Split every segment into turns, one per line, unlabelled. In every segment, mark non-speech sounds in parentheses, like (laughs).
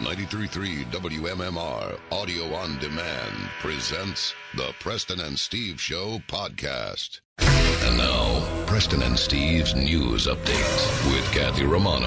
933 WMMR Audio on Demand presents the Preston and Steve Show podcast. And now, Preston and Steve's news update with Kathy Romano.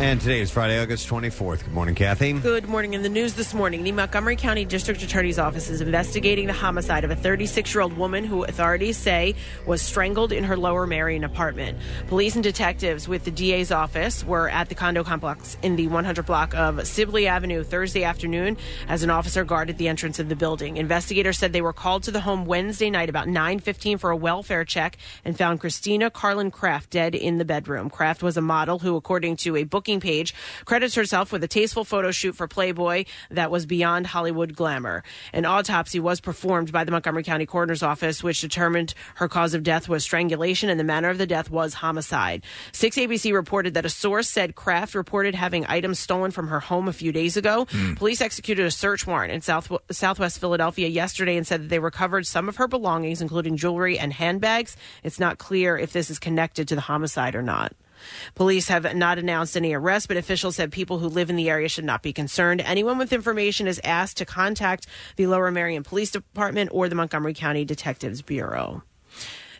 And today is Friday, August 24th. Good morning, Kathy.
Good morning. In the news this morning, the Montgomery County District Attorney's Office is investigating the homicide of a 36 year old woman who authorities say was strangled in her lower Marion apartment. Police and detectives with the DA's office were at the condo complex in the 100 block of Sibley Avenue Thursday afternoon as an officer guarded the entrance of the building. Investigators said they were called to the home Wednesday night about 9:15 for a welfare check and found Christina Carlin Kraft dead in the bedroom. Kraft was a model who, according to a booking page, credits herself with a tasteful photo shoot for Playboy that was beyond Hollywood glamour. An autopsy was performed by the Montgomery County Coroner's Office, which determined her cause of death was strangulation and the manner of the death was homicide. 6 ABC reported that a source said Kraft reported having items stolen from her home a few days ago. Police executed a search warrant in South, Southwest Philadelphia yesterday and said that they recovered some of her belongings, including jewelry and handbags. It's not clear if this is connected to the homicide or not. Police have not announced any arrests, but officials said people who live in the area should not be concerned. Anyone with information is asked to contact the Lower Marion Police Department or the Montgomery County Detectives Bureau.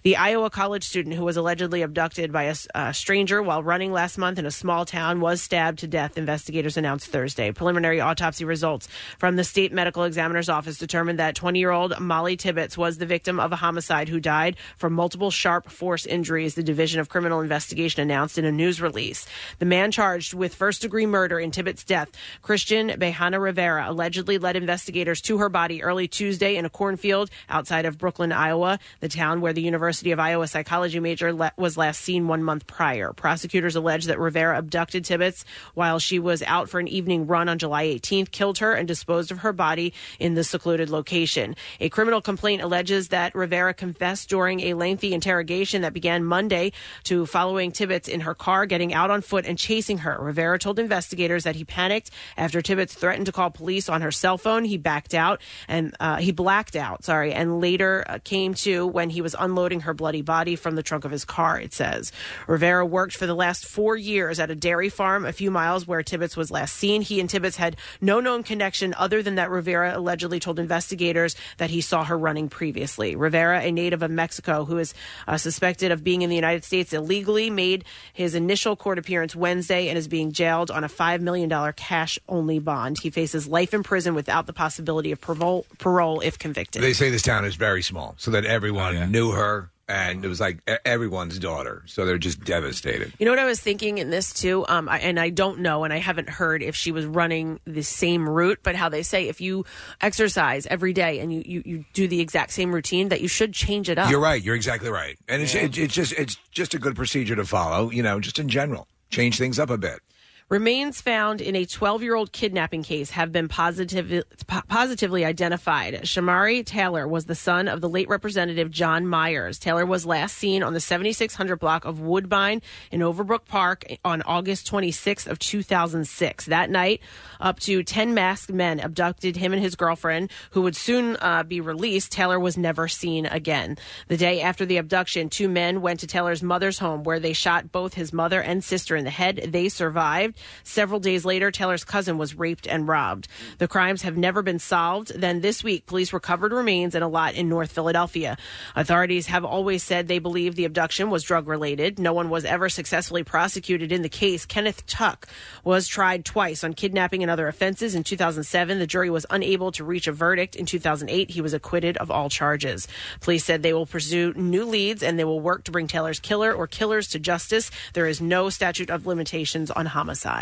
The Iowa college student who was allegedly abducted by a s- a stranger while running last month in a small town was stabbed to death, investigators announced Thursday. Preliminary autopsy results from the state medical examiner's office determined that 20 year old Molly Tibbetts was the victim of a homicide who died from multiple sharp force injuries, the Division of Criminal Investigation announced in a news release. The man charged with first degree murder in Tibbetts' death, Christian Behana Rivera, allegedly led investigators to her body early Tuesday in a cornfield outside of Brooklyn, Iowa, the town where the University of Iowa psychology major le- was last seen one month prior. Prosecutors allege that Rivera abducted Tibbetts while she was out for an evening run on July 18th, killed her, and disposed of her body in the secluded location. A criminal complaint alleges that Rivera confessed during a lengthy interrogation that began Monday to following Tibbetts in her car, getting out on foot, and chasing her. Rivera told investigators that he panicked after Tibbetts threatened to call police on her cell phone. He backed out and uh, he blacked out, sorry, and later uh, came to when he was unloading her bloody body from the trunk of his car, it says. Rivera worked for the last four years at a dairy farm a few miles where Tibbetts was last seen. He and Tibbetts had no known connection other than that Rivera allegedly told investigators that he saw her running previously. Rivera, a native of Mexico who is uh, suspected of being in the United States illegally, made his initial court appearance Wednesday and is being jailed on a $5 million cash only bond. He faces life in prison without the possibility of parole, parole if convicted.
They say this town is very small, so that everyone knew her, and it was like e- everyone's daughter. So they're just devastated.
You know what I was thinking in this too, um, I, and I don't know, and I haven't heard if she was running the same route, but how they say if you exercise every day and you, you, you do the exact same routine, that you should change it up.
You're right. You're exactly right. And it's, it's it's just it's just a good procedure to follow. You know, just in general, change things up a bit.
Remains found in a 12 year old kidnapping case have been positive, po- positively identified. Shamari Taylor was the son of the late Representative John Myers. Taylor was last seen on the 7600 block of Woodbine in Overbrook Park on August 26th of 2006. That night, up to 10 masked men abducted him and his girlfriend, who would soon uh, be released. Taylor was never seen again. The day after the abduction, two men went to Taylor's mother's home where they shot both his mother and sister in the head. They survived. Several days later, Taylor's cousin was raped and robbed. The crimes have never been solved. Then this week, police recovered remains in a lot in North Philadelphia. Authorities have always said they believe the abduction was drug related. No one was ever successfully prosecuted in the case. Kenneth Tuck was tried twice on kidnapping and other offenses in 2007. The jury was unable to reach a verdict. In 2008, he was acquitted of all charges. Police said they will pursue new leads and they will work to bring Taylor's killer or killers to justice. There is no statute of limitations on homicides.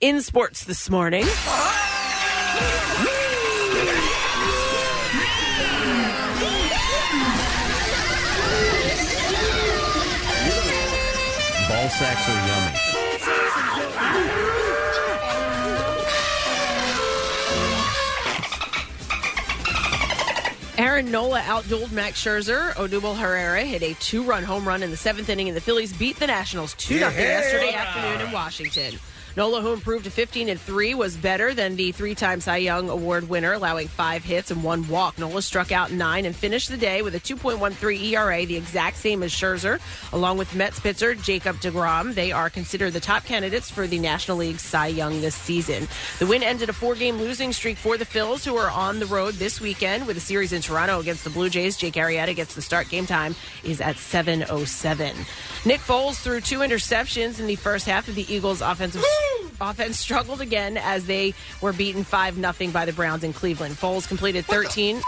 In sports this morning.
Ball sacks are yummy.
Aaron Nola outdueled Max Scherzer. Odubel Herrera hit a two-run home run in the seventh inning, and the Phillies beat the Nationals two 0
Yeah.
yesterday afternoon in Washington. Nola, who improved to 15 and 3, was better than the three time Cy Young Award winner, allowing five hits and one walk. Nola struck out nine and finished the day with a 2.13 ERA, E the exact same as Scherzer, along with Mets pitcher Jacob DeGrom. They are considered the top candidates for the National League Cy Young this season. The win ended a four game losing streak for the Phils, who are on the road this weekend with a series in Toronto against the Blue Jays. Jake Arrieta gets the start. Game time is at 7:07. Nick Foles threw two interceptions in the first half of the Eagles' offensive offense struggled again as they were beaten five 0 by the Browns in Cleveland. Foles completed 13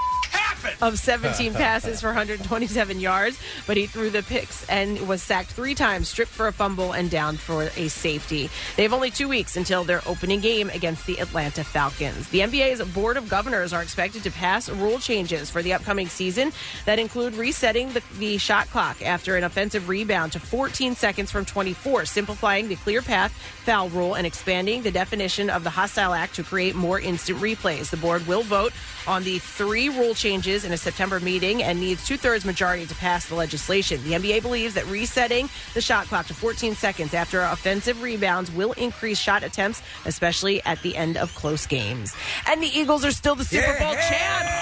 of 17 passes for 127 yards, but he threw the picks and was sacked three times, stripped for a fumble, and down for a safety. They have only two weeks until their opening game against the Atlanta Falcons. The NBA's Board of Governors are expected to pass rule changes for the upcoming season that include resetting the, the shot clock after an offensive rebound to 14 seconds from 24, simplifying the clear path foul rule and expanding the definition of the hostile act to create more instant replays. The board will vote on the three rule changes in a September meeting and needs two thirds majority to pass the legislation. The NBA believes that resetting the shot clock to 14 seconds after offensive rebounds will increase shot attempts, especially at the end of close games. And the Eagles are still the Super Bowl champs.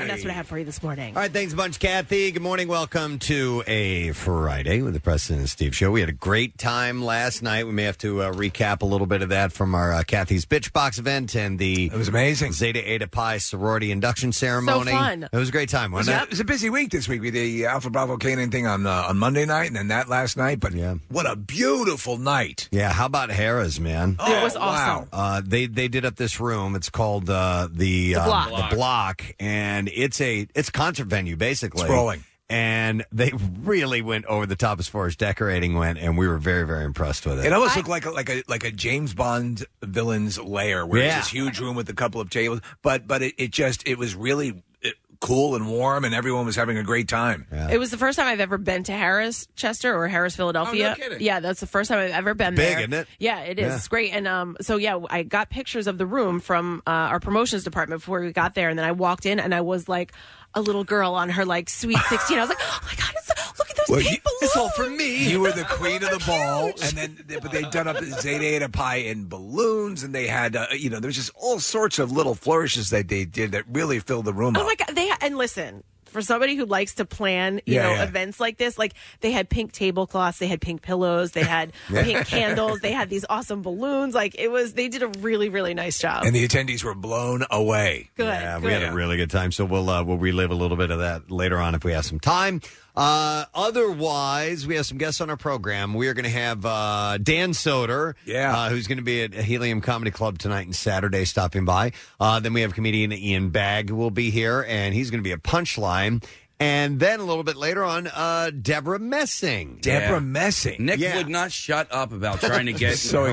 And that's what I have for you this morning.
All right, thanks a bunch, Kathy. Good morning. Welcome to a Friday with the President and Steve Show. We had a great time last night. We may have to uh, recap a little bit of that from our uh, Kathy's Bitch Box event and the it was amazing Zeta Eta Pi sorority induction ceremony.
fun.
It was a great time,
It was,
wasn't
a, it was a busy week this week with the Alpha Bravo Canaan thing on uh, on Monday night and then that last night. But what a beautiful night!
Yeah, how about Harrah's, man?
It was Oh, awesome.
Uh, they they did up this room. It's called uh, the
The
uh,
Block.
the block, and it's a it's a concert venue basically.
It's rolling.
and they (laughs) really went over the top as far as decorating went, and we were very very impressed with it.
It almost looked like a, like a like a James Bond villain's lair, where
Yeah.
it's this huge room with a couple of tables. But but it, it just it was really uh cool and warm, and everyone was having a great time.
It was the first time I've ever been to Harris, Chester, or Harris, Philadelphia.
kidding.
Yeah, that's the first time I've ever been
Big,
there.
isn't it?
Yeah, it is.
Yeah.
It's great. And um, so yeah, I got pictures of the room from uh, our promotions department before we got there, and then I walked in and I was like a little girl on her
(laughs)
like sweet sixteen. I was like, oh my god, it's, look at those
Well,
pink
you-
balloons.
it's all for me. You were the queen
(laughs)
of the ball, and then they, but they done up Zeta Eta Pi in balloons, and they had uh, you know there's just all sorts of little flourishes that they did that really filled the room
Oh
up.
my god, they and listen. For somebody who likes to plan, you
Yeah,
know,
yeah.
events like this, like they had pink tablecloths, they had pink pillows, they had
(laughs) Yeah.
pink candles, they had these awesome balloons. Like it was, they did a really, really nice job.
And the attendees were blown away.
Good,
Yeah, we had a really good time. So we'll uh, we'll relive a little bit of that later on if we have some time. Uh, otherwise, we have some guests on our program. We are going to have uh, Dan Soder, yeah, uh, who's going to be at Helium Comedy Club tonight and Saturday, stopping by. Uh, then we have comedian Ian Bagg who will be here, and he's going to be at Punchline. And then a little bit later on, uh, Deborah Messing.
Deborah
Messing.
Nick
Yeah.
would not shut up
(laughs)
about trying to get
So
her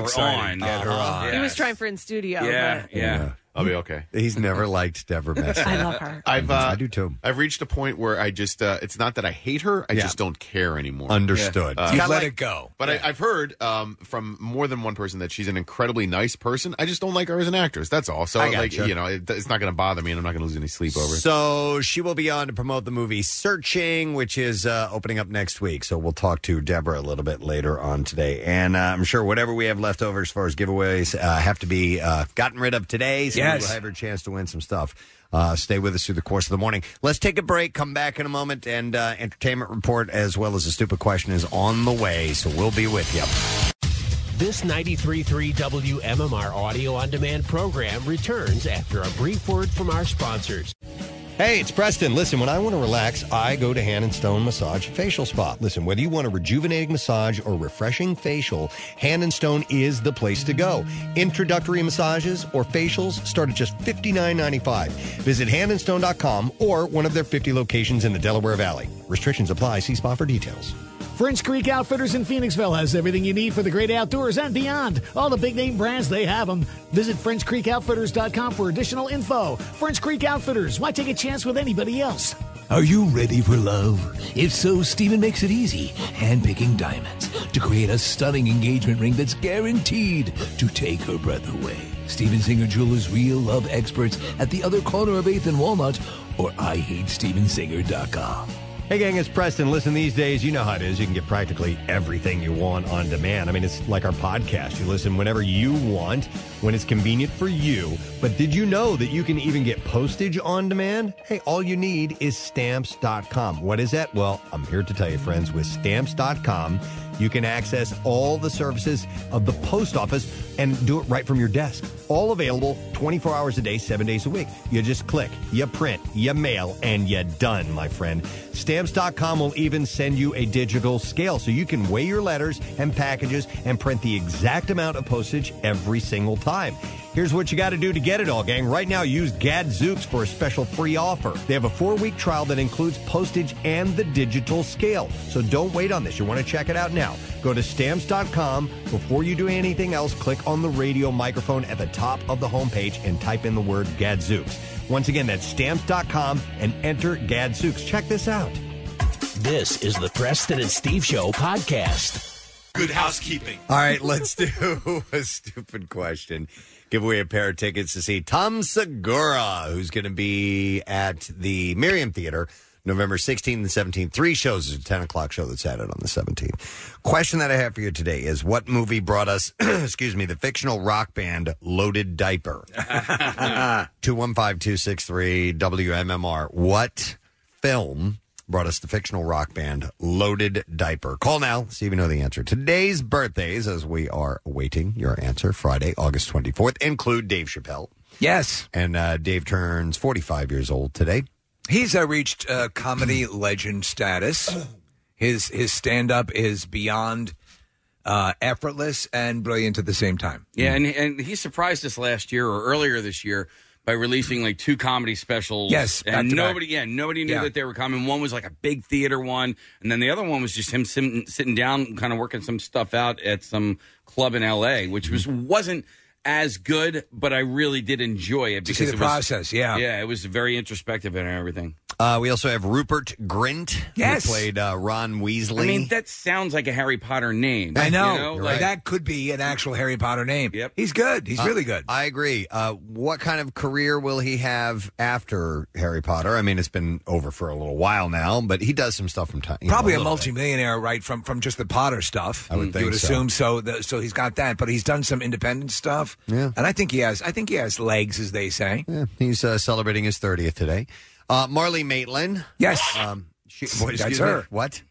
on.
excited
Uh-huh.
to get her on.
Yeah.
He was trying for in studio.
yeah,
but-
yeah.
I'll be okay.
He's never liked
(laughs)
Deborah Messing.
I love her.
I've uh,
I do too.
I've reached a point where I just uh, it's not that I hate her, I
Yeah.
just don't care anymore.
Understood.
Uh,
You've
kinda
let
like-
it go.
But I, I've heard um, from more than one person that she's an incredibly nice person. I just don't like her as an actress. That's all. So
I gotcha.
like you know, it, it's not going to bother me, and I'm not going to lose any sleep over it.
So she will be on to promote the movie Searching, which is uh, opening up next week. So we'll talk to Deborah a little bit later on today. And uh, I'm sure whatever we have left over as far as giveaways uh, have to be uh, gotten rid of today. So
Yes.
we'll have her chance to win some stuff. Uh, stay with us through the course of the morning. Let's take a break, come back in a moment, and uh, entertainment report as well as a stupid question is on the way. So we'll be with you.
This 93.3 WMMR audio on demand program returns after a brief word from our sponsors.
Hey, it's Preston. Listen, when I want to relax, I go to Hand and Stone Massage and Facial Spa. Listen, whether you want a rejuvenating massage or refreshing facial, Hand and Stone is the place to go. Introductory massages or facials start at just $59.95. Visit handandstone.com or one of their 50 locations in the Delaware Valley. Restrictions apply. See spa for details.
French Creek Outfitters in Phoenixville has everything you need for the great outdoors and beyond. All the big name brands, they have them. Visit FrenchCreekOutfitters.com for additional info. French Creek Outfitters, why take a chance with anybody else?
Are you ready for love? If so, Steven makes it easy, handpicking diamonds to create a stunning engagement ring that's guaranteed to take her breath away. Steven Singer Jewelers real love experts at the other corner of 8th and Walnut or IHateStevenSinger.com.
Hey, gang, it's Preston. Listen, these days, you know how it is. You can get practically everything you want on demand. I mean, it's like our podcast. You listen whenever you want, when it's convenient for you. But did you know that you can even get postage on demand? Hey, all you need is stamps.com. What is that? Well, I'm here to tell you, friends, with stamps.com, you can access all the services of the post office and do it right from your desk. All available 24 hours a day, seven days a week. You just click, you print, you mail, and you're done, my friend. Stamps.com will even send you a digital scale so you can weigh your letters and packages and print the exact amount of postage every single time. Here's what you got to do to get it all, gang. Right now, use Gadzooks for a special free offer. They have a four week trial that includes postage and the digital scale. So don't wait on this. You want to check it out now. Go to stamps.com. Before you do anything else, click on the radio microphone at the top of the homepage and type in the word Gadzooks. Once again, that's stamps.com and enter Gadzooks. Check this out.
This is the Preston and Steve Show podcast.
Good housekeeping.
All right, let's do (laughs) a stupid question. Give away a pair of tickets to see Tom Segura, who's going to be at the Miriam Theater November 16th and 17th. Three shows. There's a 10 o'clock show that's added on the 17th. Question that I have for you today is what movie brought us, (clears throat) excuse me, the fictional rock band Loaded Diaper? (laughs) 215 263 WMMR. What film brought us the fictional rock band Loaded Diaper? Call now, see if you know the answer. Today's birthdays, as we are awaiting your answer, Friday, August 24th, include Dave Chappelle.
Yes.
And uh, Dave turns 45 years old today.
He's uh, reached uh, comedy legend status. His his stand up is beyond uh, effortless and brilliant at the same time.
Yeah, and and he surprised us last year or earlier this year by releasing like two comedy specials.
Yes, back
and
to back.
nobody, yeah, nobody knew
Yeah.
that they were coming. One was like a big theater one, and then the other one was just him sitting, sitting down, kind of working some stuff out at some club in L.A., which was
Mm-hmm.
wasn't as good, but I really did enjoy it
To see the
it was-
process, yeah.
yeah, it was very introspective and everything.
Uh, we also have Rupert Grint,
Yes.
who played uh, Ron Weasley.
I mean, that sounds like a Harry Potter name.
I know.
you
Like,
like-
That could be an actual Harry Potter name. Yep. He's good. He's
Uh,
really good.
I agree. Uh, what kind of career will he have after Harry Potter? I mean, it's been over for a little while now, but he does some stuff from time. you know,
Probably a
little bit.
multimillionaire, right? From from just the Potter stuff.
I would think
you would
so.
assume so. The, so he's got that, but he's done some independent stuff.
Yeah.
and I think he has. I think he has legs, as they say.
Yeah, he's uh, celebrating his 30th today. Uh, Marley Maitland.
Yes.
Um,
(laughs)
she,
That's
boy, excuse me,
her.
What?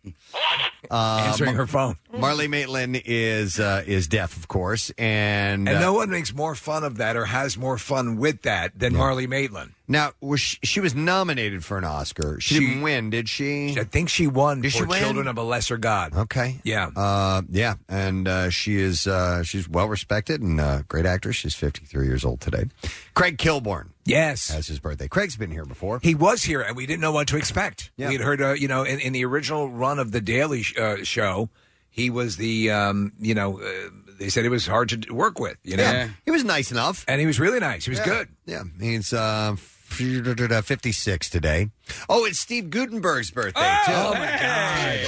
Uh,
(laughs) Answering her phone.
Marley Maitland is uh, is deaf, of course, and,
And
uh,
no one makes more fun of that or has more fun with that than Marley Maitland.
Now, was she, she was nominated for an Oscar. She, didn't win, did she?
I think she won
Did
for
she win?
Children of a Lesser God.
Okay.
Yeah.
Uh, yeah, and uh, she is uh, she's well respected and uh, great actress. She's 53 years old today. Craig Kilborn.
Yes.
Has his birthday. Craig's been here before.
He was here, and we didn't know what to expect. We had heard, uh, you know, in, in the original run of the Daily Sh- uh, Show, he was the, um, you know, uh, they said it was hard to d- work with. You know,
Yeah. He was nice enough,
and he was really nice. He was
Yeah.
good.
Yeah, he's uh, 56 today. Oh, it's Steve Gutenberg's birthday, too. Oh, my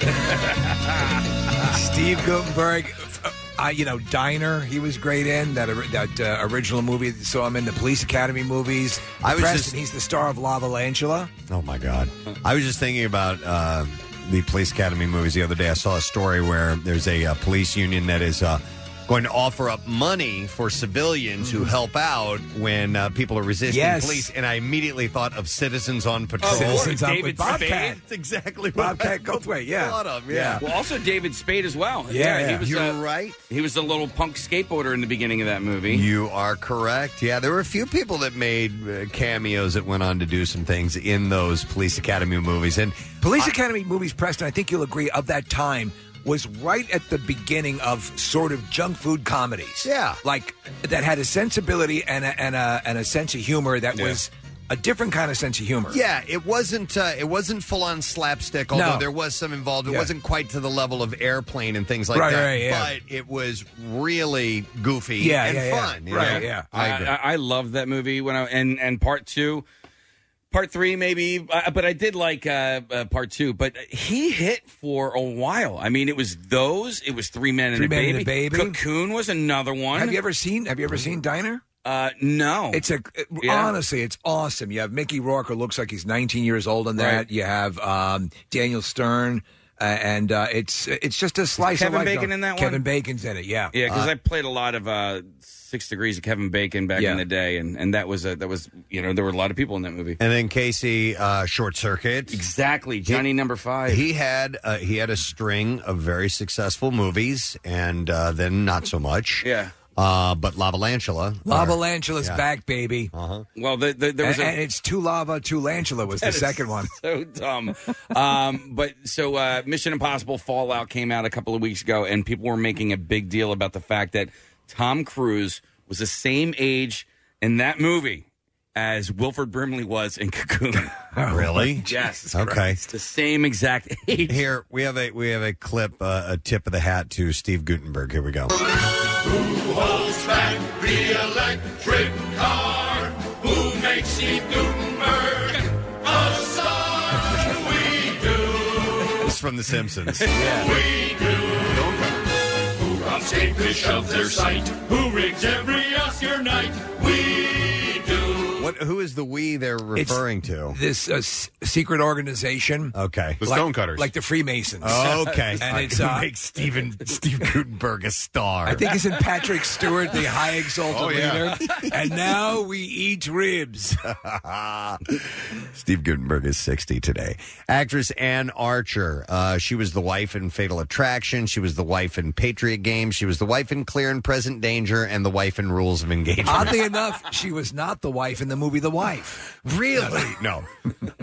(laughs)
God. Steve Gutenberg, f- uh, you know, Diner, he was great in that ori- that uh, original movie. that Saw him in the Police Academy movies.
I was
Preston,
just-
he's the star of Lava Langela.
Oh my God! I was just thinking about uh, the police academy movies the other day. I saw a story where there's a uh, police union that is uh, going to offer up money for civilians who help out when uh, people are resisting
Yes.
police, and I immediately thought of Citizens on Patrol.
Citizens on with Bobcat.
That's exactly
what
Bobcat Goldthwait. Yeah,
Thought of, yeah.
Well, also David Spade as well.
Yeah,
he
yeah.
was.
You're
uh,
right.
He was the little punk skateboarder in the beginning of that movie.
You are correct. Yeah, there were a few people that made uh, cameos that went on to do some things in those police academy movies, and
Police Academy movies, Preston, I think you'll agree, of that time was right at the beginning of sort of junk food comedies. Yeah. Like that had a sensibility and a, and a, and a sense of humor that
Yeah.
was a different kind of sense of humor.
Yeah, it wasn't uh, it wasn't full on slapstick. Although
No.
there was some involved, it
Yeah.
wasn't quite to the level of airplane and things like
Right,
that.
right, yeah.
But it was really goofy
Yeah,
and
yeah, yeah.
fun. you know?
I
agree.
I, I loved that movie when I and and part two, part three maybe, uh, but I did like uh, uh, part two. But he hit for a while. I mean, it was those. It was Three Men and,
Three
a,
Men
baby.
and a Baby.
Cocoon was another one.
Have you ever seen Have you ever seen Diner?
Uh, no.
It's a
Yeah.
honestly, it's awesome. You have Mickey Rourke, who looks like he's 19 years old on that.
Right.
You have um, Daniel Stern, uh, and uh, it's it's just a slice
Kevin
of life.
Bacon in that one?
Kevin Bacon's in it. Yeah,
Yeah, because
Uh,
I played a lot of uh, Six Degrees of Kevin Bacon back
Yeah.
in the day, and, and that was a, that was you know there were a lot of people in that movie.
And then Casey uh, Short Circuit.
Exactly, Johnny Number Five.
He had uh, he had a string of very successful movies, and uh, then not so much.
Yeah.
Uh, but Uh, Lava Lantula.
Lava
or-
Lantula's
yeah.
back, baby.
Uh-huh.
Well, the, the, there was
and,
a-
and it's two lava, two lantula was
That
the
is
second one.
(laughs) So dumb. Um, but so uh, Mission Impossible Fallout came out a couple of weeks ago, and people were making a big deal about the fact that Tom Cruise was the same age in that movie as Wilford Brimley was in
(laughs)
Cocoon.
Oh, Really?
yes.
Okay.
It's the same exact age.
Here we have a we have a clip, uh, a tip of the hat to Steve Gutenberg. Here we go.
Who holds back the electric car? Who makes Steve Gutenberg a star? We do.
It's from
(laughs)
The Simpsons.
We do. Who robs Capefish of their sight? Who rigs every Oscar night? We do.
What? Who is the we they're referring to?
This uh, s- secret organization.
Okay,
Like- like the Freemasons.
Okay,
and
I
it's
can
uh,
make Steven Steve Gutenberg a star.
I think isn't Patrick Stewart the high exalted
Oh, yeah.
leader? And now we eat ribs.
(laughs) Steve Gutenberg is 60 today. Actress Ann Archer. Uh, she was the wife in Fatal Attraction. She was the wife in Patriot Game. She was the wife in Clear and Present Danger and the wife in Rules of Engagement.
Oddly enough, she was not the wife in the movie The Wife.
Really? (laughs) No.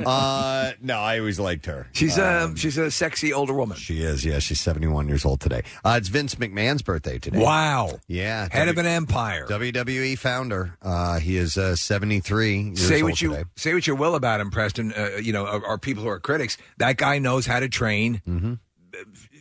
uh, no, I always liked her. Um,
She's a she's a sexy older woman.
She is, yeah. She's 71 years old today. Uh, it's Vince McMahon's birthday today.
Wow.
Yeah.
Head of an empire.
WWE founder. Uh, he is uh, 73 years
say
old
what you
today.
say what you will about him, Preston. Uh, you know, are, are people who are critics. That guy knows how to train.
Mm-hmm.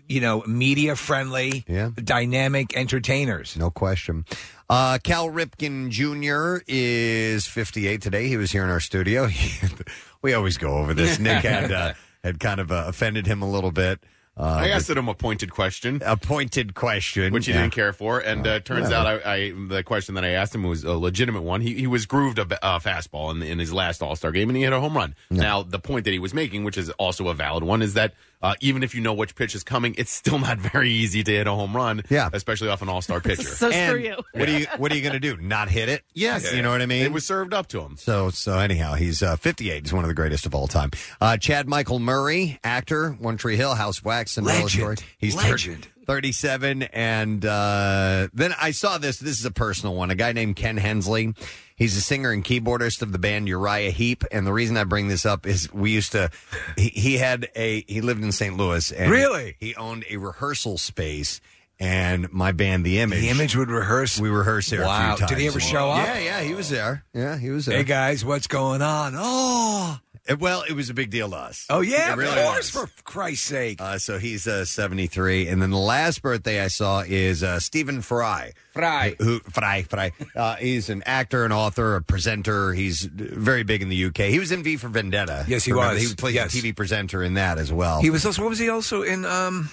You know, media friendly, dynamic entertainers.
No question. Uh, Cal Ripken Jr. is 58 today. He was here in our studio. (laughs) we always go over this. Nick
(laughs)
had uh, had kind of uh, offended him a little bit. Uh,
I asked
with
him a pointed question.
a pointed question,
Which he
Yeah.
didn't care for, and uh, turns out I, I the question that I asked him was a legitimate one. He he was grooved a ba- uh, fastball in, in his last All Star game, and he hit a home run. Now the point that he was making, which is also a valid one, is that uh, even if you know which pitch is coming, it's still not (laughs) very easy to hit a home run, yeah. especially off an All Star pitcher.
And What are you What are you going to do? Not hit it?
Yes.
You know what I mean.
It was served up to him.
So so anyhow, he's uh, 58. He's one of the greatest of all time. Uh, Chad Michael Murray, actor, One Tree Hill, House of Wax, Cinderella
Legend.
Story. He's thir-
Legend.
37, and uh, then I saw this. This is a personal one. A guy named Ken Hensley. He's a singer and keyboardist of the band Uriah Heep. And the reason I bring this up is we used to. He, he had a. He lived in St. Louis. And
Really?
He owned a rehearsal space. And my band, The Image. The Image
would rehearse.
We rehearsed there.
Wow.
A few times.
Did he ever show up?
Yeah, yeah. He was there. Yeah, he was there.
Hey guys, what's going on? Oh,
It- well, it was a big deal to us.
oh yeah,
It really
of course,
was.
for Christ's sake.
Uh, so he's uh, 73. And then the last birthday I saw is uh, Stephen Fry.
Fry.
Who, Fry, Fry. Uh, he's an actor, an author, a presenter. He's very big in the UK. He was in V for Vendetta.
Yes, he
Remember,
was.
He played
Yes.
a TV presenter in that as well.
He was also. What was he also in? Um,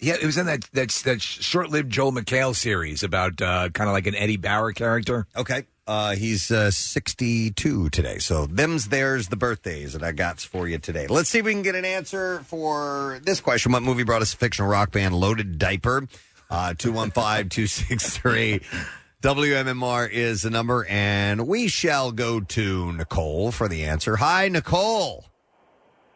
yeah, it was in that that that short-lived Joel McHale series about uh, kind of like an Eddie Bauer character.
Okay. Uh, he's uh, 62 today. So them's there's the birthdays that I got for you today. Let's see if we can get an answer for this question. What movie brought us a fictional rock band, Loaded Diaper? Uh, 215 263 WMMR is the number. And we shall go to Nicole for the answer. Hi, Nicole.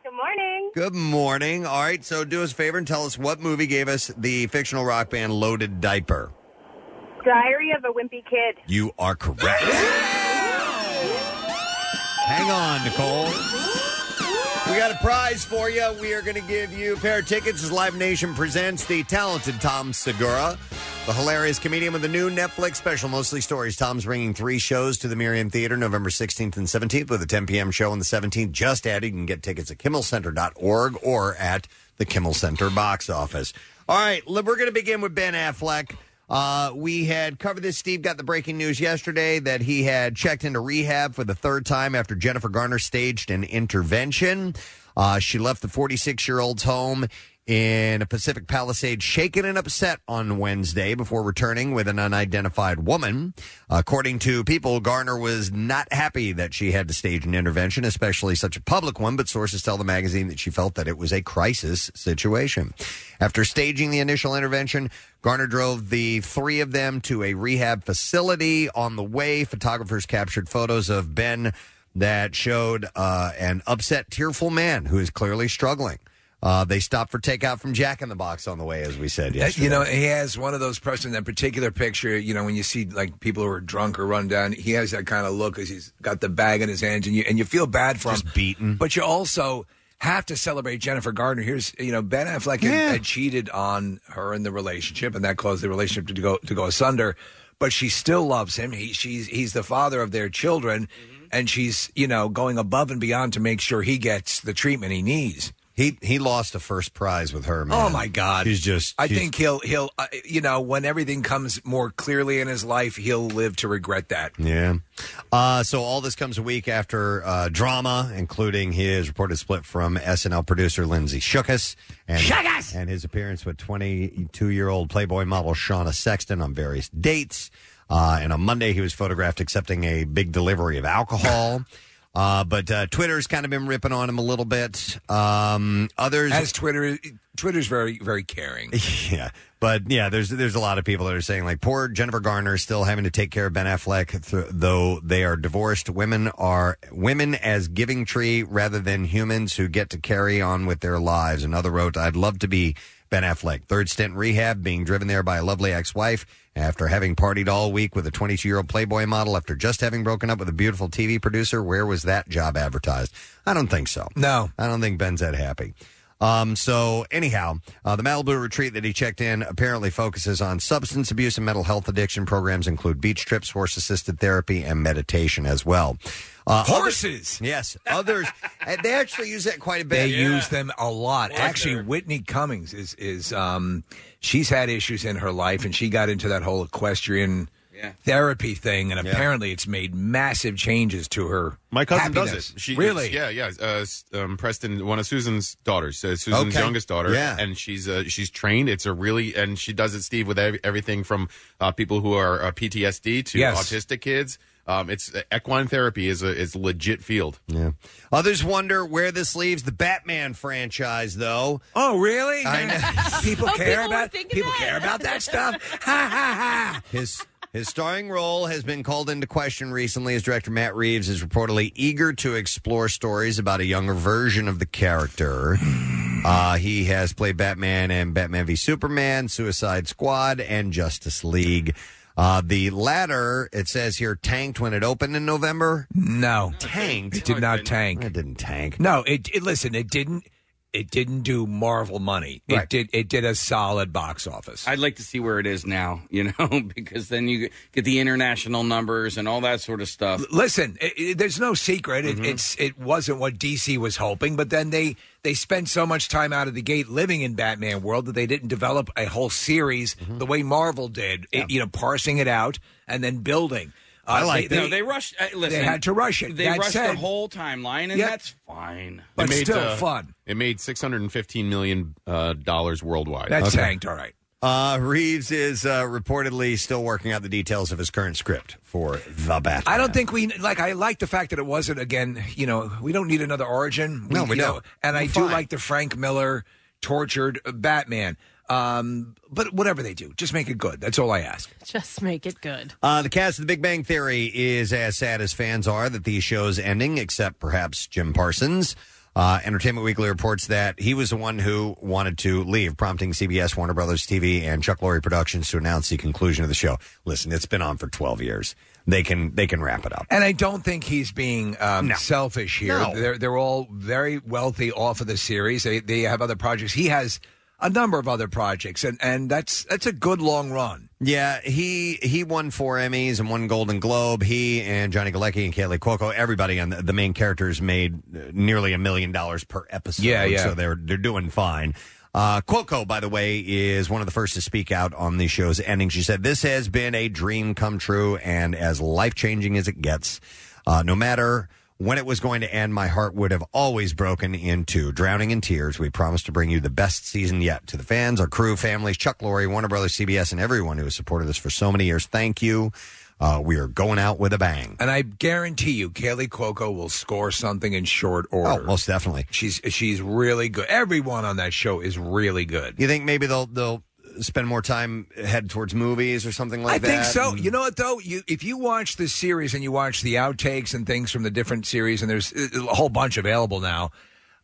Good morning.
Good morning. All right. So do us a favor and tell us what movie gave us the fictional rock band, Loaded Diaper.
Diary of a Wimpy Kid.
You are correct. Hang on, Nicole. We got a prize for you. We are going to give you a pair of tickets as Live Nation presents the talented Tom Segura, the hilarious comedian with a new Netflix special, Mostly Stories. Tom's bringing three shows to the Miriam Theater November 16th and 17th with a 10 p.m. show on the 17th. Just added. You can get tickets at kimmelcenter.org or at the Kimmel Center box office. (laughs) All right, l- we're going to begin with Ben Affleck. Uh, we had covered this. Steve got the breaking news yesterday that he had checked into rehab for the third time after Jennifer Garner staged an intervention. Uh, she left the 46 year old's home in a Pacific Palisade shaken and upset on Wednesday before returning with an unidentified woman. According to people, Garner was not happy that she had to stage an intervention, especially such a public one, but sources tell the magazine that she felt that it was a crisis situation. After staging the initial intervention, Garner drove the three of them to a rehab facility. On the way, photographers captured photos of Ben that showed uh, an upset, tearful man who is clearly struggling. Uh, they stopped for takeout from Jack in the Box on the way, as we said
Uh,
yesterday.
You know, he has one of those person that particular picture. You know, when you see like people who are drunk or run down, he has that kind of look as he's got the bag in his hands, and you and you feel bad for him,
beaten.
But you also have to celebrate Jennifer Gardner. Here's you know Ben Affleck had- had, cheated on her in the relationship, and that caused the relationship to go to go asunder. But she still loves him. He she's he's the father of their children,
Mm-hmm.
and she's you know going above and beyond to make sure he gets the treatment he needs.
He he lost a first prize with her. Man.
Oh my God,
She's just.
I
she's-
think he'll he'll uh, you know when everything comes more clearly in his life, he'll live to regret that.
Yeah. Uh, so all this comes a week after uh, drama, including his reported split from SNL producer Lindsay Shookus and, and his appearance with 22 year old Playboy model Shauna Sexton on various dates. Uh, and on Monday, he was photographed accepting a big delivery of alcohol. Uh, but uh, Twitter's kind of been ripping on him a little bit. Um, others,
As Twitter Twitter's very very caring.
(laughs) yeah, but yeah, there's there's a lot of people that are saying like poor Jennifer Garner is still having to take care of Ben Affleck, th- though they are divorced. Women are women as giving tree rather than humans who get to carry on with their lives. Another wrote, "I'd love to be Ben Affleck, third stint in rehab, being driven there by a lovely ex-wife after having partied all week with a 22-year-old Playboy model after just having broken up with a beautiful TV producer. Where was that job advertised? I don't think so.
No,
I don't think Ben's that happy." Um, so, anyhow, uh, the Malibu retreat that he checked in apparently focuses on substance abuse and mental health addiction. Programs include beach trips, horse assisted therapy, and meditation as well. Uh,
Horses.
yes. Others. and they actually use that quite a bit.
They use them a lot. Actually, Whitney Cummings is is um she's had issues in her life, and she got into that whole equestrian
Yeah.
therapy thing, and apparently it's made massive changes to her.
My cousin
happiness.
does it. She
really?
Yeah, yeah. Uh, S- um, Preston, one of Susan's daughters, uh, Susan's
Okay.
youngest daughter.
Yeah.
and she's uh, she's trained. It's a really and she does it, Steve, with ev- everything from uh, people who are uh, PTSD to
Yes.
autistic kids. Um, it's uh, equine therapy is a is a legit field.
Yeah. Others wonder where this leaves the Batman franchise, though.
Oh, really? (laughs) people
(laughs) Oh,
care
people were
about
thinking
people
that.
care about that stuff. Ha ha ha!
His his starring role has been called into question recently as director Matt Reeves is reportedly eager to explore stories about a younger version of
(sighs)
the character. Uh, he has played Batman and Batman v Superman, Suicide Squad, and Justice League. Uh, the latter, it says here, tanked when it opened in November.
No,
tanked.
It did not tank.
It didn't tank.
No, it, it listen, it didn't it didn't do Marvel money. It did it did a solid box office.
I'd like to see where it is now, you know, (laughs) because then you get the international numbers and all that sort of stuff.
Listen, it, it- there's no secret. It, It's it wasn't what DC was hoping, but then they they spent so much time out of the gate living in Batman world that they didn't develop a whole series the way Marvel did. It- you know, parsing it out and then building. Uh,
that. No, they rushed. uh, listen,
they had to rush it.
They
That
rushed
said-
the whole timeline, and
Yeah.
that's fine.
It made, uh, It made six hundred and fifteen million uh, dollars worldwide.
That Okay. tanked,
all right.
Uh, Reeves is uh, reportedly still working out the details of his current script for The Batman.
I don't think we like. I like the fact that it wasn't again. You know, we don't need another origin.
No,
you
we
know,
don't.
and I
We're
do
fine.
like the Frank Miller tortured uh, Batman. Um, but whatever they do, just make it good. That's all I ask.
(laughs) Just make it good.
Uh, the cast of The Big Bang Theory is as sad as fans are that the show's ending, except perhaps Jim Parsons. Uh, Entertainment Weekly reports that he was the one who wanted to leave, prompting CBS, Warner Brothers TV, and Chuck Lorre Productions to announce the conclusion of the show. Listen, it's been on for twelve years. They can they can wrap it up.
And I don't think he's being um, selfish here.
No.
They're they're all very wealthy off of the series. They they have other projects. He has a number of other projects, and and that's that's a good long run.
Yeah, he he won four Emmys and one Golden Globe. He and Johnny Galecki and Kaylee Cuoco, everybody on the, the main characters made uh, nearly a million dollars per episode.
Yeah, yeah.
So they're they're doing fine. Uh, Cuoco, by the way, is one of the first to speak out on the show's ending. She said, "This has been a dream come true, and as life changing as it gets, uh, no matter." when it was going to end, my heart would have always broken in two. Drowning in tears, we promise to bring you the best season yet. To the fans, our crew, families, Chuck Lorre, Warner Brothers, CBS, and everyone who has supported us for so many years, thank you. Uh, we are going out with a bang.
And I guarantee you, Kaylee Cuoco will score something in short order.
Oh, most definitely.
She's she's really good. Everyone on that show is really good.
You think maybe they'll they'll spend more time head towards movies or something like
I
that? Mm.
think so. You know what though? You if you watch the series and you watch the outtakes and things from the different series, and there's uh, a a whole bunch available now.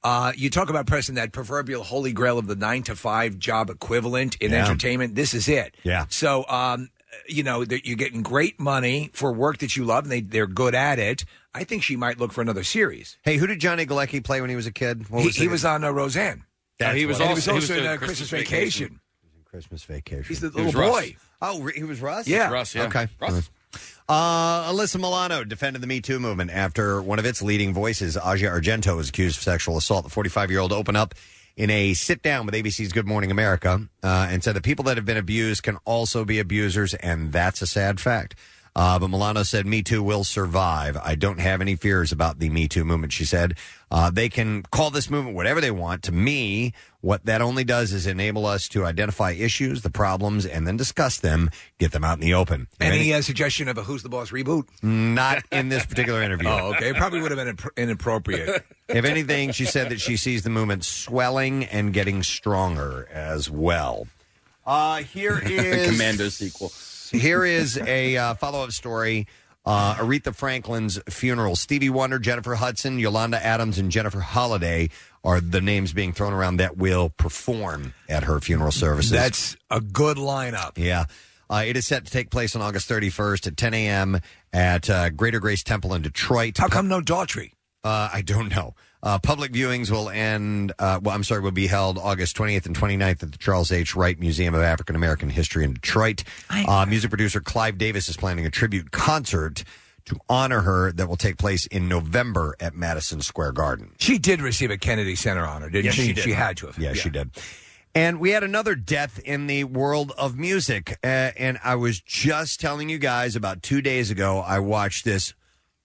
Uh, you talk about pressing that proverbial holy grail of the nine to five job equivalent in
Yeah.
entertainment. This is it.
Yeah.
So, um, you know, that you're getting great money for work that you love, and they they're good at it. I think she might look for another series.
Hey, who did Johnny Galecki play when he was a kid? What
he,
was
he
it?
was on uh, Roseanne.
That's
he was
what it
also,
was.
he was
He was
in
doing
uh,
Christmas
Christmas Vacation.
Christmas Vacation.
He's the
He was
little
Russ.
boy.
Oh, he was Russ.
Yeah.
Okay. Uh, Alyssa Milano defended the Me Too movement after one of its leading voices, Aja Argento, was accused of sexual assault. The 45 year old opened up in a sit down with ABC's Good Morning America uh, and said that people that have been abused can also be abusers, and that's a sad fact. Uh, but Milano said, Me Too will survive. I don't have any fears about the Me Too movement, she said. Uh, they can call this movement whatever they want. To me, what that only does is enable us to identify issues, the problems, and then discuss them, get them out in the open.
Any uh, suggestion of a Who's the Boss reboot?
Not in this particular interview.
Oh, okay. It probably would have been impr- inappropriate.
(laughs) If anything, she said that she sees the movement swelling and getting stronger as well. Uh,
(laughs)
here
(laughs)
is
Commando sequel.
Here is a uh, follow up story. Uh, Aretha Franklin's funeral. Stevie Wonder, Jennifer Hudson, Yolanda Adams, and Jennifer Holliday are the names being thrown around that will perform at her funeral services.
That's a good lineup.
Yeah. Uh, it is set to take place on August 31st at 10 a.m. at uh, Greater Grace Temple in Detroit. How
come no Daughtry?
Uh, I don't know. Uh, public viewings will end, uh, well, I'm sorry, will be held August 28th and 29th at the Charles H. Wright Museum of African American History in Detroit. Uh, music producer Clive Davis is planning a tribute concert to honor her that will take place in November at Madison Square Garden.
She did receive a Kennedy Center honor, didn't
Yes,
she?
she did.
had to have.
Yes, she did. And we had another death in the world of music. Uh, and I was just telling you guys about two days ago, I watched this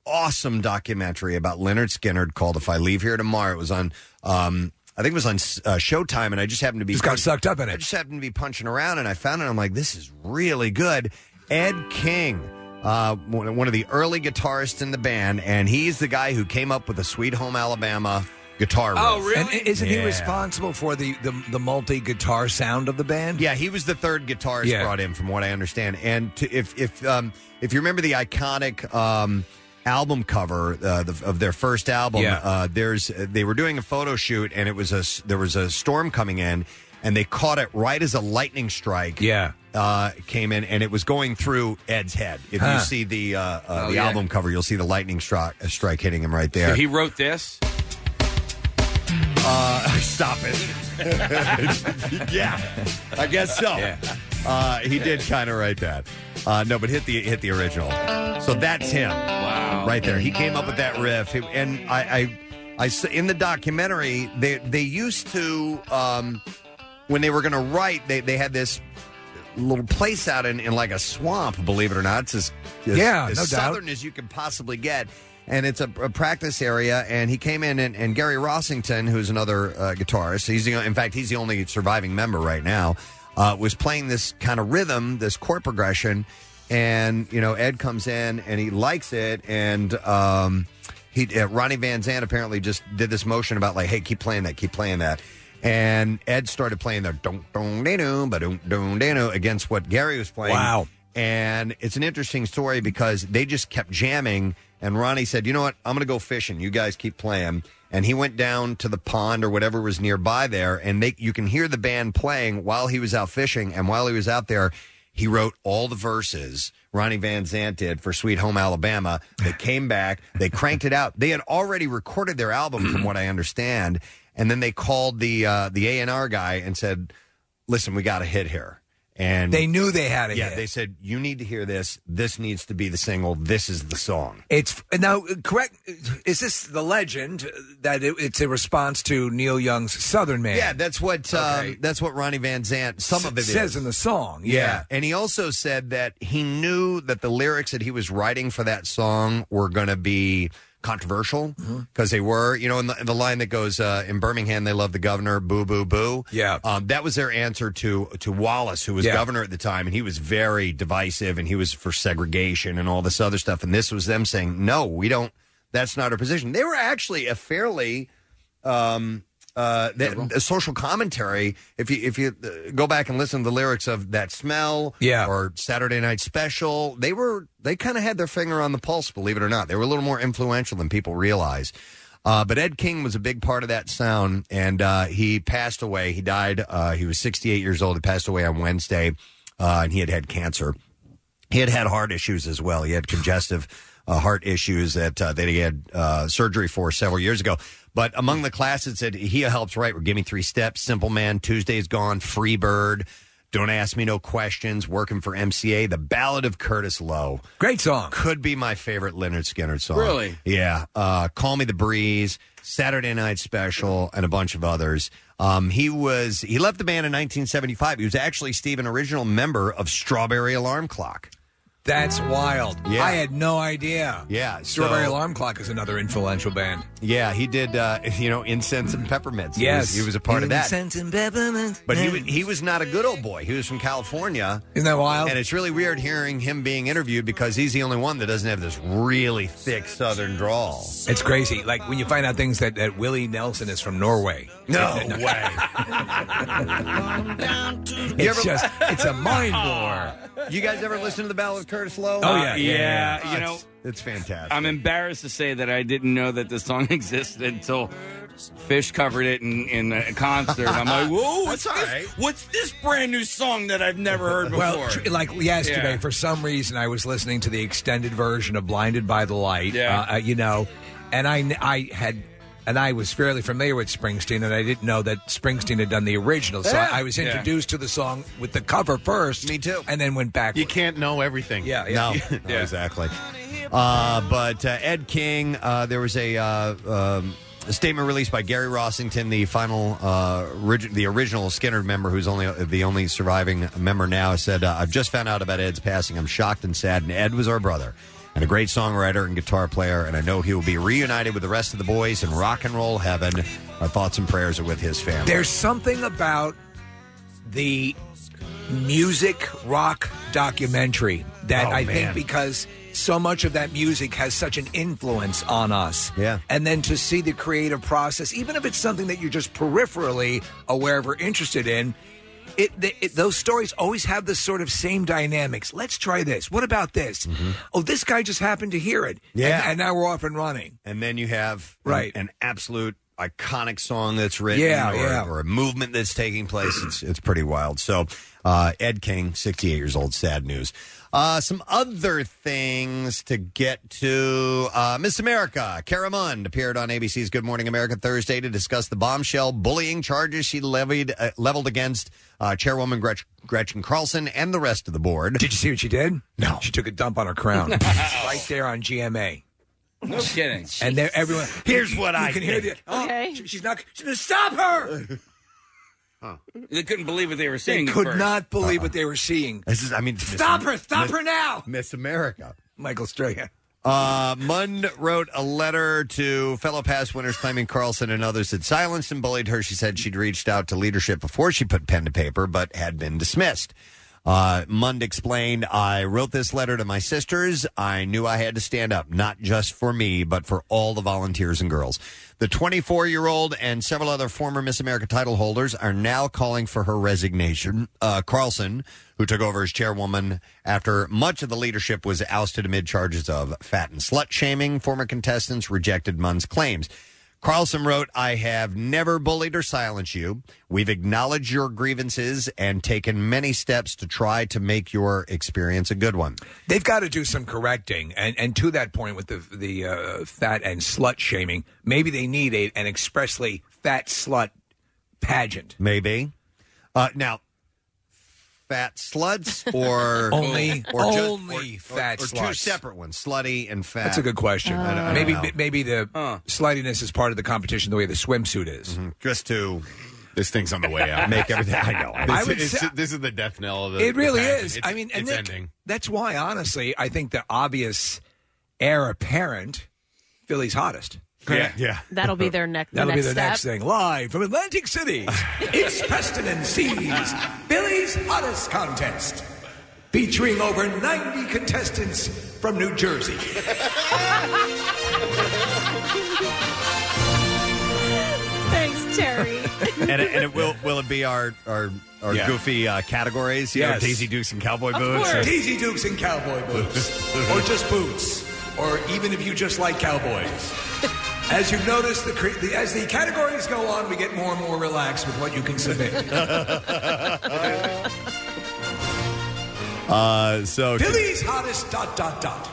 awesome documentary about Leonard Skinner called If I Leave Here Tomorrow. It was on, um, I think it was on uh, Showtime, and I just happened to be. Just got
sucked up in it.
I just happened to be punching around, and I found it. and I'm like, this is really good. Ed King. Uh, one one of the early guitarists in the band, and he's the guy who came up with the Sweet Home Alabama guitar. riff.
And i- isn't he
Yeah.
responsible for the, the, the multi guitar sound of the band?
Yeah, he was the third guitarist
Yeah.
brought in, from what I understand. And to, if if um, if you remember the iconic um, album cover uh, the, of their first album,
Yeah.
uh, there's they were doing a photo shoot, and it was a s- there was a storm coming in, and they caught it right as a lightning strike.
Yeah.
Uh, came in and it was going through Ed's head. If
Huh.
you see the uh, uh,
Oh,
the
yeah.
album cover, you'll see the lightning strike, strike hitting him right there.
So he wrote (laughs) this.
(laughs)
Uh, stop it. (laughs) yeah, I guess so. Uh, he did kind of write that. Uh, no, but hit the hit the original. So that's him. Wow, right there. He came up with that riff, He- and I, I, I s- in the documentary they they used to um, when they were going to write they they had this little place out in, in like a swamp. Believe it or not, it's as, as-
Yeah,
as
no doubt.
southern as you can possibly get. And it's a, a practice area. And he came in, and, and Gary Rossington, who's another uh, guitarist, he's the, in fact he's the only surviving member right now, uh, was playing this kind of rhythm, this chord progression. And you know, Ed comes in and he likes it, and um, he uh, Ronnie Van Zant apparently just did this motion about like, hey, keep playing that, keep playing that. And Ed started playing the don't don't dano, but don't don't dano against what Gary was playing. Wow. And it's an interesting story because they just kept jamming. And Ronnie said, you know what? I'm going to go fishing. You guys keep playing. And he went down to the pond or whatever was nearby there. And they, you can hear the band playing while he was out fishing. And while he was out there, he wrote all the verses Ronnie Van Zant did for Sweet Home Alabama. They came back, they cranked it out. They had already recorded their album, from what I understand, and then they called the uh, the A and R guy and said, "Listen, we got a hit here." And
They knew they had a
yeah,
hit.
they said, "You need to hear this. This needs to be the single. This is the song."
It's now correct. Is this the legend that it, it's a response to Neil Young's Southern Man?
Yeah, that's what um, that's what Ronnie Van Zant. Some of it
S- says
is.
in the song. Yeah.
and he also said that he knew that the lyrics that he was writing for that song were going to be controversial
Mm-hmm.
because they were, you know, in the, the line that goes uh, in Birmingham, they love the governor, boo, boo, boo.
Yeah.
Um, that was their answer to to Wallace, who was
Yeah.
governor at the time, and he was very divisive and he was for segregation and all this other stuff. And this was them saying, no, we don't. That's not our position. They were actually a fairly um, uh, that, a social commentary. If you if you uh, go back and listen to the lyrics of that smell,
Yeah.
or Saturday Night Special, they were they kind of had their finger on the pulse. Believe it or not, they were a little more influential than people realize. Uh, but Ed King was a big part of that sound, and uh, he passed away. He died. Uh, he was 68 years old. He passed away on Wednesday, uh, and he had had cancer he had had heart issues as well. He had congestive uh, heart issues that uh, that he had uh, surgery for several years ago. But among the classes that he helps write were "Give Me Three Steps," "Simple Man," "Tuesday's Gone," "Free Bird," "Don't Ask Me No Questions," "Working for MCA," "The Ballad of Curtis Lowe."
Great song.
Could be my favorite Leonard Skinner song.
Really?
Yeah. Uh, "Call Me the Breeze," "Saturday Night Special," and a bunch of others. Um, he was he left the band in 1975. He was actually Steve, an original member of Strawberry Alarm Clock.
That's wild.
Yeah.
I had no idea.
Yeah,
Strawberry
so-
Alarm Clock is another influential band.
Yeah, he did. Uh, (laughs) you know, incense and peppermints.
Yes.
he was, he was a part of that.
Incense and peppermint.
But he was, he was not a good old boy. He was from California.
Isn't that wild?
And it's really weird hearing him being interviewed because he's the only one that doesn't have this really thick Southern drawl.
It's crazy. Like when you find out things that, that Willie Nelson is from Norway. (laughs)
No way.
It's
(laughs)
just, it's a mind blower.
You guys ever listen to the Ballad of Curtis Lowe?
Oh, yeah, yeah, yeah, yeah. You
it's- it's fantastic.
I'm embarrassed to say that I didn't know that this song (laughs) existed until Fish covered it in, in a concert. I'm
(laughs)
like, whoa, what's
That's all
this?
right.
What's this brand new song that I've never heard before?
Well, tr- like yesterday,
Yeah.
for some reason, I was listening to the extended version of "Blinded by the Light."
Yeah.
uh, uh, you know, and I, kn- I had, and I was fairly familiar with Springsteen, and I didn't know that Springsteen had done the original. So
Yeah.
I was
Yeah.
introduced to the song with the cover first. Me too. And then went back.
You can't know everything.
Yeah,
(laughs)
No, no, exactly. Uh, but uh, Ed King, uh, there was a, uh, um, a statement released by Gary Rossington, the final, uh, orig- the original Skinner member, who's only the only surviving member now, said, uh, "I've just found out about Ed's passing. I'm shocked and sad. And Ed was our brother." And a great songwriter and guitar player, and I know he will be reunited with the rest of the boys in rock and roll heaven. Our thoughts and prayers are with his family.
There's something about the music rock documentary that
Oh,
I
man.
think because so much of that music has such an influence on us.
Yeah.
And then to see the creative process, even if it's something that you're just peripherally aware of or interested in, it, th it those stories always have this sort of same dynamics. Let's try this. What about this? Oh, this guy just happened to hear it.
Mm-hmm. Yeah.
And, and now we're off and running.
and then you have an-
Right.
an, absolute iconic song that's written
Yeah,
or,
yeah.
or a movement that's taking place it's, it's pretty wild so uh, ed king 68 years old sad news uh, some other things to get to uh, miss america Cara Mund appeared on abc's good morning america thursday to discuss the bombshell bullying charges she levied uh, leveled against uh, chairwoman Gretch- gretchen carlson and the rest of the board
did you see what she did
no
she took a dump on her
(laughs)
crown (laughs) right there on GMA.
no kidding.
And there, everyone.
Here's
you-
what
you
I
can hear. The,
think.
oh, she- she's not. She's gonna stop her.
They couldn't believe what they were
They
seeing. at
could
first.
not believe what they were seeing.
Uh-uh. this is i mean
Stop her! Stop her now!
miss america
Michael Strahan.
Uh, Mund wrote a letter to fellow past winners claiming Carlson and others had silenced and bullied her. She said she'd reached out to leadership before she put pen to paper, but had been dismissed. Uh, Mund explained, I wrote this letter to my sisters. I knew I had to stand up, not just for me, but for all the volunteers and girls. The 24 year old and several other former Miss America title holders are now calling for her resignation. Uh, Carlson, who took over as chairwoman after much of the leadership was ousted amid charges of fat and slut shaming, former contestants rejected Munn's claims. Carlson wrote, I have never bullied or silenced you. We've acknowledged your grievances and taken many steps to try to make your experience a good one.
They've got to do some correcting, and and to that point with the the uh, fat and slut shaming, maybe they need a an expressly fat slut pageant.
Maybe. Uh, now, fat (laughs) sluts
(laughs)
or
Only-
or ju-
only fat
or, or two
sluts.
separate ones, slutty and fat.
That's a good question.
I don't- I don't
maybe
know.
maybe the slidiness is part of the competition, the way the swimsuit is.
Mm-hmm. Just to
this thing's on the way out. (laughs)
Make everything- I know.
This,
I would
it's-
say-
this is the death knell of the.
it really
the pageant.
is.
It's-
I mean, and
it's
Nick,
ending.
That's why, honestly, I think the obvious heir apparent Philly's hottest.
Yeah.
Yeah. (laughs)
That'll be their next.
That'll be
next
the
step.
next thing. Live from Atlantic City, it's Preston and Steve's Billy's Hottest Contest, featuring over 90 contestants from New Jersey.
(laughs)
Thanks, Terry.
and, it, and it will will it be our our, our
Yeah.
goofy uh, categories? You know,
Yes.
Daisy Dukes and cowboy
Of
boots.
course. Daisy Dukes and cowboy
(laughs)
boots. or just boots. Or even if you just like (laughs) cowboys. As you notice, the, cre- the as the categories go on, we get more and more relaxed with what you can
(laughs)
submit.
Uh, so
Billy's hottest dot dot dot.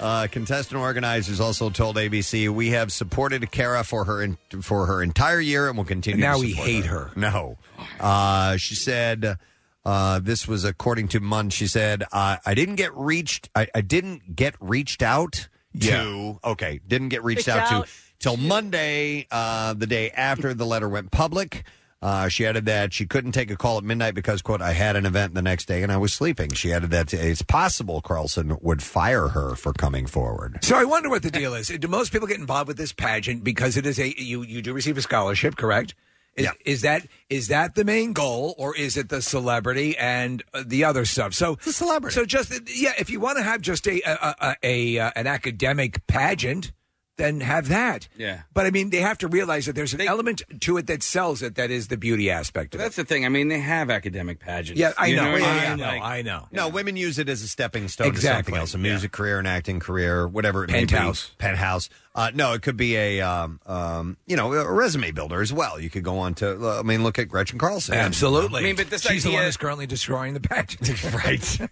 Uh, contestant organizers also told ABC we have supported Kara for her in, for her entire year and will continue.
And now
to
we
support
hate her.
No, uh, she said uh, this was according to Munn. She said uh, I didn't get reached. I, I didn't get reached out to. Okay, didn't get reached
Reached
out,
out.
to till Monday, uh, the day after the letter went public. Uh, she added that she couldn't take a call at midnight because, quote, I had an event the next day and I was sleeping. She added that it's possible Carlson would fire her for coming forward.
So I wonder what the deal is. Do most people get involved with this pageant because it is a you you do receive a scholarship, correct? Is, yeah. is that is that the main goal, or is it the celebrity and uh, the other stuff? So the
celebrity.
So just yeah, if you want to have just a a, a, a uh, an academic pageant, then have that.
Yeah.
But I mean, they have to realize that there's an element to it that sells it. That is the beauty aspect of it.
That's the thing. I mean, they have academic pageants.
Yeah, I
You
know.
what
Yeah,
mean?
yeah, I know,
Like,
I know.
No, women use it as a stepping stone to
Exactly.
something else, a music career, an acting career, whatever it
Penthouse.
may be. Penthouse. Uh, no, it could be a, um, um, you know, a resume builder as well. You could go on to, uh, I mean, look at Gretchen Carlson.
Absolutely.
I mean, but this
she's the
idea-
one who's currently destroying the pageant, (laughs)
right?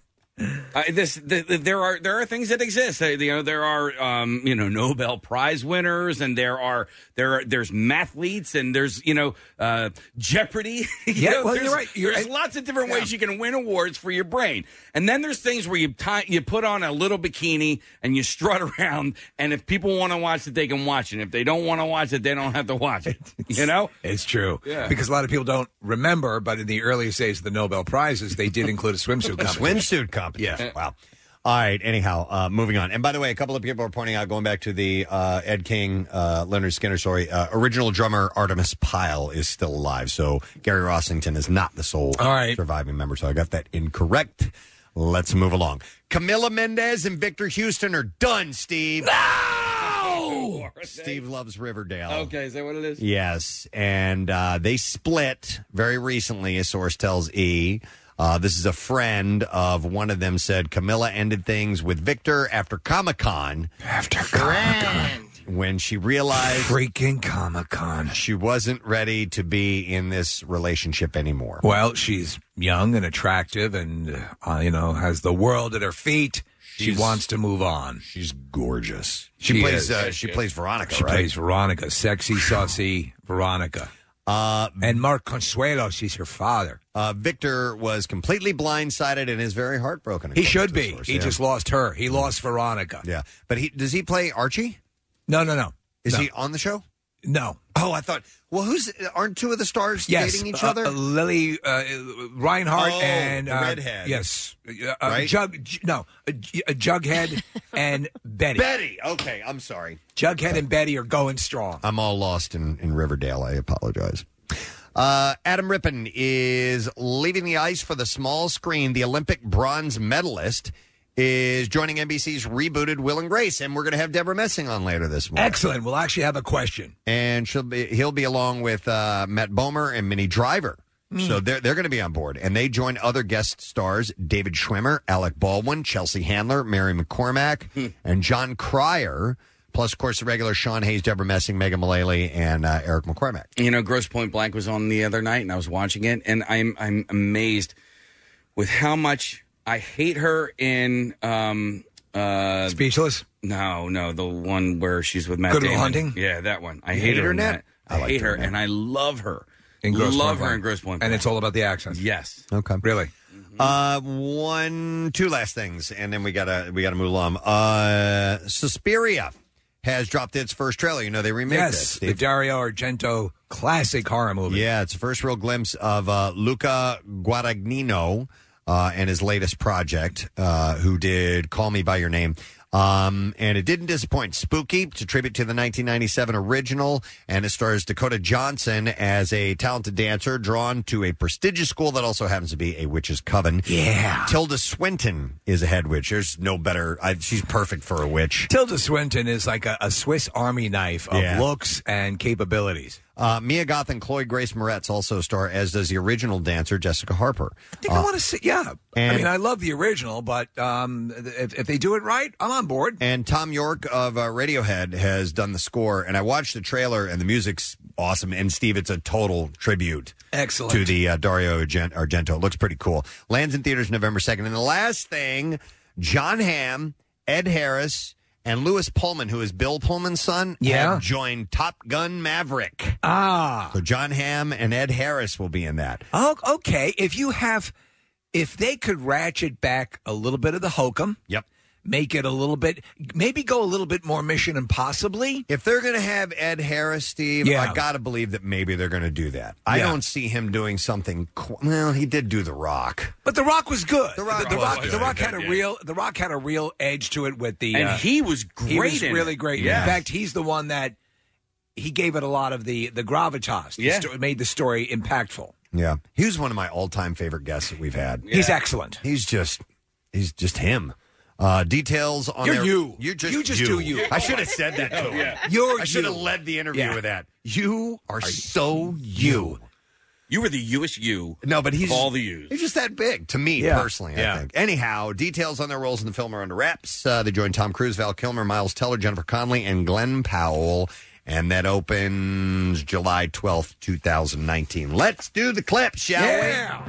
Uh, this the, the, there are there are things that exist. Uh, you know there are um, you know Nobel Prize winners, and there are there are, there's mathletes, and there's you know uh, Jeopardy. (laughs) You
Yeah,
know,
well,
there's,
you're right. You're-
there's lots of different ways you can win awards for your brain, and then there's things where you tie, you put on a little bikini and you strut (laughs) around, and if people want to watch it, they can watch it. If they don't want to watch it, they don't have to watch it.
(laughs)
You
Oh.
know,
It's true.
Yeah.
Because a lot of people don't remember, but in the earliest days of the Nobel Prizes, they did include a
(laughs)
swimsuit competition.
swimsuit competition. Wow. All right. Anyhow, uh, moving on. And by the way, a couple of people are pointing out, going back to the uh, Ed King, uh, Leonard Skinner story, uh, original drummer Artemis Pyle is still alive. So Gary Rossington is not the sole surviving member. So I got that incorrect. Let's move along. Camila Mendez and Victor Houston are done, Steve.
No!
Steve loves Riverdale.
Okay, is that what it is?
Yes, and uh, they split very recently. A source tells E. Uh, this is a friend of one of them said Camilla ended things with Victor after Comic Con.
After
Comic Con. When she realized
freaking Comic Con,
she wasn't ready to be in this relationship anymore.
Well, she's young and attractive and, uh, you know, has the world at her feet.
She's-
she wants to move on.
She's gorgeous. She plays, uh, Yes, she she plays is. Veronica,
She
right?
plays Veronica. Sexy, saucy Veronica.
Uh,
and Mark Consuelo, she's her father.
Uh, Victor was completely blindsided and is very heartbroken.
He
according
should
to the
be.
source,
he
yeah. Mm.
just lost her. He lost Veronica.
Yeah. But he does he play Archie?
No, no, no.
Is
No.
he on the show?
No.
Oh, I thought. Well, who's aren't two of the stars
Yes,
dating each
uh,
other?
uh, Lily uh, Reinhardt
Oh,
and
the
uh,
redhead.
Yes, uh, uh,
Right?
Jug. J- No, uh, J- uh,
(laughs)
Jughead and Betty.
Betty. Okay, I'm sorry.
Jughead and Betty are going strong.
I'm all lost in, in Riverdale. I apologize. Uh, Adam Rippon is leaving the ice for the small screen. The Olympic bronze medalist is joining NBC's rebooted Will and Grace, and we're going to have Deborah Messing on later this morning.
Excellent. We'll actually have a question.
and she'll be he'll be along with uh, Matt Bomer and Minnie Driver. So they're they're going to be on board, and they join other guest stars: David Schwimmer, Alec Baldwin, Chelsea Handler, Mary McCormack, and John Cryer. Plus, of course, the regular Sean Hayes, Deborah Messing, Megan Mullally, and uh, Eric McCormack.
You know, Gross Point Blank was on the other night, and I was watching it, and I'm I'm amazed with how much I hate her in um uh
Speechless.
No, no, the one where she's with Matt.
Good Will
Damon.
Hunting?
Yeah, that one. I
You
hate
hate
her.
her
in
in that?
that. I, hate her, and I love her.
In Grosse
love
Pointe
her
Blank.
in Gross Point,
And it's all about the accents.
Yes.
Okay.
Really.
Uh, one, two last things, and then we gotta we gotta move along. Uh, Suspiria has dropped its first trailer. You know they remade that.
Yes, the
Steve.
Dario Argento classic horror movie.
Yeah, it's the first real glimpse of uh, Luca Guadagnino uh, and his latest project, uh, who did Call Me By Your Name. Um, and it didn't disappoint. Spooky, it's a tribute to the 1997 original, and it stars Dakota Johnson as a talented dancer drawn to a prestigious school that also happens to be a witch's coven.
Yeah.
Tilda Swinton is a head witch. There's no better. I, she's perfect for a witch.
Tilda Swinton is like a, a Swiss Army knife of
Yeah.
looks and capabilities.
Uh, Mia Goth and Chloe Grace Moretz also star, as does the original dancer Jessica Harper. Uh,
I think I want to see. Yeah, I
and-
mean, I love the original, but um, th- if, if they do it right, I'm on board.
And Tom York of uh, Radiohead has done the score, and I watched the trailer, and the music's awesome. And Steve, it's a total tribute.
Excellent.
To the uh, Dario Argent- Argento. It looks pretty cool. Lands in theaters November 2nd. And the last thing John Hamm, Ed Harris, and Lewis Pullman, who is Bill Pullman's son,
Yeah.
have joined Top Gun Maverick.
Ah.
So John Hamm and Ed Harris will be in that.
Oh, okay. If you have, if they could ratchet back a little bit of the hokum.
Yep.
Make it a little bit, maybe go a little bit more Mission Impossibly.
If they're going to have Ed Harris, Steve,
yeah.
I got to believe that maybe they're going to do that. I
Yeah.
don't see him doing something. Qu- well, he did do The Rock.
But The Rock was good. The
Rock
The,
was
Rock,
good.
The Rock had a
Yeah.
real. The Rock had a real edge to it with the.
And
uh,
he was great.
He was
in it.
really great.
Yeah.
In fact, he's the one that he gave it a lot of the the gravitas. The
Yeah.
sto- made the story impactful.
Yeah, he was one of my all-time favorite guests that we've had.
He's excellent.
He's just, he's just him. Uh, details on
You're
their-
you.
You just,
You just do you.
I should have said
(laughs)
that to him.
Yeah. You're
I should have
you.
led the interview
Yeah.
with that. You are, so you.
You were the U's you.
No, but he's
all the U's.
He's just that big to me
Yeah.
personally. I
Yeah.
think. Anyhow, details on their roles in the film are under wraps. Uh, they joined Tom Cruise, Val Kilmer, Miles Teller, Jennifer Connelly, and Glenn Powell, and that opens July twelfth, two thousand nineteen. Let's do the clip, shall we?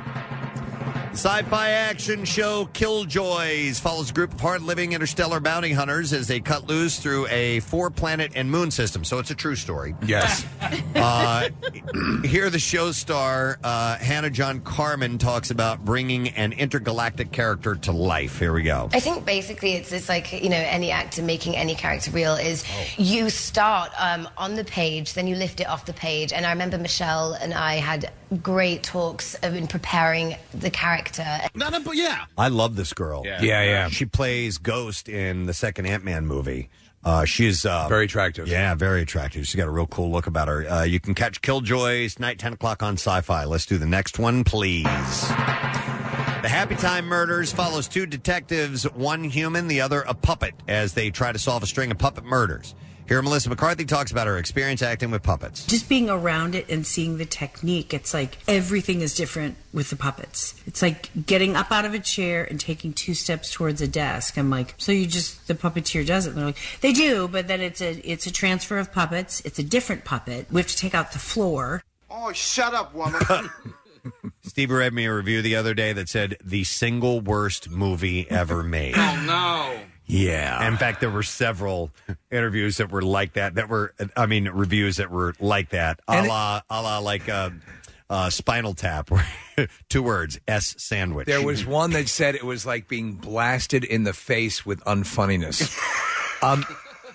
Sci-fi action show Killjoys follows a group of hard-living interstellar bounty hunters as they cut loose through a four-planet and moon system. So it's a true story.
Yes.
(laughs)
uh, (clears throat) here, the show star uh, Hannah John Carmen talks about bringing an intergalactic character to life. Here we go.
I think basically it's it's like you know any actor making any character real is
Oh.
you start um, on the page, then you lift it off the page. And I remember Michelle and I had great talks of- in preparing the character.
No, no, but yeah.
I love this girl.
Yeah. Yeah, yeah.
She plays Ghost in the second Ant Man movie. Uh, she's uh,
very attractive.
Yeah, very attractive. She's got a real cool look about her. Uh, you can catch Killjoys tonight, ten o'clock on Sci-Fi. Let's do the next one, please. The Happy Time Murders follows two detectives, one human, the other a puppet, as they try to solve a string of puppet murders. Here, Melissa McCarthy talks about her experience acting with puppets.
Just being around it and seeing the technique, it's like everything is different with the puppets. It's like getting up out of a chair and taking two steps towards a desk. I'm like, so you just the puppeteer does it. And they're like, they do, but then it's a it's a transfer of puppets. It's a different puppet. We have to take out the floor.
Oh, shut
(laughs)
up, woman.
Steve read me a review the other day that said the single worst movie ever made.
Oh, no.
Yeah. In fact, there
(laughs)
were several interviews that were like that. That were, I mean, reviews that were like that, a
And it-
la, a la like uh, uh, Spinal Tap. (laughs) where- Two words: S sandwich.
There
(laughs)
was one that said it was like being blasted in the face with unfunniness. Um,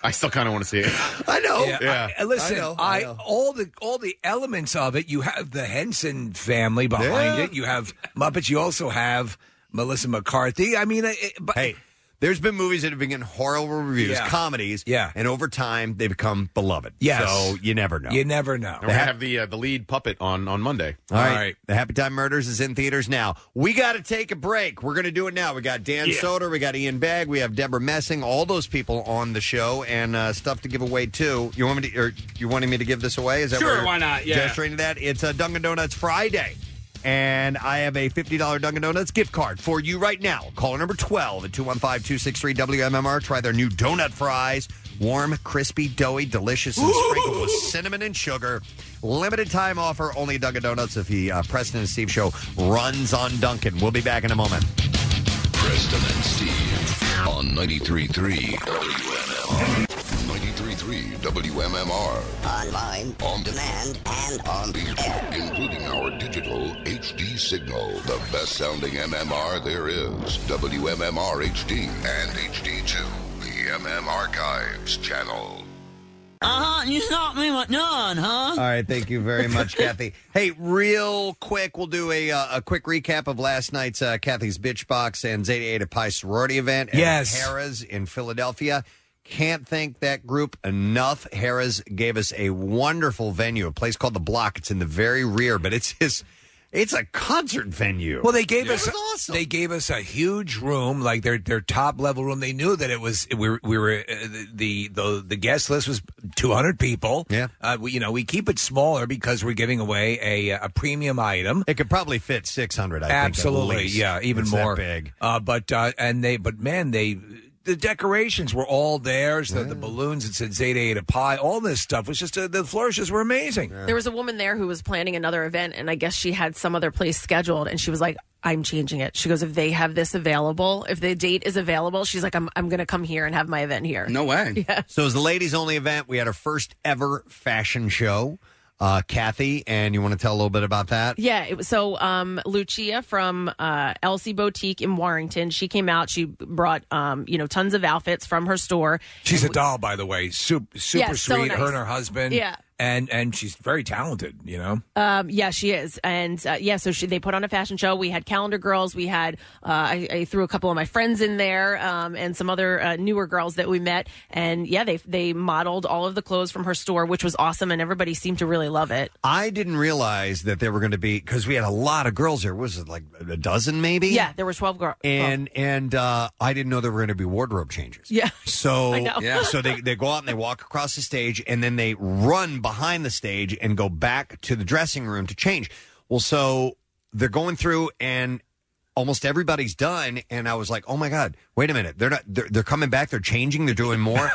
I still kind of want to see it.
I know.
Yeah.
(laughs) I- listen, I,
I know, I know.
all the all the elements of it. You have the Henson family behind
Yeah.
it. You have Muppets. You also have Melissa McCarthy. I mean, it, but
hey, there's been movies that have been getting horrible reviews,
Yeah.
comedies,
Yeah.
and over time they become beloved.
Yes.
So you never know.
You never know.
And we're gonna have the uh, the lead puppet on on Monday.
All right. The Happy Time Murders is in theaters now. We got to take a break. We're going to do it now. We got Dan Soder, we got Ian Bagg, we have Deborah Messing, all those people on the show, and uh, stuff to give away too. You want me to, or you wanting me to give this away? Is that
Sure,
where you're
why not? Yeah.
Gesturing to that, it's uh, Dunkin' Donuts Friday, and I have a fifty dollar Dunkin' Donuts gift card for you right now. Caller number twelve at 215-263-WMMR. Try their new donut fries. Warm, crispy, doughy, delicious, and sprinkled with cinnamon and sugar. Limited time offer only at Dunkin' Donuts if the uh, Preston and Steve show runs on Dunkin'. We'll be back in a moment.
Preston and Steve on 93.3 WMMR. 93.3 WMMR. Online, on demand, and on the air. Including our digital HD signal. The best sounding MMR there is. WMMR HD and HD2. The MM Archives channel.
huh. Uh-huh, You stopped me with none, huh?
All right, thank you very
(laughs)
much, Kathy. Hey, real quick, we'll do a uh, a quick recap of last night's uh, Kathy's Bitch Box and Zeta Eta Pi sorority event. At
Yes.
Harrah's in Philadelphia. Can't thank that group enough. Harrah's gave us a wonderful venue, a place called the Block. It's in the very rear, but it's just it's a concert venue.
Well, they gave
It
us
was awesome.
they gave us a huge room, like their their top level room. They knew that it was we were, we were uh, the the the guest list was 200 people. Yeah, uh, we, you know we keep it smaller because we're giving away a a premium item.
It could probably fit 600. I think, at
absolutely,
least.
yeah, even
It's that
more
big.
Uh, but uh, and they but man they. The decorations were all theirs. The, the balloons that said Zeta Eta Pi, all this stuff was just uh, the flourishes were amazing.
There was a woman there who was planning another event, and I guess she had some other place scheduled, and she was like, I'm changing it. She goes, if they have this available, if the date is available, she's like, I'm, I'm going to come here and have my event here. (laughs) Yeah.
So it was the ladies only event. We had our first ever fashion show. Uh, Kathy, and you want to tell a little bit about that?
Yeah, it was, so um, Lucia from uh, Elsie Boutique in Warrington, she came out. She brought um, you know tons of outfits from her store.
She's a doll, by the way. Super, super
Yeah, so
sweet.
nice.
Her and her husband.
Yeah.
And and she's very talented. You know.
Um, yeah, she is, and uh, yeah, so she, they put on a fashion show. We had calendar girls. We had uh, I, I threw a couple of my friends in there, um, and some other uh, newer girls that we met, and yeah, they they modeled all of the clothes from her store, which was awesome, and everybody seemed to really love it.
I didn't realize that there were going to be because we had a lot of girls there. Was it like a dozen, maybe?
Yeah, there were twelve oh, girls.
And and uh, I didn't know there were going to be wardrobe changes.
yeah,
(laughs) So
(laughs) I know.
yeah. so they, they go out and they walk across the stage and then they run behind the stage and go back to the dressing room to change. Well, so they're going through and almost everybody's done and I was like, "Oh my god, wait a minute. They're not they're, they're coming back, they're changing, they're doing
(laughs)
more."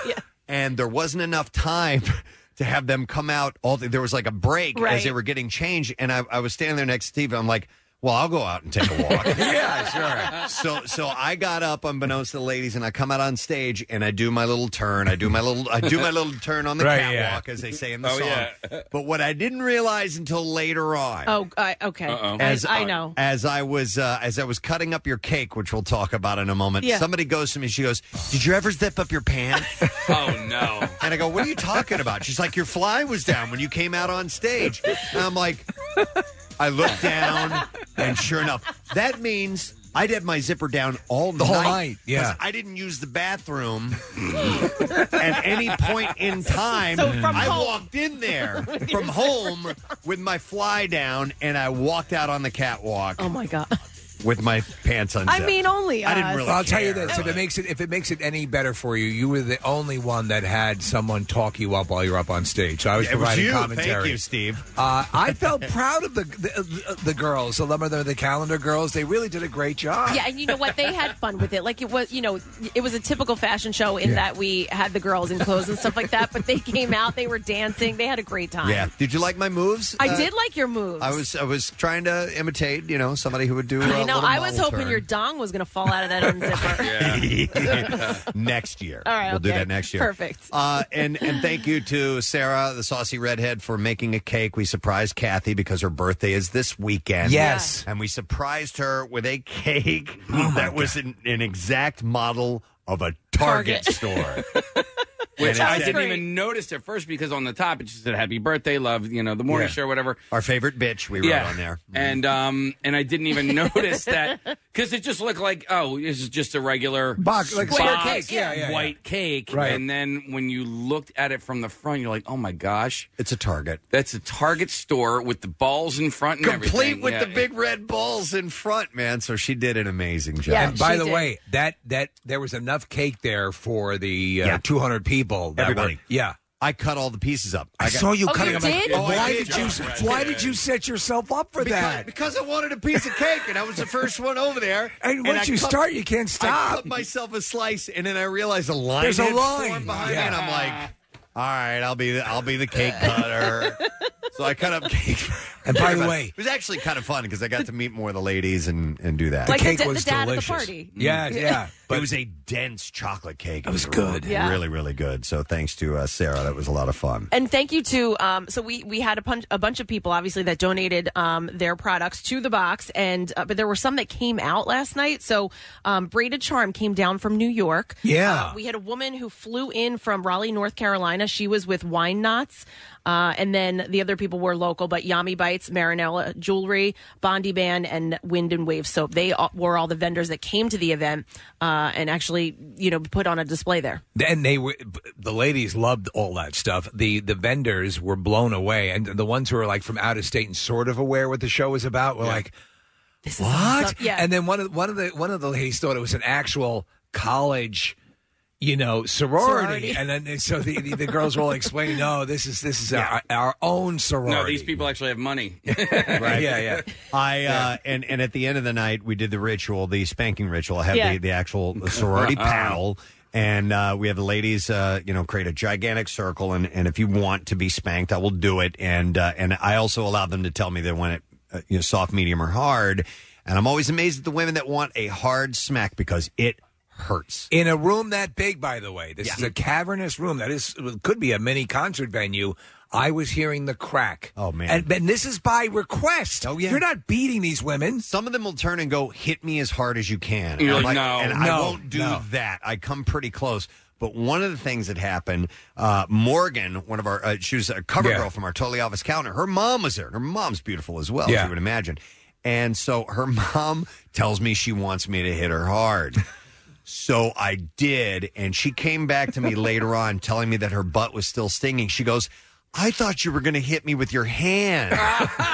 And there wasn't enough time (laughs) to have them come out all the, there was like a break as
Right.
they were getting changed and I, I was standing there next to Steve and I'm like, "Well, I'll go out and take a walk."
(laughs)
yeah, sure. So so I got up unbeknownst to the ladies and I come out on stage and I do my little turn. I do my little I do my little turn on the
Right,
catwalk
yeah.
as they say in the
Oh,
song.
yeah.
But what I didn't realize until later on
Oh, uh, okay.
as
I, I
(laughs)
know.
as I was uh, as I was cutting up your cake, which we'll talk about in a moment.
Yeah.
Somebody goes to me. She goes, "Did you ever zip up your pants?"
(laughs)
oh no!
And I go, "What are you talking about?" She's like, "Your fly was down when you came out on stage." And I'm like, I looked down, and sure enough, that means I'd had my zipper down all
The
night.
whole night, yeah.
'cause I didn't use the bathroom at any
(laughs)
point in time.
So from
I
home.
walked in
(laughs)
there from home with my fly down, and I walked out on the catwalk. Oh
my god!
With my pants unzipped.
I mean, only
I didn't really.
I'll tell you
care,
this: if
but-
it makes it if it makes it any better for you, you were the only one that had someone talk you up while you're up on stage. So I was
Yeah, it was
providing
you. Thank
commentary.
you, Steve.
Uh, I felt (laughs) proud of the the, the girls. Some of them are the calendar girls. They really did a great job.
Yeah, and you know what? They had fun with it. Like it was, you know, it was a typical fashion show in that we had the girls in clothes and stuff like that. But they came out, they were dancing, they had a great time.
Yeah. Did you like my moves?
I
Uh,
did like your moves.
I was I was trying to imitate, you know, somebody who would do.
I
a
know.
little
I was
model
hoping
turn. (laughs)
your dong was going to fall out of that unzipper. (laughs)
next year.
All right,
we'll do
okay.
that next year.
Perfect.
(laughs) Uh, and and thank you to Sarah, the saucy redhead, for making a cake. We surprised Kathy because her birthday is this weekend.
Yes. Oh,
and we surprised her with
(laughs)
a cake that was an, an exact model of a Target, store. (laughs) And
Which
it
I
said-
didn't even notice at first because on the top it just said "Happy Birthday, Love," you know, the morning
Yeah.
show, whatever.
Our favorite bitch we wrote on there.
(laughs) and um, and I didn't even notice that (laughs) because it just looked like oh, this is just a regular
Box, like
box,
square cake. Yeah, yeah, yeah.
white cake.
Right.
And then when you looked at it from the front, you're like, oh my gosh,
it's a Target.
That's a Target store with the balls in front, and
Complete
everything.
with
Yeah.
the big red balls in front, man. So she did an amazing job.
and by the way, that that there was enough cake there for the uh,
Yeah.
200 people. That
Everybody.
were- yeah.
I cut all the pieces up.
I,
I got-
saw you
Oh,
cutting
you
them. up.
did? Oh, I
why
did.
did you?
Right.
Why did you set yourself up for
because,
that?
Because I wanted a piece of cake and I was the first one over there.
And once
I
you
cut-
start, you can't
I
stop.
cut myself a slice and then I realized a line.
There's a
had
line.
formed behind
Yeah.
me and I'm like, all right, I'll be the I'll be the cake (laughs) cutter. so I cut up cake. for
And by the
everybody.
way-
it was actually kind of fun because I got to meet more of the Mm-hmm. ladies and and do that.
Like the, da- the dad at the party.
Yeah, yeah.
it was a dense chocolate cake. It
was
good.
Yeah.
Really, really good. So thanks to uh, Sarah. That was a lot of fun.
And thank you to um, so we we had a, punch, a bunch of people obviously that donated um, their products to the box, and uh, but there were some that came out last night. So um, braided charm came down from New York.
Yeah.
Uh, we had a woman who flew in from Raleigh, North Carolina. She was with Wine Knots, uh, and then the other people were local, but Yami Bites, Marinella Jewelry, Bondi Band, and Wind and Wave Soap. They all, were all the vendors that came to the event uh, and actually you know put on a display there.
And they were the ladies loved all that stuff. The the vendors were blown away, and the ones who were like from out of state and sort of aware what the show was about were like,
"This
what?"
awesome. Yeah.
And then one of one of the one of the ladies thought it was an actual college. You know, sorority,
Sorority.
and then and so the, the, the girls were all explaining, "No, this is this is our, our own sorority."
No, these people actually have money.
Right.
Yeah, yeah.
I uh, and and at the end of the night, we did the ritual, the spanking ritual. I had
Yeah.
the, the actual sorority pal, and uh, we have the ladies, uh, you know, create a gigantic circle, and, and if you want to be spanked, I will do it. And uh, and I also allow them to tell me they want it, uh, you know, soft, medium, or hard. And I'm always amazed at the women that want a hard smack because it hurts.
in a room that big by the way this is a cavernous room that is could be a mini concert venue i was hearing the crack oh man and, and this is by request oh yeah you're not beating these women
some of them will turn and go hit me as hard as you can.
You're
I'm
like, "No, no,
and I won't do
no."
that. I come pretty close. But one of the things that happened, uh, Morgan, one of our, uh, she was a cover
Yeah.
girl from our totally office counter. Her mom was there, and her mom's beautiful as well, as
Yeah.
you would imagine. And so her (laughs) mom tells me she wants me to hit her hard. So I did, and she came back to me later (laughs) on telling me that her butt was still stinging. She goes, I thought you were going to hit me with your hand.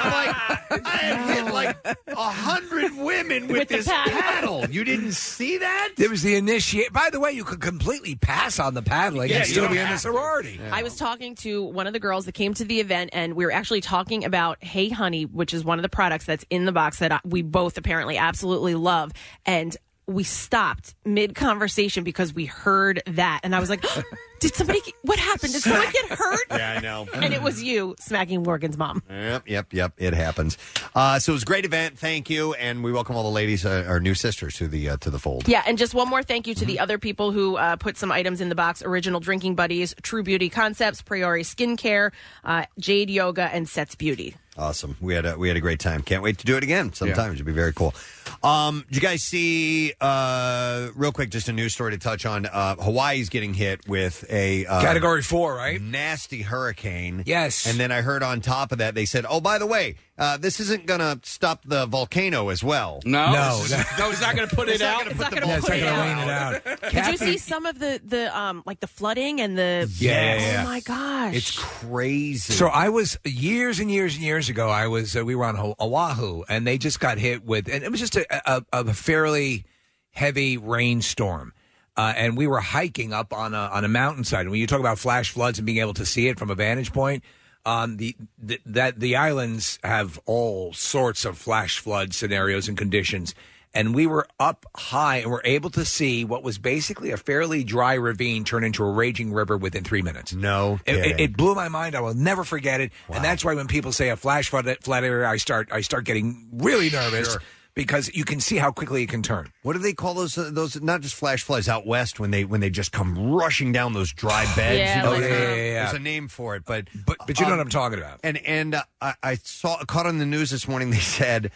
I had hit like a hundred women with, this paddle.
(laughs)
You didn't see that?
There was the initiate. By the way, you could completely pass on the paddling
Yeah,
and
you
still
don't
be in the
have to.
sorority.
I was talking to one of the girls that came to the event, and we were actually talking about Hey Honey, which is one of the products that's in the box that I- we both apparently absolutely love. And we stopped mid conversation because we heard that. And I was like, (gasps) Did somebody, get- what happened? Did someone get hurt?
Yeah, I know. (laughs)
And it was you smacking Morgan's mom.
Yep, yep, yep. It happens. Uh, so it was a great event. Thank you, and we welcome all the ladies, uh, our new sisters, to the uh, to the fold.
Yeah, and just one more thank you to the other people who uh, put some items in the box Original Drinking Buddies, True Beauty Concepts, Priori Skincare, uh, Jade Yoga, and Sets Beauty.
Awesome. We had a, we had a great time. Can't wait to do it again. Sometimes it'd be very cool. Um, did you guys see? Uh, real quick, just a news story to touch on. Uh, Hawaii's getting hit with a uh,
Category four, right?
Nasty hurricane.
Yes.
And then I heard on top of that they said, "Oh, by the way, uh, this isn't going to stop the volcano as well."
(laughs) No, This is- (laughs) no, it's not going to put it out.
It's not
the
gonna
ball-
put it
out.
Did you see some of the the um like the flooding and the
Yeah, yeah, yeah.
Oh my gosh!
It's crazy.
So I was years and years and years ago. I was uh, we were on Ho- Oahu, and they just got hit with, and it was just a, a, a fairly heavy rainstorm. Uh, and we were hiking up on a on a mountainside, and when you talk about flash floods and being able to see it from a vantage point, um, the, the that the islands have all sorts of flash flood scenarios and conditions. And we were up high and were able to see what was basically a fairly dry ravine turn into a raging river within three minutes.
No,
it, it,
kidding.
it blew my mind. I will never forget it. And that's why when people say a flash flood, flood area, I start I start getting really nervous
Sure.
because you can see how quickly it can turn.
What do they call those? Uh, those not just flash floods out west when they when they just come rushing down those dry beds.
Yeah,
you know,
like,
there's a-
uh, Yeah, yeah, yeah.
There's a name for it, but
but but you know what I'm talking about.
Um, And and uh, I, I saw caught on the news this morning. They said,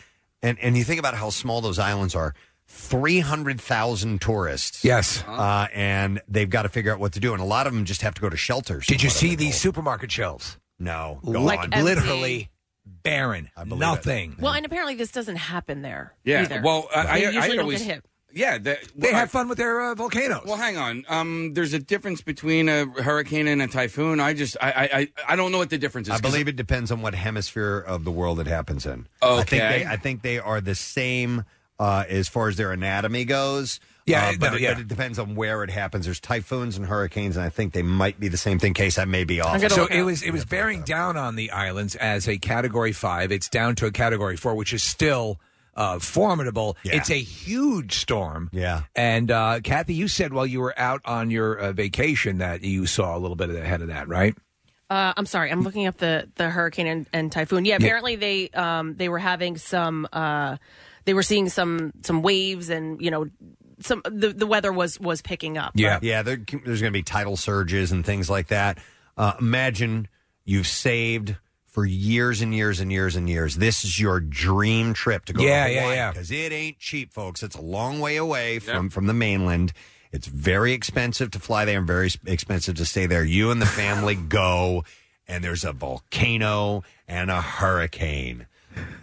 and and you think about how small those islands are. Three hundred thousand tourists.
Yes,
uh, and they've got to figure out what to do, and a lot of them just have to go to shelters.
Did you
from what I'm
see these
told.
supermarket shelves?
No,
Like
gone.
empty. Literally barren,
believe it.
nothing.
well, and apparently this doesn't happen there.
Yeah.
either.
Well, I- I-
They
I
usually don't
always-
get hit.
Yeah, the,
They have fun with their uh, volcanoes.
Well, hang on. Um, there's a difference between a hurricane and a typhoon. I just, I, I, I- I don't know what the difference is.
I
'cause-
believe it depends on what hemisphere of the world it happens in. I think
Okay.
they, I think they are the same uh, as far as their anatomy goes.
Yeah,
uh, but,
no,
it,
yeah.
but it depends on where it happens. There's typhoons and hurricanes, and I think they might be the same thing. Case I may be off.
so it was it was bearing down on the islands as a category five. It's down to a category four, which is still uh, formidable. It's a huge storm.
Yeah.
And uh, Kathy, you said while you were out on your uh, vacation that you saw a little bit ahead of that, right?
Uh, I'm sorry, I'm looking up the the hurricane and, and typhoon. Yeah, apparently they um they were having some uh they were seeing some some waves and you know some the, the weather was was picking up.
yeah. There, there's going to be tidal surges and things like that. Uh, imagine you've saved for years and years and years and years. This is your dream trip to go.
Yeah,
to
yeah,
Hawaii
yeah.
Because it ain't cheap, folks. It's a long way away from from the mainland. It's very expensive to fly there and very s- expensive to stay there. You and the
(laughs)
family go, and there's a volcano and a hurricane.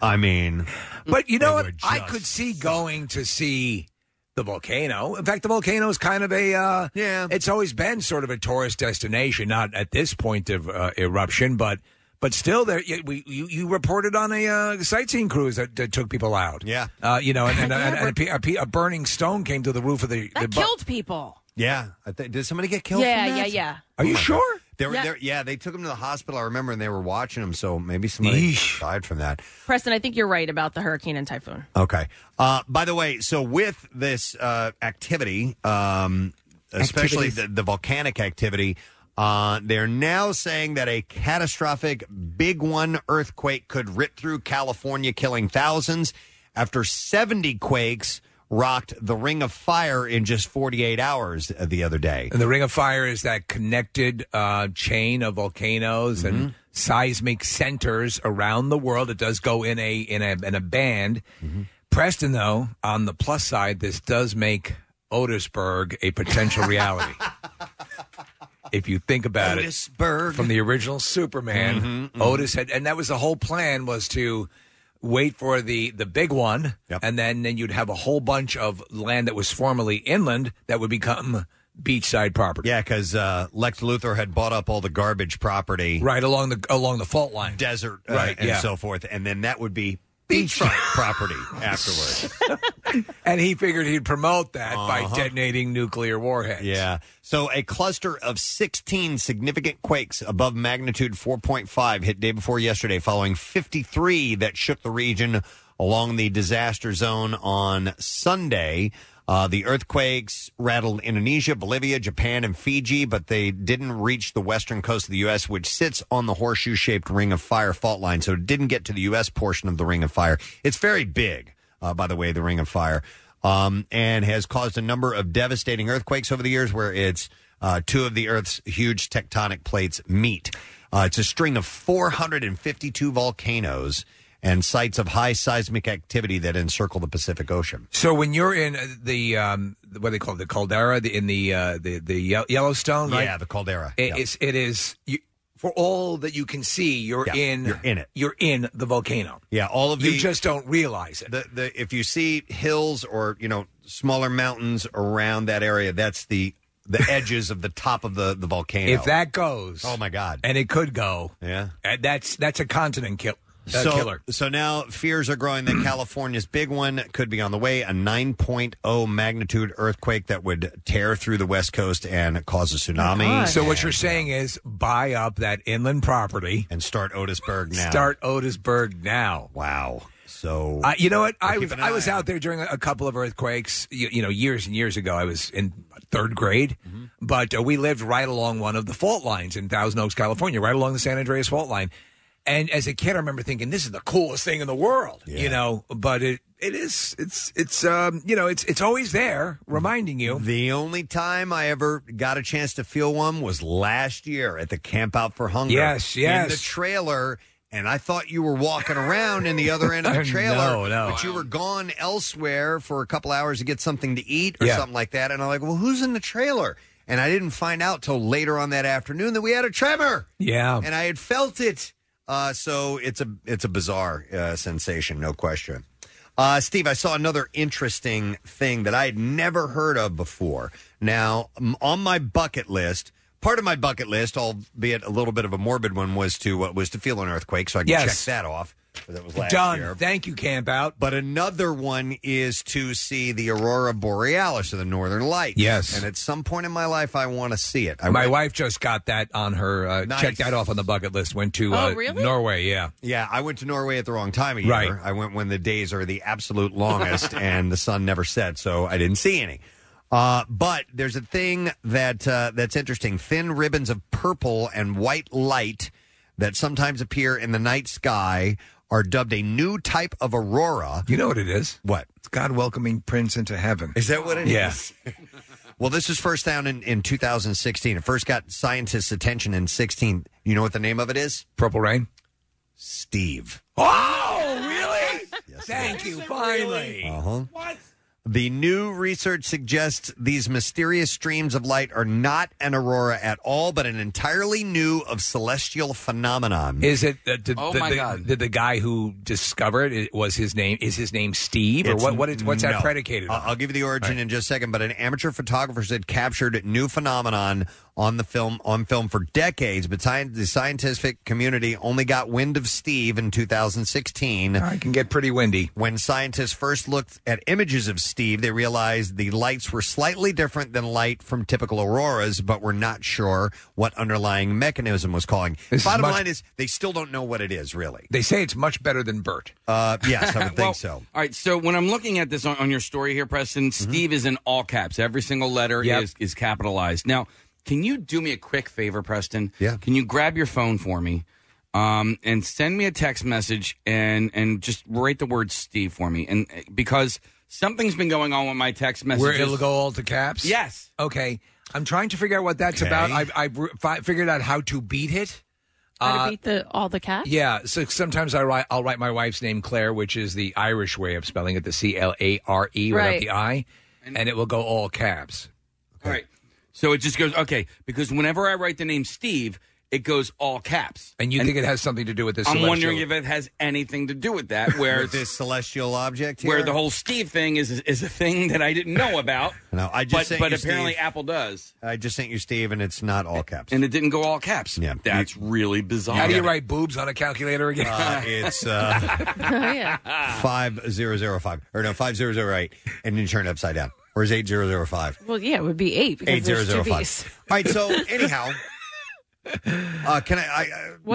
I mean,
Mm-hmm. But you know what? I could see going to see the volcano. In fact, the volcano is kind of a uh, yeah. It's always been sort of a tourist destination, not at this point of uh, eruption, but but still, there you, we, you you reported on a uh, sightseeing cruise that, that took people out. (laughs) Yeah, uh, you know, and, and, and, and a, pe- a, pe- a burning stone came through the roof of the. the
That
bu-
killed people.
yeah. I th- did somebody get killed?
Yeah,
from
yeah,
that?
yeah.
Are you sure? They were
Yeah.
yeah. there. Yeah, they took him to the hospital. I remember, and they were watching him. So maybe somebody died from that.
Preston, I think you're right about the hurricane and typhoon.
Okay. Uh, by the way, so with this uh, activity, um, especially
Activities.
the, the volcanic activity, uh, they're now saying that a catastrophic big one earthquake could rip through California, killing thousands. After 70 quakes rocked the Ring of Fire in just 48 hours uh, the other day.
And the Ring of Fire is that connected uh, chain of volcanoes and seismic centers around the world. It does go in a in a in a band. Preston, though, on the plus side, this does make Otisburg a potential reality. if you think about
Otisburg.
it, from the original Superman,
Mhm, mhm.
Otis had, and that was the whole plan was to wait for the the big one, and then then you'd have a whole bunch of land that was formerly inland that would become beachside property.
Yeah, because uh, Lex Luthor had bought up all the garbage property
right along the along the fault line,
desert, uh,
Right,
and
yeah.
so forth, and then that would be
(laughs)
beachfront property afterwards.
and he figured he'd promote that by
Uh-huh.
detonating nuclear warheads.
Yeah. So a cluster of 16 significant quakes above magnitude 4.5 hit day before yesterday, following 53 that shook the region along the disaster zone on Sunday. Uh, the earthquakes rattled Indonesia, Bolivia, Japan, and Fiji, but they didn't reach the western coast of the U.S., which sits on the horseshoe shaped Ring of Fire fault line. So it didn't get to the U.S. portion of the Ring of Fire. It's very big uh, by the way, the Ring of Fire, um, and has caused a number of devastating earthquakes over the years where it's uh, two of the Earth's huge tectonic plates meet. Uh, it's a string of 452 volcanoes and sites of high seismic activity that encircle the Pacific Ocean.
So when you're in uh, the um, what do they call it, the caldera the, in the uh, the the Ye- Yellowstone, right?
Yeah, the caldera.
It,
Yeah.
It's it is you, for all that you can see. You're
Yeah,
in
you're in it.
You're in the volcano.
Yeah, all of the
You just don't realize it.
The, the if you see hills or you know smaller mountains around that area, that's the the (laughs) edges of the top of the the volcano.
If that goes,
oh my god,
and it could go. uh,
Yeah,
that's that's a continent kill, uh,
so,
killer.
So now fears are growing that California's big one could be on the way, a 9.0 magnitude earthquake that would tear through the West Coast and cause a tsunami. uh,
So what you're saying is buy up that inland property
and start Otisburg now.
Start Otisburg now.
Wow. So
Uh, you know what?
We'll
I
keep
was
an
I
eye
was out there during a couple of earthquakes. You, you know, years and years ago, I was in third grade,
Mm-hmm.
but uh, we lived right along one of the fault lines in Thousand Oaks, California, right along the San Andreas fault line. And as a kid, I remember thinking, "This is the coolest thing in the world," you know. But it it is it's it's um you know it's it's always there reminding you.
The only time I ever got a chance to feel one was last year at the Camp Out for Hunger.
Yes,
In the
yes.
trailer, and I thought you were walking around in the other end of the
(laughs)
trailer.
No, no.
But you were gone elsewhere for a couple hours to get something to eat or
Yeah.
something like that. And I'm like, well, who's in the trailer? And I didn't find out till later on that afternoon that we had a tremor.
Yeah.
And I had felt it. Uh, so it's a it's a bizarre uh, sensation, no question. Uh, Steve, I saw another interesting thing that I had never heard of before. Now, m- on my bucket list, part of my bucket list, albeit a little bit of a morbid one, was to uh, was to feel an earthquake, so I could
Yes.
check that off. 'cause That was last
Done.
year.
Thank you, Camp Out.
But another one is to see the aurora borealis or the northern lights.
Yes.
and at some point in my life, I want to see it. I
My
went-
wife just got that on her. Uh,
Nice.
Checked that off on the bucket list. Went to
Oh,
uh,
really?
Norway. Yeah.
Yeah, I went to Norway at the wrong time of year.
Right.
I went when the days are the absolute longest (laughs) and the sun never set, so I didn't see any. Uh, but there's a thing that uh, that's interesting: thin ribbons of purple and white light that sometimes appear in the night sky are dubbed a new type of aurora.
You know what it is?
What?
It's God welcoming Prince into heaven.
Is that what it is? (laughs)
Yeah.
well, this was first found in, in 2016. It first got scientists' attention in 16. You know what the name of it is?
Purple Rain?
Steve.
Oh, really? Thank you. Finally.
Uh-huh. What? The new research suggests these mysterious streams of light are not an aurora at all, but an entirely new of celestial phenomenon.
Is it? Uh, did,
Oh
did the, Did the guy who discovered it was his name? Is his name Steve? or
It's-
what? what is, what's
no.
that predicated?
I'll,
on?
I'll give you the origin
All right.
in just a second, but an amateur photographer said captured new phenomenon on the film on film for decades, but sci- the scientific community only got wind of Steve in 2016.
I can get pretty windy.
When scientists first looked at images of Steve, they realized the lights were slightly different than light from typical auroras, but were not sure what underlying mechanism was calling.
This is
Bottom
much-
line is they still don't know what it is really.
They say it's much better than Bert. (laughs)
Uh, yes, I would think
Well,
so.
All right. So when I'm looking at this on, on your story here, Preston,
Mm-hmm.
Steve is in all caps. Every single letter is, is capitalized. Now, can you do me a quick favor, Preston? Yeah. Can you grab your phone for me um, and send me a text message and and just write the word Steve for me? And because something's been going on with my text messages.
Where it'll go all to caps?
Yes.
Okay. I'm trying to figure out what that's
Okay.
about. I've, I've re- fi- figured out how to beat it.
How
Uh,
to beat the all the cats?
Yeah, so sometimes I write, I'll write my wife's name Claire, which is the Irish way of spelling it, the C L A R E
Right.
without the I, and it will go all caps.
All right. So it just goes okay because whenever I write the name Steve, it goes all caps.
And you think it has something to do with this?
I'm wondering
celestial-
if it has anything to do with that. Where
With this celestial object
where
here?
the whole Steve thing is is a thing that I didn't know about.
(laughs) No, I just
but,
sent
but
you,
apparently
Steve.
Apple
(laughs)
does,
I just sent you Steve, and it's not all caps.
and it didn't go all caps. Yeah, that's really bizarre.
How do you write boobs on a calculator again?
Uh,
(laughs)
it's uh,
Oh,
five zero zero five or no five zero zero eight, and then turn it upside down, or is eight zero zero five?
Well, yeah, it would be eight because
Eight zero
there's
zero
two
five.
Bs.
All right. So
(laughs)
anyhow, uh, can I? I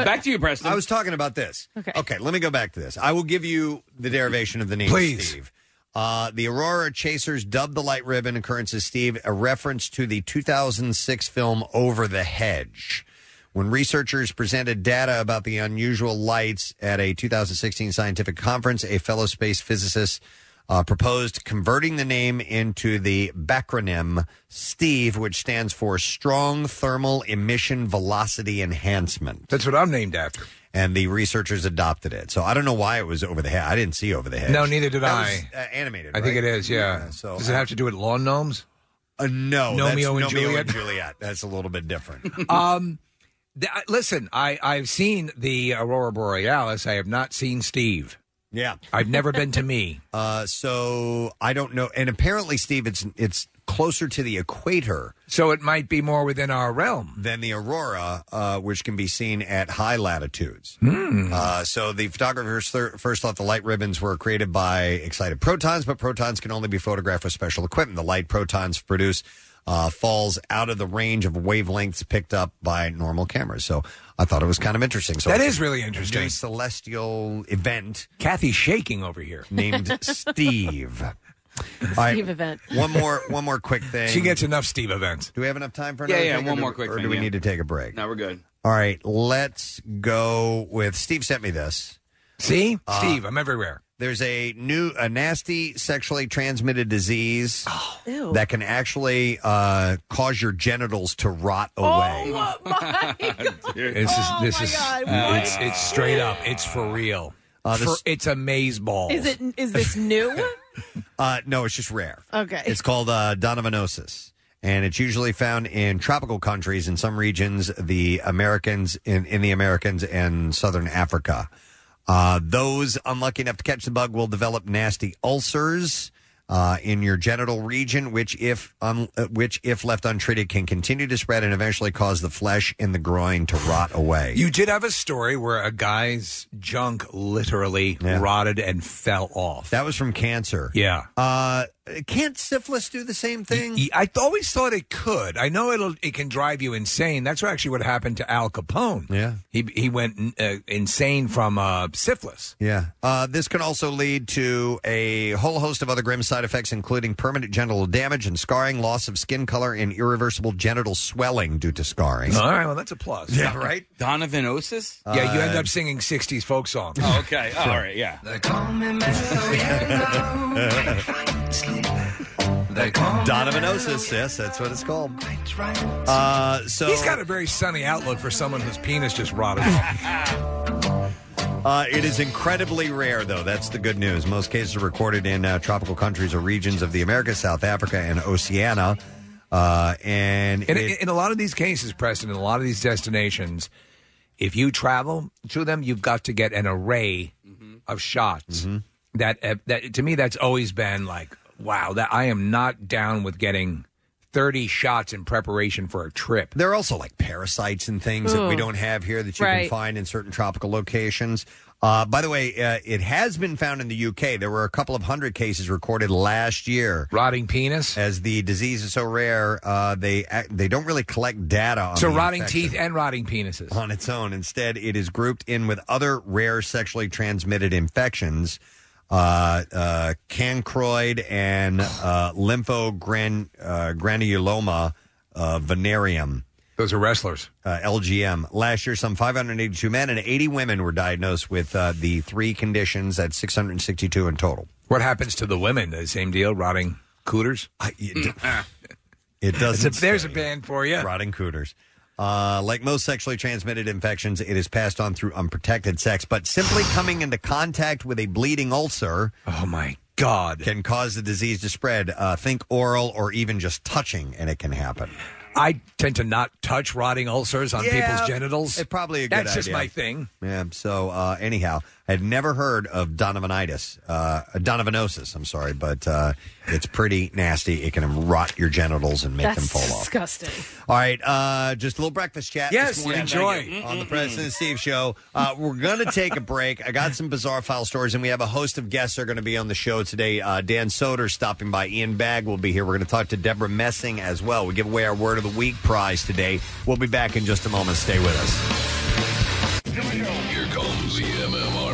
uh,
Back to you, Preston.
I was talking about this.
Okay.
Okay. Let me go back to this. I will give you the derivation of the name,
Please.
Steve. Uh, the Aurora Chasers dubbed the light ribbon occurrence as Steve a reference to the 2006 film Over the Hedge. When researchers presented data about the unusual lights at a 2016 scientific conference, a fellow space physicist uh, proposed converting the name into the backronym STEVE, which stands for Strong Thermal Emission Velocity Enhancement.
That's what I'm named after.
And the researchers adopted it. So I don't know why it was over the head. I didn't see over the head.
No, neither did
That
I.
was, uh, animated.
I think it
right?
is. Yeah.
so
Does it have to do with lawn gnomes?
Uh, no, that's
Romeo and
Nomeo
Juliet.
and (laughs) Juliet. That's a little bit different.
(laughs) um, th- I- listen, I I've seen the aurora borealis. I have not seen Steve.
Yeah,
I've never
(laughs)
been to me.
Uh, so I don't know. And apparently, Steve, it's it's closer to the equator.
So it might be more within our realm
than the aurora, uh, which can be seen at high latitudes.
Hmm.
Uh, so the photographers thir- first thought the light ribbons were created by excited protons, but protons can only be photographed with special equipment. The light protons produce uh, falls out of the range of wavelengths picked up by normal cameras. So I thought it was kind of interesting. So
That
it's
is
a-
really
a
interesting.
new celestial event.
Kathy's shaking over here. (laughs)
Named Steve. All right,
Steve event.
One more, one more quick thing.
She gets enough Steve events.
Do we have enough time for
Yeah,
another
yeah,
thing, or
one
do-
more quick
or
thing,
do we
yeah.
need to take a break?
No, we're good.
All right, let's go with Steve. Sent me this. Uh,
See, Steve, I'm everywhere.
There's a new, a nasty sexually transmitted disease
Oh,
Ew.
that can actually uh, cause your genitals to rot
Oh.
away. (laughs)
Oh,
This is this is uh, it's it's straight up. It's for real.
Uh, this-
For- it's a maze ball.
Is it? Is this new?
Uh, no, it's just rare.
Okay.
It's called uh, Donovanosis, and it's usually found in tropical countries. In some regions, the Americans in, in the Americans and southern Africa. Uh, those unlucky enough to catch the bug will develop nasty ulcers. Uh, in your genital region, which if un- uh, which if left untreated can continue to spread and eventually cause the flesh in the groin to rot away.
You did have a story where a guy's junk literally rotted and fell off.
That was from cancer.
Yeah.
Uh, Can't syphilis do the same thing?
I th- always thought it could. I know it'll it can drive you insane. That's what actually what happened to Al Capone.
Yeah.
he he went uh, insane from uh, syphilis.
Yeah. Uh, this can also lead to a whole host of other grim side effects, including permanent genital damage and scarring, loss of skin color, and irreversible genital swelling due to scarring.
All right, well that's a plus.
Yeah, right?
Donovan Osis.
yeah, you
Uh,
end up singing '60s folk songs.
Oh,
(laughs)
okay. All right. Yeah.
(laughs) Donovan Osis. Yes, that's what it's called. Uh, so
he's got a very sunny outlook for someone whose penis just
(laughs)
rotted. off.
Uh, it is incredibly rare, though. That's the good news. Most cases are recorded in uh, tropical countries or regions of the Americas, South Africa, and Oceania. Uh, and
In,
it-
in a lot of these cases, Preston, in a lot of these destinations, if you travel to them, you've got to get an array
Mm-hmm.
of shots. That uh, that to me, that's always been like, wow, that I am not down with getting thirty shots in preparation for a trip.
There are also like parasites and things that we don't have here that you can
Right.
find in certain tropical locations. Uh, by the way, uh, it has been found in the UK. There were a couple of hundred cases recorded last year.
Rotting penis.
As the disease is so rare, uh, they act- they don't really collect data. on
So
the
rotting
infection
teeth and rotting penises.
on its own. Instead, it is grouped in with other rare sexually transmitted infections, uh, uh, cancroid and uh, lymphogran uh, granuloma uh, venereum.
Those are wrestlers.
Uh, LGM. Last year, some 582 men and 80 women were diagnosed with uh, the three conditions. That's 662 in total.
What happens to the women? The same deal, rotting cooters.
(laughs) It doesn't.
It's a- there's a band for you.
Rotting cooters. Uh, like most sexually transmitted infections, it is passed on through unprotected sex, but
(sighs)
simply coming into contact with a bleeding ulcer.
Oh my God!
Can cause the disease to spread. Uh, think oral or even just touching, and it can happen.
I tend to not touch rotting ulcers on
Yeah,
people's genitals.
it's probably a good
That's just
idea.
my thing.
Yeah. So uh, anyhow, I had never heard of Donovanitis, uh, Donovanosis. I'm sorry, but uh, it's pretty nasty. It can rot your genitals and make
That's
them fall off.
disgusting.
All right, uh, just a little breakfast chat.
Yes,
this morning
enjoy.
on the President and Steve Show. Uh, we're going to take a break. I got some bizarre file stories, and we have a host of guests that are going to be on the show today. Uh, Dan Soder stopping by. Ian Bagg will be here. We're going to talk to Deborah Messing as well. We give away our Word of the Week prize today. We'll be back in just a moment. Stay with us.
Here comes the MMR.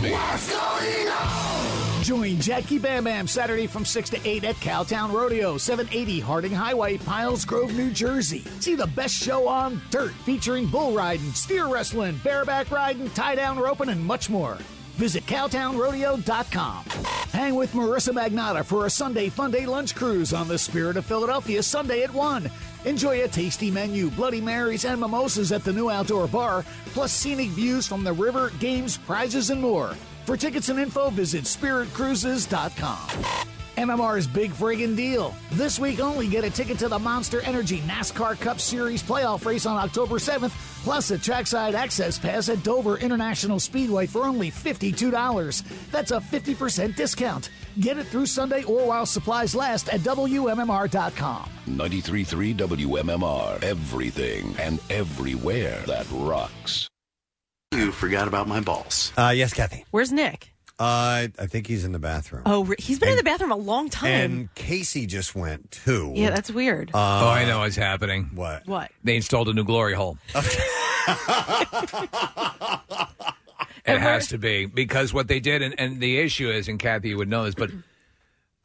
Join Jackie Bam Bam Saturday from 6 to 8 at Cowtown Rodeo, 780 Harding Highway, Piles Grove, New Jersey. See the best show on dirt featuring bull riding, steer wrestling, bareback riding, tie down roping, and much more. Visit cowtownrodeo.com. Hang with Marissa Magnata for a Sunday Fun Day lunch cruise on the Spirit of Philadelphia Sunday at 1. Enjoy a tasty menu, Bloody Marys, and mimosas at the new outdoor bar, plus scenic views from the river, games, prizes, and more. For tickets and info, visit spiritcruises.com. MMR's big friggin' deal. This week only get a ticket to the Monster Energy NASCAR Cup Series playoff race on October 7th, plus a trackside access pass at Dover International Speedway for only $52. That's a 50% discount. Get it through Sunday or while supplies last at WMMR.com.
93.3 WMMR. Everything and everywhere that rocks. You forgot about my balls.
Uh, yes, Kathy.
Where's Nick?
Uh, I think he's in the bathroom.
Oh, re- he's been in the bathroom a long time.
And Casey just went too.
yeah, that's weird.
oh, I know what's happening.
What?
What?
They installed a new glory
(laughs)
hole. it has to be because what they did, and, and the issue is, and Kathy, you would know this, but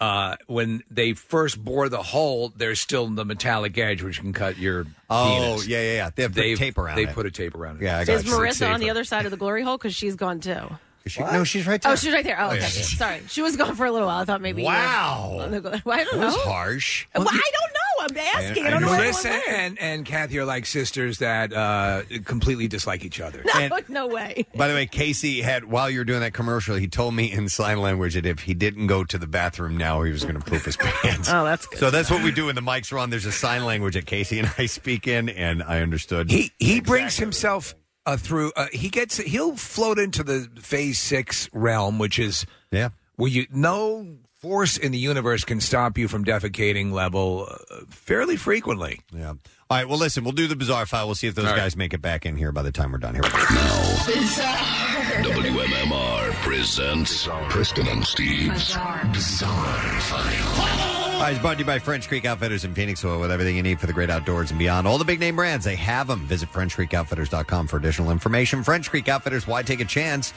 uh, when they first bore the hole, there's still the metallic edge which can cut your.
Oh,
penis.
yeah, yeah, yeah. They have put tape around
They
it.
put a tape around it.
Yeah, I
Is Marissa on the other side of the glory hole? Because she's gone too.
no, she's right
Oh, she's right there. Oh, okay. Sorry. She was gone for a little while. I thought maybe. you were
Wow.
on the glo- (laughs) Well, I don't
That was
know.
harsh.
Well, I don't know. I'm asking. I, don't know where
Melissa
everyone went.
and, and Kathy are like sisters that uh, completely dislike each other.
No, (laughs) no way.
By the way, Casey had while you were doing that commercial, he told me in sign language that if he didn't go to the bathroom now, he was going to poop his (laughs) pants.
Oh, that's good.
So that's what we do when the mics are on. There's a sign language that Casey and I (laughs) speak in, and I understood.
He he brings himself uh, through. Uh, he gets he'll float into the phase six realm, which is
yeah,
where you no force in the universe can stop you from defecating level uh, fairly frequently.
Yeah. All right. Well, listen, we'll do the bizarre file. We'll see if those guys make it back in here by the time we're done here.
WMMR presents Preston and Steve's Bizarre, File.
All right, it's brought to you by French Creek Outfitters in Phoenixville with everything you need for the great outdoors and beyond. All the big name brands, they have them. Visit FrenchCreekOutfitters.com for additional information. French Creek Outfitters, why take a chance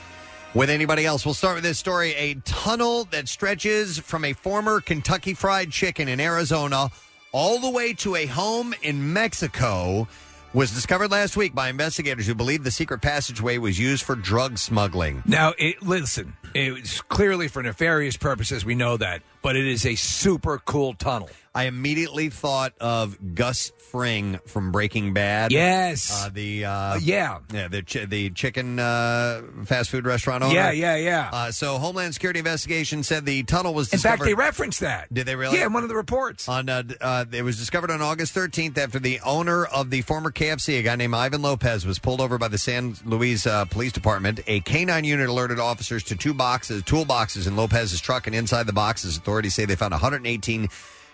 with anybody else? We'll start with this story. A tunnel that stretches from a former Kentucky Fried Chicken in Arizona all the way to a home in Mexico was discovered last week by investigators who believe the secret passageway was used for drug smuggling.
Now, it, listen, it's clearly for nefarious purposes. We know that, but it is a super cool tunnel.
I immediately thought of Gus Fring from Breaking Bad.
Yes.
Uh, the uh,
yeah.
yeah the chi- the chicken uh, fast food restaurant owner.
Yeah, yeah, yeah.
Uh, so Homeland Security investigation said the tunnel was
In
discovered.
fact, they referenced that.
Did they really?
Yeah, in one of the reports.
On uh, d- uh, it was discovered on August 13th after the owner of the former KFC, a guy named Ivan Lopez, was pulled over by the San Luis uh, Police Department. A K-9 unit alerted officers to two boxes, toolboxes in Lopez's truck, and inside the boxes, authorities say they found 118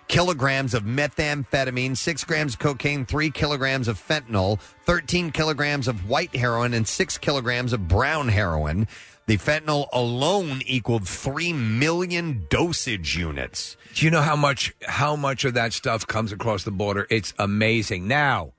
kilograms of methamphetamine, six grams of cocaine, three kilograms of fentanyl, 13 kilograms of white heroin, and six kilograms of brown heroin. The fentanyl alone equaled 3 million dosage units.
Do you know how much how much of that stuff comes across the border? It's amazing. Now,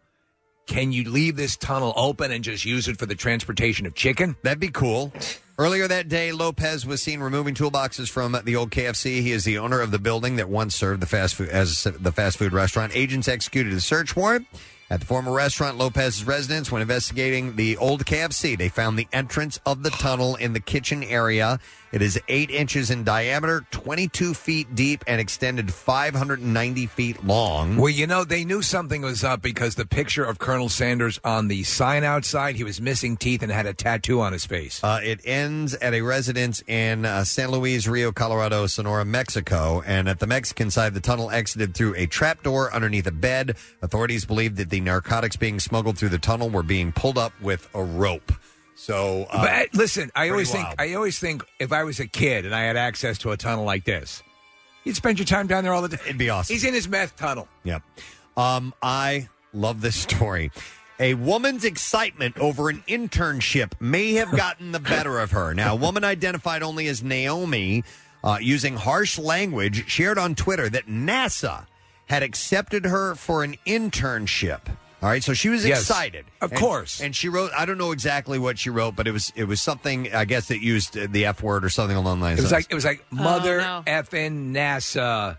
can you leave this tunnel open and just use it for the transportation of chicken?
That'd be cool. Earlier that day, Lopez was seen removing toolboxes from the old KFC. He is the owner of the building that once served the fast food as the fast food restaurant. Agents executed a search warrant at the former restaurant Lopez's residence when investigating the old KFC. They found the entrance of the tunnel in the kitchen area. It is eight inches in diameter, 22 feet deep, and extended 590 feet long.
Well, you know, they knew something was up because the picture of Colonel Sanders on the sign outside, he was missing teeth and had a tattoo on his face.
Uh, it ends at a residence in uh, San Luis Rio, Colorado, Sonora, Mexico. And at the Mexican side, the tunnel exited through a trapdoor underneath a bed. Authorities believe that the narcotics being smuggled through the tunnel were being pulled up with a rope. So, uh,
but uh, listen, I
pretty
always
wild.
think I always think if I was a kid and I had access to a tunnel like this, you'd spend your time down there all the time. It'd
be awesome.
He's in his meth tunnel.
Yep. Um, I love this story. A woman's excitement over an internship may have gotten the better of her. Now, a woman identified only as Naomi, uh, using harsh language, shared on Twitter that NASA had accepted her for an internship. All right, so she was
Yes.
excited,
Of
And-
course.
And she wrote, I don't know exactly what she wrote, but it was it was something I guess that used uh, the F word or something along those
It was
lines.
like it was like Oh, mother effing NASA,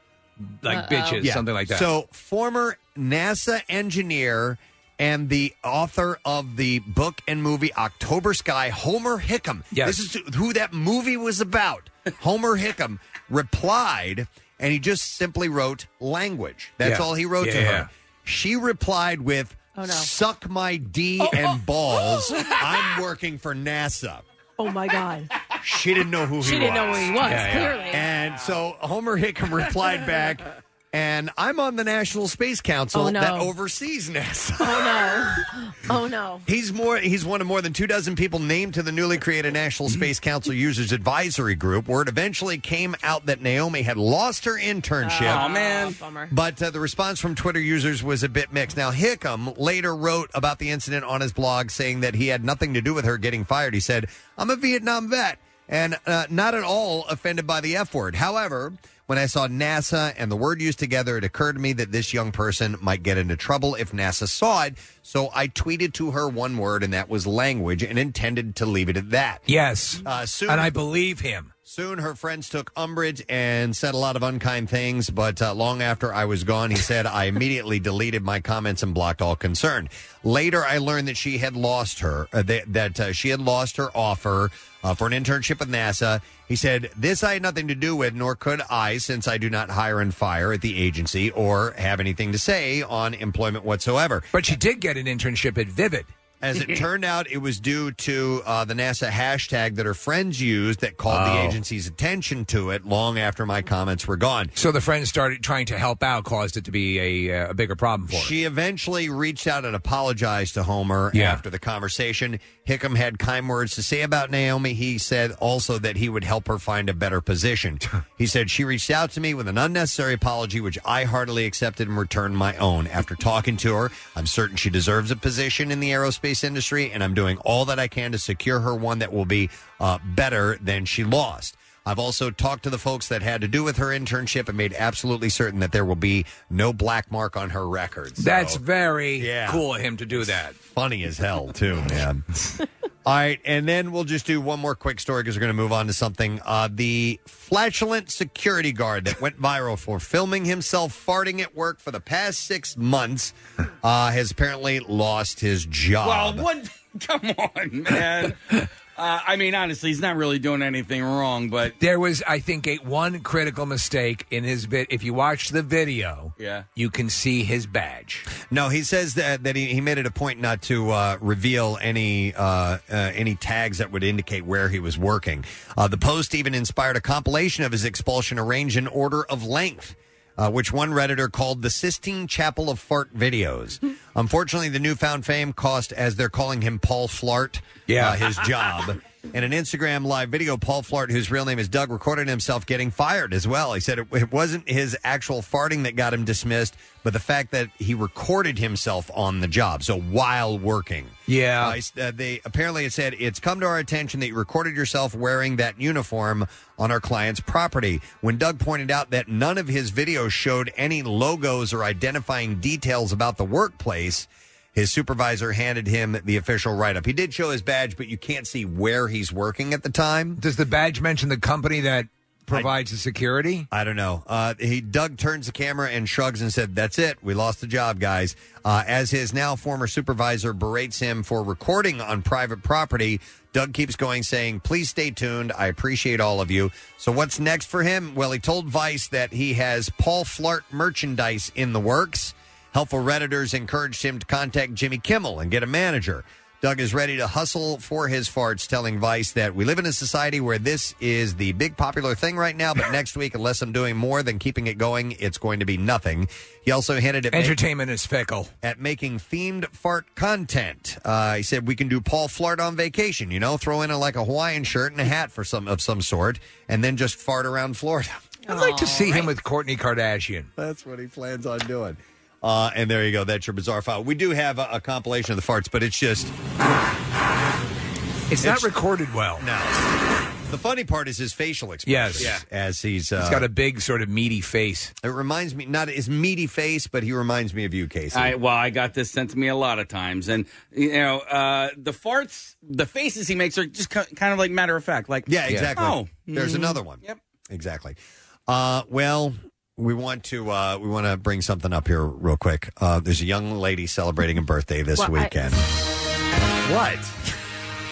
like bitches,
Yeah.
something like that.
So, former NASA engineer and the author of the book and movie October Sky, Homer Hickam.
Yes.
This is who that movie
(laughs)
was about. Homer Hickam replied, and he just simply wrote language. That's
Yeah.
all he wrote to
Yeah.
her. She replied with, Suck my D and balls. I'm working for NASA.
Oh my God.
She didn't know who
She
he was.
didn't know who he was, clearly.
And so Homer Hickam replied back, and I'm on the National Space Council
Oh, no.
that oversees NASA.
Oh
(laughs)
no. Oh no.
He's more. He's one of more than two dozen people named to the newly created National Space Council Users Advisory Group. Word eventually came out that Naomi had lost her internship.
Aw, man.
Bummer.
But uh, the response from Twitter users was a bit mixed. Now, Hickam later wrote about the incident on his blog, saying that he had nothing to do with her getting fired. He said, I'm a Vietnam vet and uh, not at all offended by the F word. However, when I saw NASA and the word used together, it occurred to me that this young person might get into trouble if NASA saw it. So I tweeted to her one word, and that was language, and intended to leave it at that.
Yes.
Uh, soon,
and I believe him.
Soon her friends took umbrage and said a lot of unkind things, but uh, long after I was gone, he said, I immediately deleted my comments and blocked all concern. Later, I learned that she had lost her, uh, that, that uh, she had lost her offer uh, for an internship with NASA. He said, This I had nothing to do with, nor could I, since I do not hire and fire at the agency or have anything to say on employment whatsoever.
But she did get an internship at Vivid.
As
(laughs)
it turned out, it was due to uh, the NASA hashtag that her friends used that called the
Oh.
agency's attention to it long after my comments were gone.
So the friends started trying to help out, caused it to be a, uh, a bigger problem for her.
She eventually reached out and apologized to Homer
Yeah.
after the conversation. Hickam had kind words to say about Naomi. He said also that he would help her find a
(laughs)
better position. he said, She reached out to me with an unnecessary apology, which I heartily accepted and returned my own. After talking to her, I'm certain she deserves a position in the aerospace industry, and I'm doing all that I can to secure her one that will be uh, better than she lost. I've also talked to the folks that had to do with her internship and made absolutely certain that there will be no black mark on her records.
That's very cool of him to do that.
Funny as hell, too, man. All right, and then we'll just do one more quick story because we're going to move on to something. Uh, the flatulent security guard that went viral for filming himself farting at work for the past six months uh, has apparently lost his job.
Well, what? (laughs) Come on,
(laughs)
man. uh, I mean, honestly, he's not really doing anything wrong, but
there was, I think, a one critical mistake in his bit. If you watch the video,
yeah,
you can see his badge.
No, he says that that he, he made it a point not to uh, reveal any uh, uh, any tags that would indicate where he was working. Uh, the post even inspired a compilation of his expulsion arranged in order of length. Uh, which one Redditor called the Sistine Chapel of Fart videos. Unfortunately, the newfound fame cost, as they're calling him, Paul Flart,
Yeah.
uh, his job. In an Instagram live video, Paul Flart, whose real name is Doug, recorded himself getting fired as well. He said it, it wasn't his actual farting that got him dismissed, but the fact that he recorded himself on the job, so while working.
Yeah.
Uh, it's- uh, they apparently it said it's come to our attention that you recorded yourself wearing that uniform on our client's property. When Doug pointed out that none of his videos showed any logos or identifying details about the workplace, his supervisor handed him the official write up. He did show his badge, but you can't see where he's working at the time.
Does the badge mention the company that provides the security?
I don't know. Uh, he Doug turns the camera and shrugs and said, "That's it. We lost the job, guys." Uh, as his now former supervisor berates him for recording on private property, Doug keeps going, saying, "Please stay tuned. I appreciate all of you." So what's next for him? Well, he told Vice that he has Paul Flart merchandise in the works. Helpful redditors encouraged him to contact Jimmy Kimmel and get a manager. Doug is ready to hustle for his farts, telling Vice that we live in a society where this is the big popular thing right now, but next week, unless I'm doing more than keeping it going, it's going to be nothing. He also hinted at
Entertainment is fickle.
At making themed fart content. Uh, he said, We can do Paul Flart on vacation, you know, throw in a, like a Hawaiian shirt and a hat for some of some sort, and then just fart around Florida.
I'd like to see him with Courtney Kardashian.
That's what he plans on doing. Uh, and there you go. That's your bizarre file. We do have a, a compilation of the farts, but it's just.
It's, not recorded well.
No. The funny part is his facial expression.
Yes. Yeah.
As he's. Uh,
He's got a big, sort of meaty face.
It reminds me, not his meaty face, but he reminds me of you, Casey.
I, well, I got this sent to me a lot of times, and you know, uh, the farts, the faces he makes are just ki- kind of like matter of fact. Like,
yeah, exactly.
Oh,
There's
mm,
another one.
Yep.
Exactly. Uh, well, we want to uh, we want to bring something up here real quick. Uh, there's a young lady celebrating a birthday this
Well, I-
weekend. What?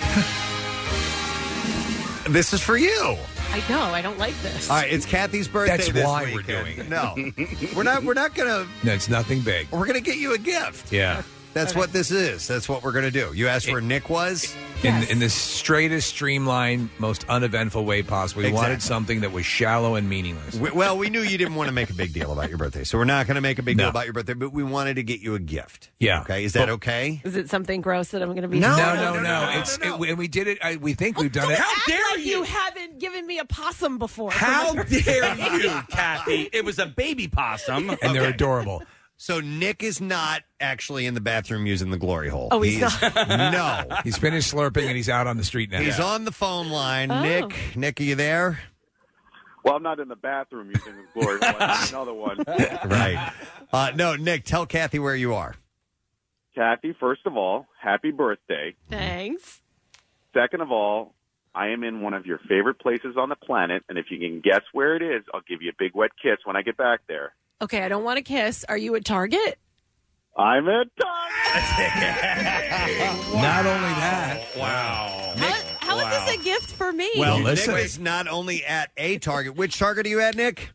(laughs) this is for you.
I know. I don't like this.
All right, it's Kathy's birthday.
That's
this
why we're
weekend.
doing it.
No,
(laughs)
we're not. We're not gonna.
No, it's nothing big.
We're gonna get you a gift.
Yeah.
That's what this is. That's what we're gonna do. You asked where Nick was.
In, in the straightest, streamlined, most uneventful way possible. He wanted
Exactly.
something that was shallow and meaningless.
We- well, we knew you didn't want to make a big deal about your birthday, so we're not going to make a big
No.
deal about your birthday. But we wanted to get you a gift.
Yeah.
Okay. Is that okay?
Is it something gross that I'm going to be?
No, no, no, no. It's It, and we did it. I, we think we've done it.
How dare you? You haven't given me a possum before.
How
(laughs)
dare you, Kathy? It was a baby
(laughs)
possum,
and they're adorable.
So Nick is not actually in the bathroom using the glory hole.
Oh, he's
He's- (laughs) no.
(laughs) He's finished slurping and he's out on the street now.
(laughs) He's on the phone line.
Oh.
Nick, Nick, are you there?
Well, I'm not in the bathroom using his glory. hole. I
(laughs)
need another one.
right. Uh, no, Nick, tell Kathy where you are.
Kathy, first of all, happy birthday.
Thanks.
Second of all, I am in one of your favorite places on the planet, and if you can guess where it is, I'll give you a big wet kiss when I get back there.
Okay, I don't want to kiss. Are you at Target?
I'm at
(laughs)
Not only that.
Wow.
How is this a gift for me?
Well, Nick is not only at a Target. Which Target are you at, Nick?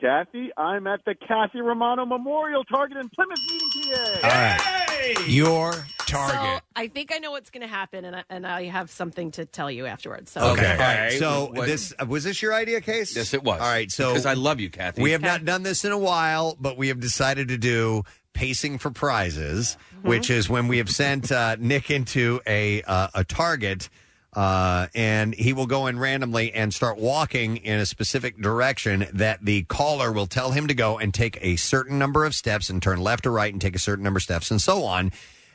Kathy. I'm at the Kathy Romano Memorial Target in Plymouth Meeting, PA.
All right.
Your
So
target.
I think I know what's going to happen, and I, and I have something to tell you afterwards. So
Okay. All right. So this uh, was this your idea, Case?
Yes, it was.
All right. So
because I love you, Kathy.
We have not done this in a while, but we have decided to do pacing for prizes, which is when we have sent uh, Nick into a uh, a target. Uh, and he will go in randomly and start walking in a specific direction that the caller will tell him to go and take a certain number of steps and turn left or right and take a certain number of steps and so on.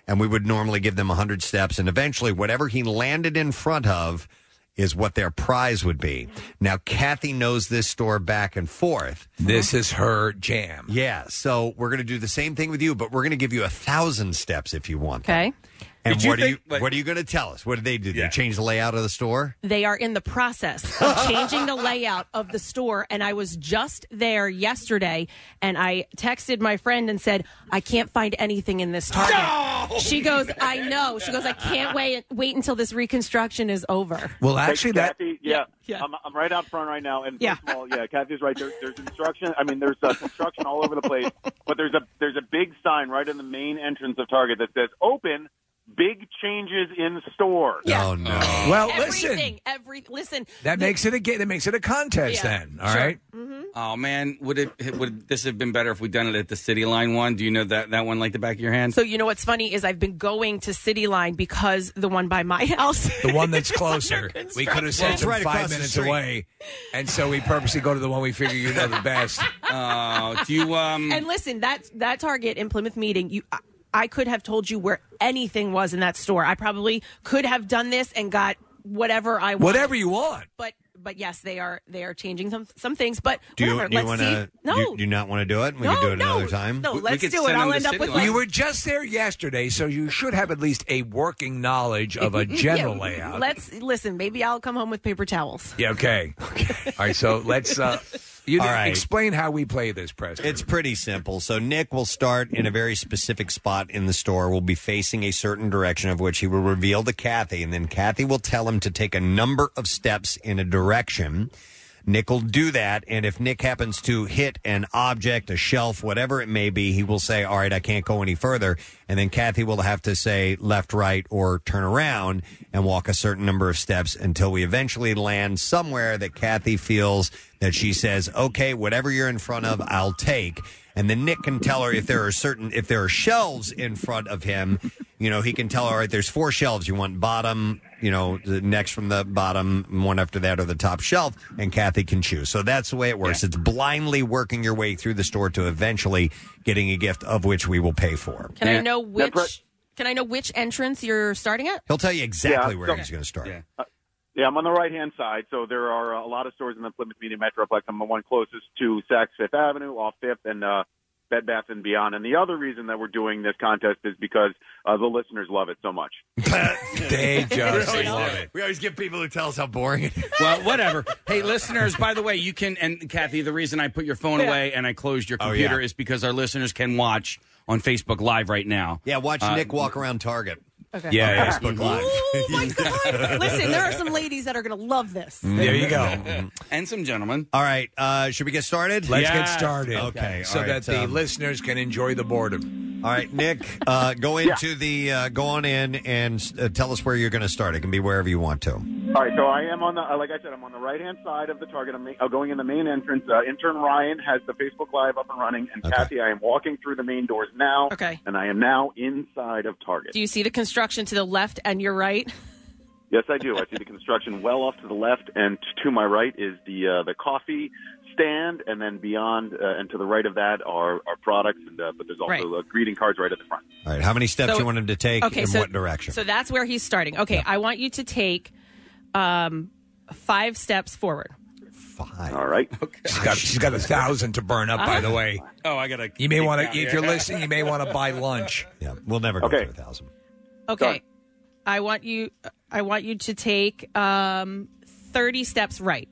And we would normally give them 100 steps. And eventually, whatever he landed in front of is what their prize would be. Now, Kathy knows this store back and forth.
This is her jam.
Yeah, so we're going to do the same thing with you, but we're going to give you a thousand steps if you want. them.
Okay.
And
Did you
what are you
think,
what are you going to tell us? What did they do? Did They change the layout of the store.
They are in the process of changing the layout of the store. And I was just there yesterday and I texted my friend and said, I can't find anything in this Target. she goes, I know. She goes, I can't wait wait until this reconstruction is over.
Well,
Hey,
actually, that
Kathy, yeah, I'm, I'm right out front right now, and yeah. first of all, yeah, Kathy's right. There, there's instruction. I mean, there's uh, construction all over the place, but there's a there's a big sign right in the main entrance of Target that says "Open." Big changes in store.
Oh no!
Well,
everything,
listen,
every listen.
that makes it a ga- that makes it a contest.
Yeah. Mm-hmm.
Then, all right.
Oh man, would it would this have been better if we'd done it at the City Line one? Do you know that that one like the back of your hand?
(laughs)
So you know what's funny is I've been going to City Line because the one by my (laughs) house.
The one
(laughs)
that's closer. We could have
construction.
sent them
Right across
five
the
minutes
street.
away, and so we purposely go to the one we figure you know the
(laughs)
best.
Uh,
Oh, do you um?
and listen, that that Target in Plymouth meeting, you. I, I could have told you where anything was in that store. I probably could have done this and got whatever I want.
Whatever you want.
But but yes, they are they are changing some some things. But
Do you,
whatever.
do you
let's
want
see.
to?
No,
Do you, do you not want to do it? We can do it another time.
no, We- we let's could do it. send them I'll to end up City with, Line. like-
You were just there yesterday, so you should have at least a working knowledge of a general
(laughs) Yeah,
layout.
Let's listen. Maybe I'll come home with paper towels.
Yeah, okay. All right, so let's
(laughs)
uh you
All right.
explain how we play this, Preston.
It's pretty simple. So Nick will start in a very specific spot in the store. Will be facing a certain direction of which he will reveal to Kathy, and then Kathy will tell him to take a number of steps in a direction. Nick will do that, and if Nick happens to hit an object, a shelf, whatever it may be, he will say, "All right, I can't go any further," and then Kathy will have to say left, right, or turn around and walk a certain number of steps until we eventually land somewhere that Kathy feels that she says, okay, whatever you're in front of, I'll take. And then Nick can tell her if there are certain, if there are shelves in front of him, you know, he can tell her, all right, there's four shelves. You want bottom, you know, the next from the bottom, and one after that, or the top shelf, and Kathy can choose. So that's the way it works. It's blindly working your way through the store to eventually getting a gift of which we will pay for.
Can I know which? can I know which entrance you're starting at?
He'll tell you exactly
Yeah,
where
so-
he's going to start.
Yeah, I'm on the right hand side. So there are uh, a lot of stores in the Plymouth Media Metroplex. I'm the one closest to Saks Fifth Avenue, off Fifth, and uh, Bed Bath and Beyond. And the other reason that we're doing this contest is because uh, the listeners love it so much.
They
just
Really?
love
it.
We always get people who tell us how boring it is.
Well, whatever. Hey, listeners, by the way, you can, and Kathy, the reason I put your phone
Yeah.
away and I closed your
Oh,
computer
yeah.
is because our listeners can watch on Facebook Live right now.
Yeah, watch
Uh,
Nick walk around Target.
Okay.
Yeah,
On
yeah.
Facebook Live. (laughs)
Listen, there
(laughs)
are some ladies that are going to love this.
There you
(laughs)
go.
and some gentlemen.
All right, uh, should we get started?
Let's get
Yes.
started.
Okay,
So
all right,
that the
um,
listeners can enjoy the boredom.
All right,
(laughs)
Nick, uh, go into the uh, go on in and uh, tell us where you're going to start. It can be wherever you want to.
All right, so I am on the, uh, like I said, I'm on the right hand side of the target. I'm ma- uh, going in the main entrance. Uh, intern Ryan has the Facebook Live up and running, and Kathy, I am walking through the main doors now.
Okay.
And I am now inside of Target.
Do you see the construction to the left and your right?
Yes, I do. I see the construction well off to the left, and t- to my right is the uh, the coffee stand, and then beyond uh, and to the right of that are, are products, and uh, but there's also
Right.
uh, greeting cards right at the front.
All right, how many steps
So-
you want him to take in
so,
what direction?
So that's where he's starting. Okay, I want you to take um, five steps forward.
All (laughs)
right.
She's got she's got a thousand to burn up, by the way.
(laughs) Oh, I gotta.
You may
kick
want
down
to, if
here. (laughs)
you're listening, you may want to buy lunch.
Yeah, we'll never
go
Okay.
to a
thousand.
Okay, I want you. I want you to take um, thirty steps right.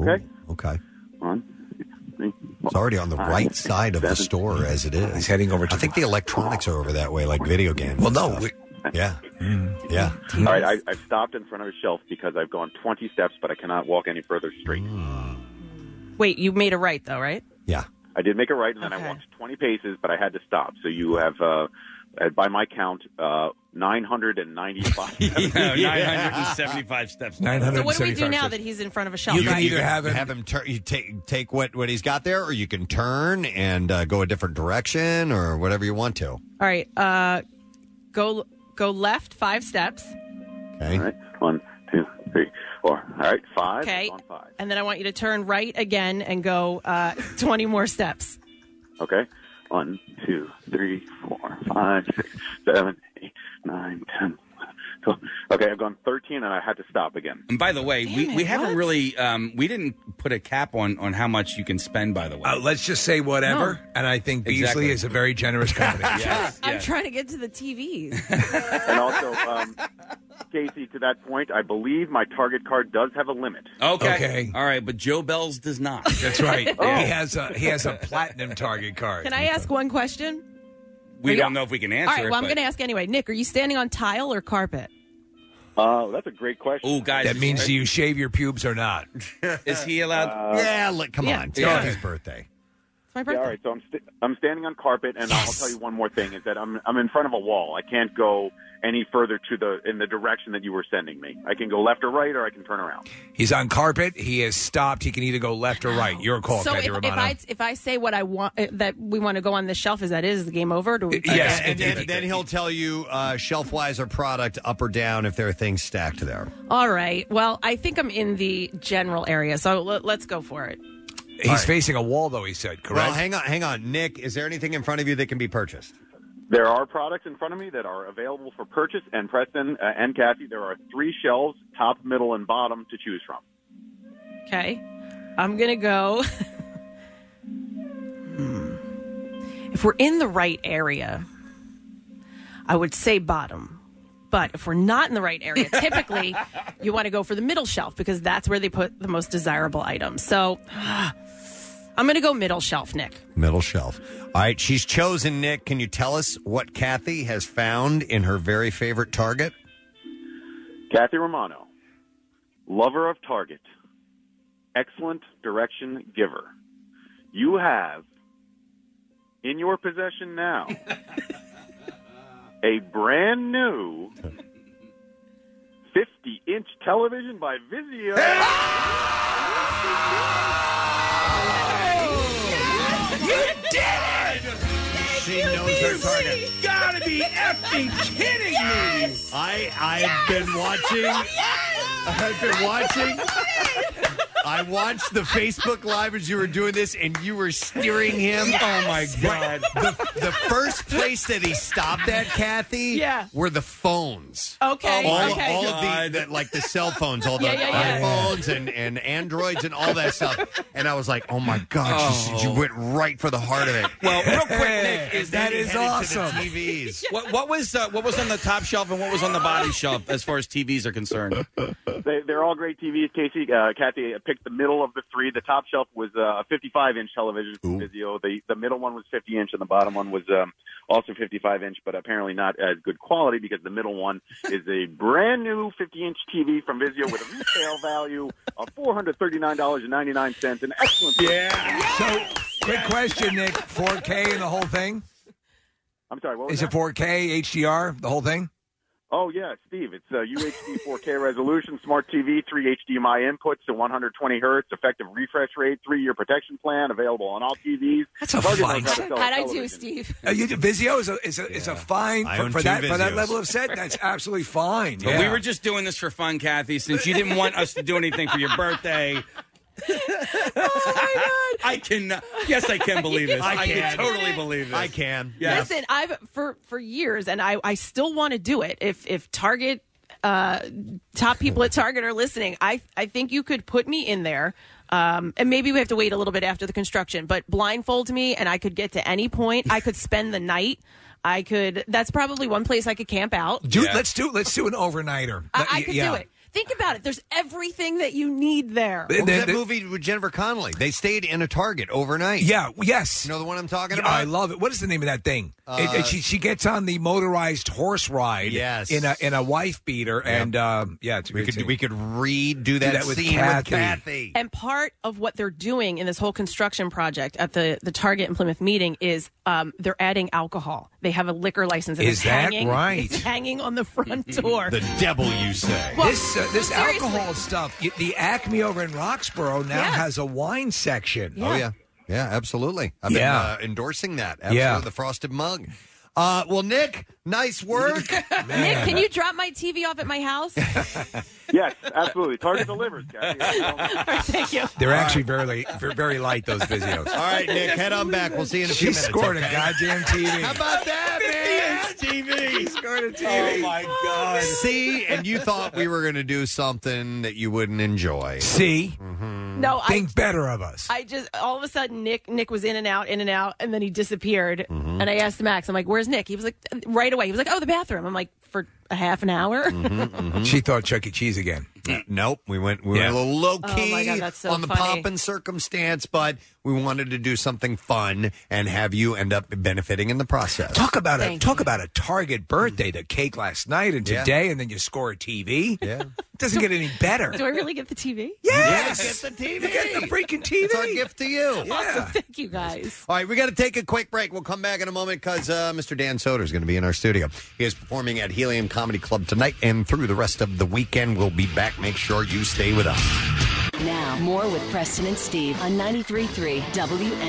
Okay.
okay.
One,
It's already on the right side of the store as it is. He's heading over. To I think the electronics are over that way, like video games. Well, no, we, yeah, Mm-hmm. yeah.
All right, I, I've stopped in front of a shelf because I've gone 20 steps, but I cannot walk any further straight.
Mm.
Wait, you made a right though, right?
I did make a right, and then I walked 20 paces, but I had to stop. So you have, uh, uh, by my count, uh,
(laughs)
995.
(laughs)
No, 975 steps.
So what do we do now that he's in front of a shelf? right?
have him tur- you take take what what he's got there, or you can turn and uh, go a different direction, or whatever you want to.
All right, uh, go go left five steps.
Okay.
All right. One, two, (laughs) three, four. All right. Five.
Okay,
On five.
and then I want you to turn right again and go uh, (laughs) twenty
(laughs)
more steps.
Okay. One, two, three, four, five, six, seven, eight, nine, ten, Okay, I've gone 13 and I had to stop again.
And by the way, we, we haven't really um, we didn't put a cap on on how much you can spend. By the way,
Uh, let's just say whatever.
No.
And I think Beasley
Exactly.
is a
(laughs)
very generous company.
Yes,
I'm trying to get to the TVs.
And also, um, Casey, to that point, I believe my Target card does have a limit.
Okay.
Okay.
All right, but Joe Bell's does not.
That's right.
(laughs)
Yeah.
He has a he has a platinum target card.
Oh. Can I ask one question?
We don't know if we can answer
All right,
it.
well, I'm
but-
going to ask anyway. Nick, are you standing on tile or carpet?
Oh, that's a great question.
Oh, guys,
that means do you shave your pubes or not?
Is he allowed?
Uh,
yeah, look, come
Yeah.
on. It's
Yeah.
Dorothy's birthday.
It's my
Yeah, all right, so I'm st- I'm standing on carpet, and I'll tell you one more thing is that I'm I'm in front of a wall. I can't go any further to the in the direction that you were sending me. I can go left or right, or I can turn around.
He's on carpet. He has stopped. He can either go left or right. Your call,
so
Kathy
if, if
Romano.
I if I say what I want uh, that we want to go on the shelf, is that it? Is the game over? Do we,
yes,
and then, then he'll tell you uh, shelf wise or product up or down if there are things stacked there.
All right. Well, I think I'm in the general area, so l- let's go for it.
He's facing a wall, though. He said, correct.
Well, hang on, hang on, Nick. Is there anything in front of you that can be purchased?
There are products in front of me that are available for purchase, and Preston uh, and Kathy, there are three shelves, top, middle, and bottom, to choose from.
Okay. I'm gonna go. Hmm. If we're in the right area, I would say bottom. But if we're not in the right area, typically you want to go for the middle shelf because that's where they put the most desirable items. So (sighs) I'm going to go middle shelf, Nick.
Middle shelf. All right, she's chosen Nick. Can you tell us what Kathy has found in her very favorite Target?
Kathy Romano, lover of Target, excellent direction giver. You have in your possession now a brand new 50 inch television by Vizio.
You did it!
Oh! She knows her Target.
You gotta be effing kidding me!
I I've been watching. I've been watching. I watched the Facebook Live as you were doing this, and you were steering him. Oh my god! The, the first place that he stopped at, Kathy, yeah. were the phones.
Okay,
all,
okay.
all of the, the like the cell phones, all the
Yeah, yeah, yeah.
iPhones and and androids and all that stuff. And I was like, oh my god, she,
Oh.
you went right for the heart of it.
(laughs) Well, real quick,
(laughs)
Nick, is
That is
headed to the
awesome.
(laughs)
TVs.
What, what was uh, what was on the top shelf and what was on the bottom shelf as far as TVs are
(laughs)
concerned?
They, they're all great TVs. Casey, uh, Kathy picked the middle of the three. The top shelf was uh, a 55 inch television from Vizio. The the middle one was 50 inch, and the bottom one was um, also 55 inch, but apparently not as good quality because the middle one is a brand new 50 inch TV from Vizio with a retail value of 439 dollars and 99 cents. An excellent. Yeah.
Quick question, Nick. 4K and the whole thing.
I'm sorry. What was
Is
that?
it 4K HDR? The whole thing.
Oh yeah, Steve. It's uh, UHD 4K resolution, smart TV, three HDMI inputs to 120 hertz, effective refresh rate, three-year protection plan, available on all TVs. That's
a fine
How'd I do, Steve?
Uh, you, Vizio is a is a, is a fine
I
for,
own
for
two
that for that
Vizios.
level of set. That's absolutely fine.
But we
yeah.
were just doing this for fun, Kathy, since you didn't want us to do anything for your birthday. oh my god! I can. Yes, I (laughs) can believe this.
I
I can,
can.
totally believe this.
I can.
Listen, I've for for years, and I I still want to do it. If if Target uh, top people at Target are listening, I I think you could put me in there. Um, and maybe we have to wait a little bit after the construction, but blindfold me, and I could get to any point. I could spend the night. I could. That's probably one place I could camp out.
Dude, let's do let's do an overnighter.
I,
Let-
I could
yeah.
do it. Think about it. There's everything that you need there.
What was that movie with Jennifer Connelly? They stayed in a Target overnight.
Yeah, yes. You
know the one I'm talking
Yeah,
about?
I love it. What is the name of that thing?
Uh,
It- it- she she gets on the motorized horse ride.
Yes.
in a in a wife beater, and um, yeah, it's a
We
good
could
scene.
we could redo that,
that with
scene
Kathy.
with Kathy.
And part of what they're doing in this whole construction project at the, the Target and Plymouth meeting is um, they're adding alcohol. They have a liquor license. And
Is
it's
that
hanging,
right?
It's (laughs) hanging on the front
Mm-hmm.
door.
The devil, you say.
Well,
this uh,
so
this
seriously.
alcohol stuff. y- The Acme over in Roxborough now
Yeah.
has a wine section.
Oh yeah, yeah, absolutely. I've
Yeah.
been uh, endorsing that. Absolutely.
Yeah.
the frosted mug. Uh, well, Nick, Nice work.
Nick, can you drop my TV off at my
(laughs)
house?
yes, absolutely. Target delivers,
(laughs)
Kathy.
Thank you.
They're actually very, very, very light those Vizios.
All right, Nick, head on back. We'll see you in a
She
few minutes.
scored a goddamn TV.
How about that, man? TV. He
scored a
TV.
Oh, my God.
See, and you thought we were going to do something that you wouldn't enjoy. Mm-hmm.
See?
No, I-
Think better of us.
I just all of a sudden Nick Nick was in and out, in and out, and then he disappeared.
Mhm.
Mm-hmm.
And I asked Max, I'm like, "Where's Nick?" He was like, "Right away." He was like, "Oh, the bathroom." I'm like, "For a half an hour."
Mm-hmm. She thought Chuck E. Cheese again.
Mm-hmm. Nope, we went. We went a little low
Oh,
key
my God, that's so
on the
funny.
pop and circumstance, but we wanted to do something fun and have you end up benefiting in the process.
Talk about a talk about a Target birthday. The cake last night and
Yeah.
today, and then you score a TV.
Yeah, it
doesn't get any better.
(laughs) Do I really get the TV?
Yes!
get the TV.
get the freaking TV.
It's our gift to you.
Awesome. (laughs) Thank you guys.
All right, we got to take a quick break. We'll come back in a moment because uh, Mr. Dan Soder is going to be in our studio. He is performing at Helium Comedy Club tonight and through the rest of the weekend. We'll be back. Make sure you stay with us.
Now, more with Preston and Steve on 93.3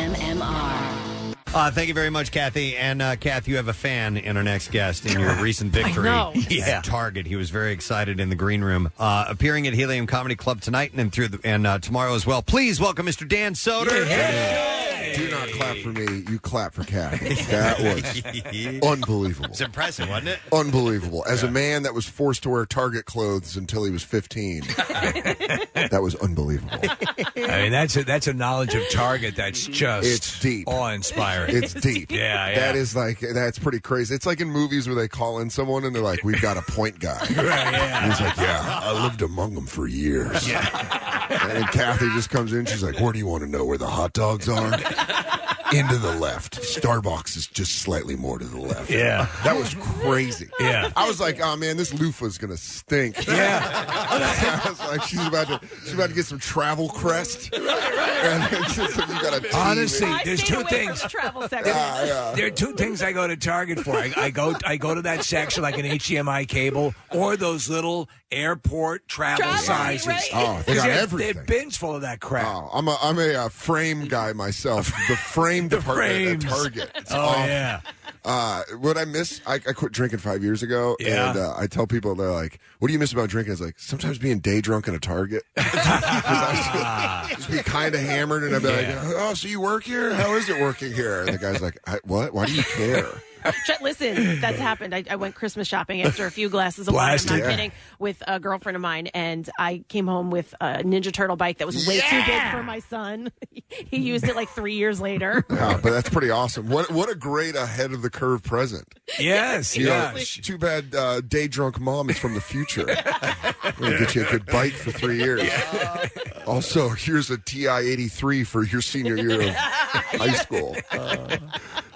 WMMR.
Uh, thank you very much, Kathy. And uh, Kath, you have a fan in our next guest in your recent victory
know.
at Target. He was very excited in the green room, uh, appearing at Helium Comedy Club tonight and then through the, and uh, tomorrow as well. Please welcome Mr. Dan Soder.
Do not clap for me. You clap for Cat. That was unbelievable. It's
impressive, wasn't it?
Unbelievable. As a man that was forced to wear Target clothes until he was 15, that was unbelievable.
I mean, that's a, that's a knowledge of Target that's just
It's deep.
awe inspiring.
It's deep.
Yeah, yeah.
That is like that's pretty crazy. It's like in movies where they call in someone and they're like, "We've got a point guy." And He's like, "Yeah, I lived among them for years." And then Kathy just comes in. She's like, "Where do you want to know where the hot dogs are?" Into the left. Starbucks is just slightly more to the left.
Yeah.
(laughs) That was crazy.
Yeah.
I was like, oh man, this loofah's gonna stink. Yeah. (laughs) I was like, she's about to she's about to get some travel crest. Right, right. (laughs) And it's just like, you got a
Honestly,
TV.
there's two things.
(laughs) Ah, Yeah, yeah.
There are two things I go to Target for. I, I go I go to that section like an HDMI cable or those little airport travel,
Travel,
sizes.
right. Oh, they got
They're-
everything.
They're bins full of that crap.
Oh, I'm a I'm a uh, frame guy myself.
(laughs)
The frame department
frames.
at Target. It's
Oh,
awful.
yeah.
Uh, what I miss, I, I quit drinking five years ago,
Yeah.
and uh, I tell people they're like, "What do you miss about drinking?" It's like sometimes being day drunk in a Target. (laughs) 'Cause
Ah.
I just, just be kind of hammered, and I'd be
Yeah.
like, "Oh, so you work here? How is it working here?" And the guy's like, I, "What? Why do you care?"
Ch- Listen, that's happened. I, I went Christmas shopping after a few glasses of wine. I'm
Blast
not
it.
kidding. With a girlfriend of mine, and I came home with a Ninja Turtle bike that was way too big for my
(laughs)
son. he used it like three years later.
Yeah, but that's pretty awesome. What what a great ahead of the curve present.
Yes,
You know,
yes.
sh- too bad uh, day drunk mom is from the future. We're gonna get you a good bike for three years. Also, here's a TI eighty three for your senior year of high school.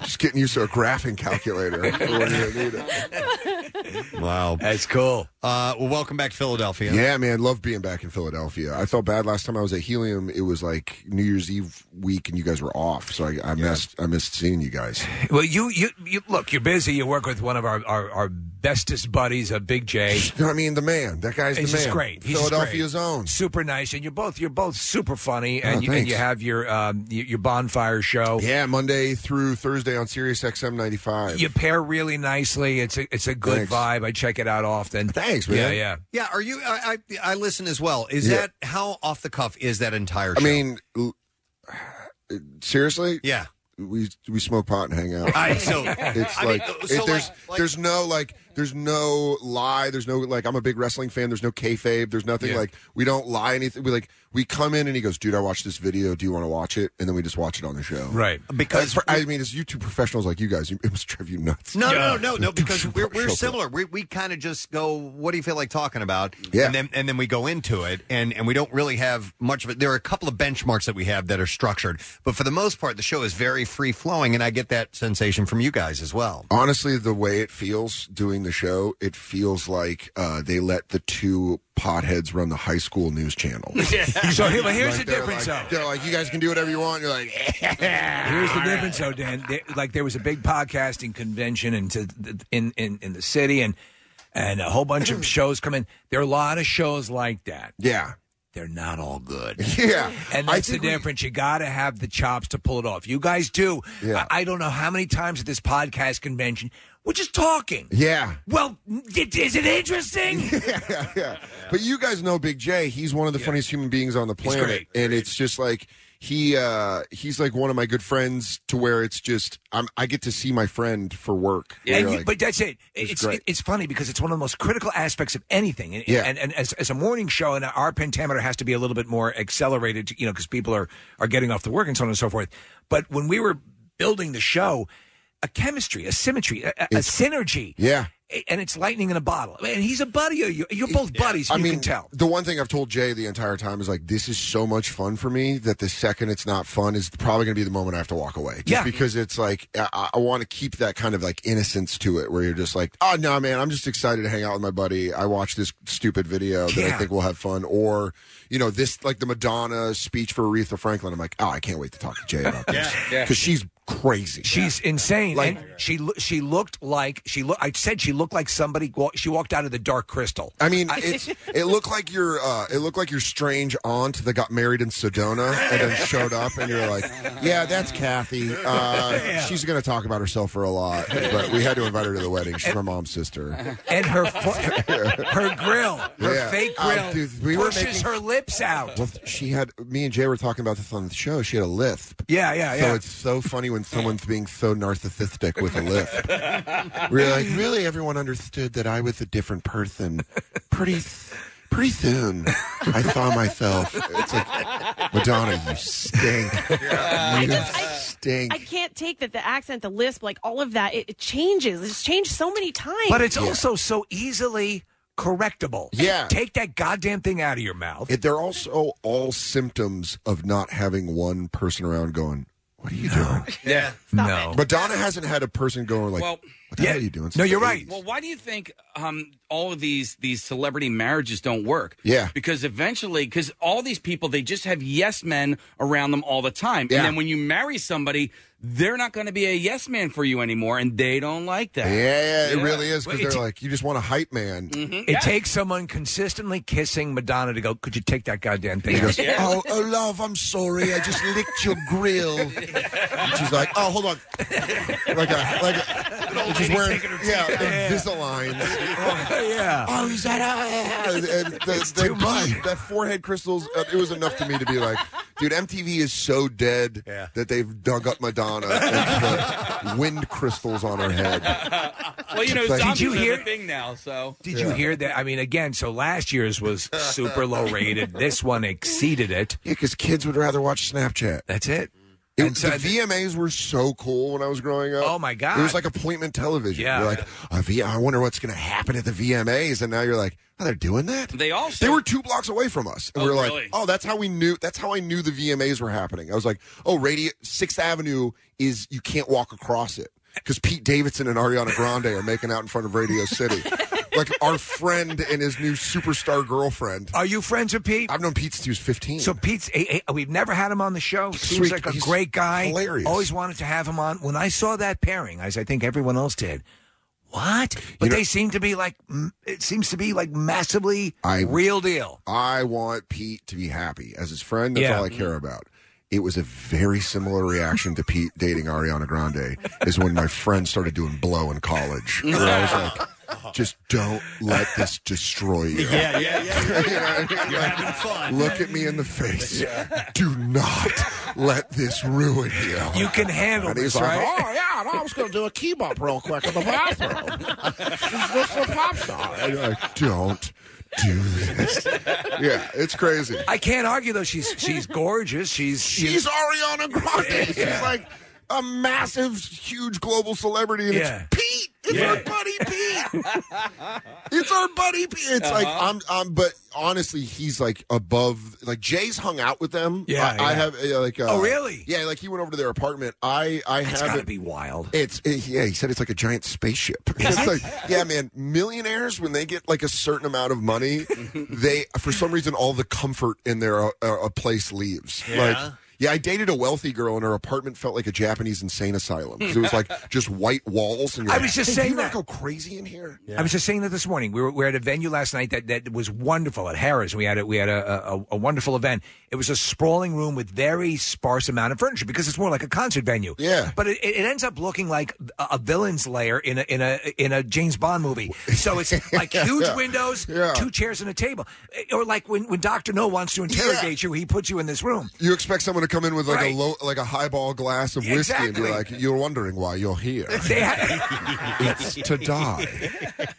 Just getting used to a graphing calculator for when you need it.
Wow,
that's cool.
Uh, well, welcome back to Philadelphia.
Yeah, man, love being back in Philadelphia. I felt bad last time I was at Helium. It was like New Year's Eve week, and you guys were off, so I, I missed I missed seeing you guys.
Well, you, you, you look, you're busy. You work with one of our, our, our bestest buddies, a Big J.
I mean, the man. That guy's the
He's Just
man.
great. He's
Philadelphia's
just great. own. Super nice, and you're both you're both super funny, and,
Oh,
you, and
thanks.
you have your um, y- your bonfire show.
Yeah, Monday through Thursday on Sirius XM ninety five.
You pair really nicely. It's a it's a good
Thanks.
vibe. I check it out often.
Thanks,
Yeah,
man.
yeah.
Yeah, are you? I I, I listen as well. Is
Yeah.
that how off the cuff is that entire?
I
show?
mean, l- seriously?
Yeah.
We we smoke pot and
(laughs)
hang out.
I- so-
it's
I mean,
like
so
it- there's
like- like-
there's no like there's no lie. There's no like I'm a big wrestling fan. There's no kayfabe. There's nothing like we don't lie anything. We like we come in and he goes, dude, I watched this video. Do you want to watch it? And then we just watch it on the show.
Right.
Because Uh, I mean, as YouTube professionals like you guys, you- it must drive you nuts.
No, no, no, no, no,
(laughs)
because we're, we're
Show up.
similar. We, we kind of just go, what do you feel like talking about?
Yeah.
And then, and then we go into it, and, and we don't really have much of it. There are a couple of benchmarks that we have that are structured, but for the most part, the show is very free flowing, and I get that sensation from you guys as well.
Honestly, the way it feels doing the show, it feels like uh, they let the two potheads run the high school news
(laughs)
channel. (laughs)
So here- but here's
Like,
the
they're
difference,
like-
though.
They're like, you guys can do whatever you want. You're like, (laughs)
Here's the difference, though, Dan. There- like there was a big podcasting convention in to, in, in in the city, and and a whole bunch
(clears throat)
of shows come in. There are a lot of shows like that.
Yeah.
They're not all good.
Yeah.
And
I
that's the
think we-
difference. You got to have the chops to pull it off. You guys do.
Yeah.
I, I don't know how many times at this podcast convention We're just talking.
Yeah.
Well, it, is it interesting?
(laughs) yeah, yeah. But you guys know Big J. He's one of the funniest human beings on the planet,
great,
and it's just like he uh he's like one of my good friends to where it's just I'm, I get to see my friend for work. Where
And
you're
you,
like,
but that's it.
it's
It's
great.
it's funny because it's one of the most critical aspects of anything. And,
Yeah.
and, and as, as a morning show, and our pentameter has to be a little bit more accelerated, you know, because people are are getting off to work and so on and so forth. But when we were building the show, a chemistry, a symmetry, a, a- a synergy,
yeah.
and it's lightning in a bottle. And he's a buddy. Of you. You're both buddies.
I
you
mean,
can tell.
the one thing I've told Jay the entire time is like, this is so much fun for me that the second it's not fun is probably going to be the moment I have to walk away. Just
Yeah.
because it's like I, I want to keep that kind of like innocence to it, where you're just like, oh no, man, I'm just excited to hang out with my buddy. I watched this stupid video that I
Yeah.
think will have fun, or you know, this like the Madonna speech for Aretha Franklin. I'm like, oh, I can't wait to talk to Jay about this
(laughs) Yeah.
because she's crazy.
She's insane. and she lo- she looked like she look. I said she looked like somebody. wa- She walked out of the Dark Crystal.
I mean,
(laughs)
it's, it looked like your uh, it looked like your strange aunt that got married in Sedona and then showed up, and you're like, "Yeah, that's Kathy. Uh, She's going to talk about herself for a lot." But we had to invite her to the wedding. She's my mom's sister.
and
(laughs)
her fo- her grill, her
Yeah.
fake
Uh,
grill,
dude, we were
pushes
making-
her lips out.
Well, she had me and Jay were talking about this on the show. She had a lisp.
Yeah, yeah,
So
yeah.
it's so funny when someone's being so narcissistic with a lisp. We're like, (laughs) really, everyone understood that I was a different person. Pretty, pretty soon, I saw myself. It's like, Madonna, you stink. You stink.
I can't take that the accent, the lisp, like all of that. It, it changes. It's changed so many times.
But it's also so easily correctable.
Yeah.
take that goddamn thing out of your mouth.
It, they're also all symptoms of not having one person around going, "What are you doing?"
Yeah.
no. Madonna hasn't had a person going like,
Well,
"What the hell are you doing?" Since the 80s.
Well, why do you think um, all of these these celebrity marriages don't work?
Yeah.
because eventually, because all these people they just have yes men around them all the time,
Yeah.
and then when you marry somebody, they're not going to be a yes man for you anymore, and they don't like that.
Yeah, yeah, it really is because they're like, you just want a hype man.
It takes someone consistently kissing Madonna to go. Could you take that goddamn thing?
He
out?"
goes, oh, oh, love, I'm sorry. I just licked your grill. And she's like, oh, hold on. Like a, like a, she's wearing, yeah, Invisalign.
yeah.
Oh, is that a, and the, the bead, (laughs) That forehead crystals, uh, it was enough to me to be like, dude, MTV is so dead that they've dug up Madonna and put wind crystals on her head.
well, you know,
Did
zombies
you
are
hear-
the thing now. So
Did you hear that? I mean, again, so last year's was super low rated. This one exceeded it.
Yeah, because kids would rather watch Snapchat.
That's it.
It-
And so-
the VMAs were so cool when I was growing up. Oh my
God.
It was like appointment television.
Yeah.
You're like, "A V- I wonder what's going to happen at the VMAs, and now you're like, oh, they're doing that.
They also
They were two blocks away from us, and
Oh,
we were like,
really?
oh, that's how we knew. That's how I knew the VMAs were happening. I was like, oh, Radio Sixth Avenue is you can't walk across it because Pete Davidson and Ariana Grande are making out in front of Radio City. Like our friend and his new superstar girlfriend.
Are you friends with Pete?
I've known Pete since he was 15.
So Pete's, eh, eh, we've never had him on the show. Seems
Sweet.
like a
He's
great guy.
hilarious.
Always wanted to have him on. When I saw that pairing, as I think everyone else did, what? But they seem to be like, mm, it seems to be like massively real deal.
I want Pete to be happy as his friend. That's
Yeah.
all
(laughs)
I care about. It was a very similar reaction to Pete dating Ariana Grande is when my friend started doing blow in (laughs) college. Where I was like, just don't let this destroy (laughs) you.
Yeah, yeah, yeah.
You're having fun. Look at me in the face. Do not let this ruin you.
You can handle
And he's
this,
like,
right?
"Oh, yeah, no, I was going to do a key bump real quick in the bathroom. this is a pop star. And you're like, don't do this. Yeah, it's crazy.
I can't argue though. She's she's gorgeous. She's
She's Ariana (laughs) Grande. She's
Yeah.
like a massive, huge global celebrity, and
Yeah.
it's Pete. It's our buddy Pete.
(laughs)
it's our buddy Pete. It's like
Uh-huh.
I'm, I'm, but honestly, he's like above. Like Jay's hung out with them.
Yeah,
I, I
yeah.
have uh, like. Uh,
Oh, really?
Yeah, like he went over to their apartment. I, I
That's
haven't.
gotta be wild.
It's it- yeah. He said it's like a giant spaceship. (laughs) It's like yeah, man. Millionaires when they get like a certain amount
(laughs)
of money, they for some reason all the comfort in their uh, uh, place leaves.
Yeah.
Like Yeah, I dated a wealthy girl, and her apartment felt like a Japanese insane asylum 'cause it was
(laughs)
like just white walls. And you're
I
like,
was just
"Hey, do
saying
you not
that.
Go crazy in here.
I was just saying that this morning. We were, we were at a venue last night that, that was wonderful at Harris. We had a, we had a, a, a wonderful event. It was a sprawling room with very sparse amount of furniture because it's more like a concert venue.
Yeah.
but it, it ends up looking like a, a villain's lair in a in a in a James Bond movie. So it's like huge
(laughs) Yeah.
windows,
Yeah.
two chairs and a table, Eh, or like when when Doctor No wants to interrogate you, he puts you in this room.
You expect someone to come in with like
Right.
a low, like a highball glass of
Yeah,
whiskey
exactly.
and be like, "You're wondering why you're here.
(laughs) They ha-
(laughs) it's to die."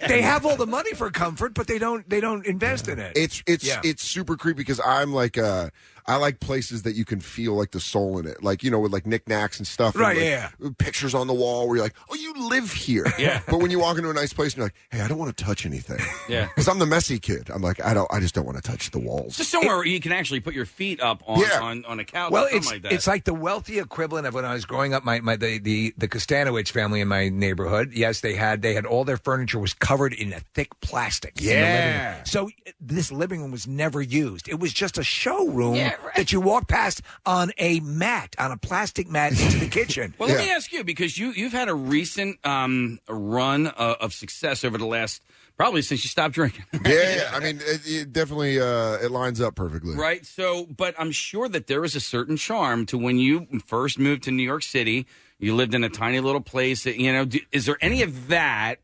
They have all the money for comfort, but they don't they don't invest in it.
It's it's
Yeah.
it's super creepy because I'm like uh I like places that you can feel like the soul in it, like you know with like knickknacks and stuff, and,
Right,
like,
yeah,
Pictures on the wall where you're like, oh, you live here.
(laughs) Yeah.
But when you walk into a nice place and you're like, hey, I don't want to touch
(laughs)
anything.
Yeah.
Because I'm the messy kid. I'm like, I don't. I just don't want to touch the walls.
Just somewhere where you can actually put your feet up on on, on a couch
Well,
or something
it's
like that.
it's like the wealthy equivalent of when I was growing up. My, my the, the the Kostanowicz family in my neighborhood. Yes, they had they had all their furniture was covered in a thick plastic. in the living
Yeah.
room. So uh, this living room was never used. It was just a showroom
Yeah, right.
that you walked past on a mat, on a plastic mat into the kitchen.
(laughs) Well, let me ask you because you you've had a recent um, run uh, of success over the last probably since you stopped drinking,
(laughs)
(laughs)
yeah, yeah. I mean, it, it definitely uh, it lines up perfectly.
right? So, but I'm sure that there was a certain charm to when you first moved to New York City. You lived in a tiny little place. That, you know, do, is there any of that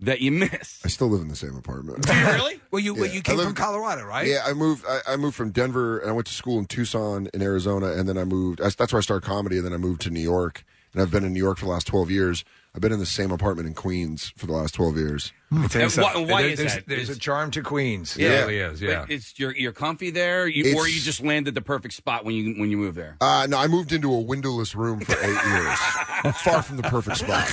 that you miss?
I still live in the same apartment.
really?
Well, you well,
Yeah.
you
I
came
live-
from Colorado, right?
Yeah, I moved. I, I moved from Denver, and I went to school in Tucson, in Arizona, and then I moved. I, that's where I started comedy, and then I moved to New York, and I've been in New York for the last twelve years. I've been in the same apartment in Queens for the last twelve years.
Let me Hmm. tell you
And why-
something.
why
There-
is
there's,
that?
There's
Is-
a charm to Queens. There really is. Yeah.
But It's you're you're comfy there, you, or
It's-
you just landed the perfect spot when you when you move there.
Uh, no, I moved into a windowless room for
(laughs)
eight years, far from the perfect spot.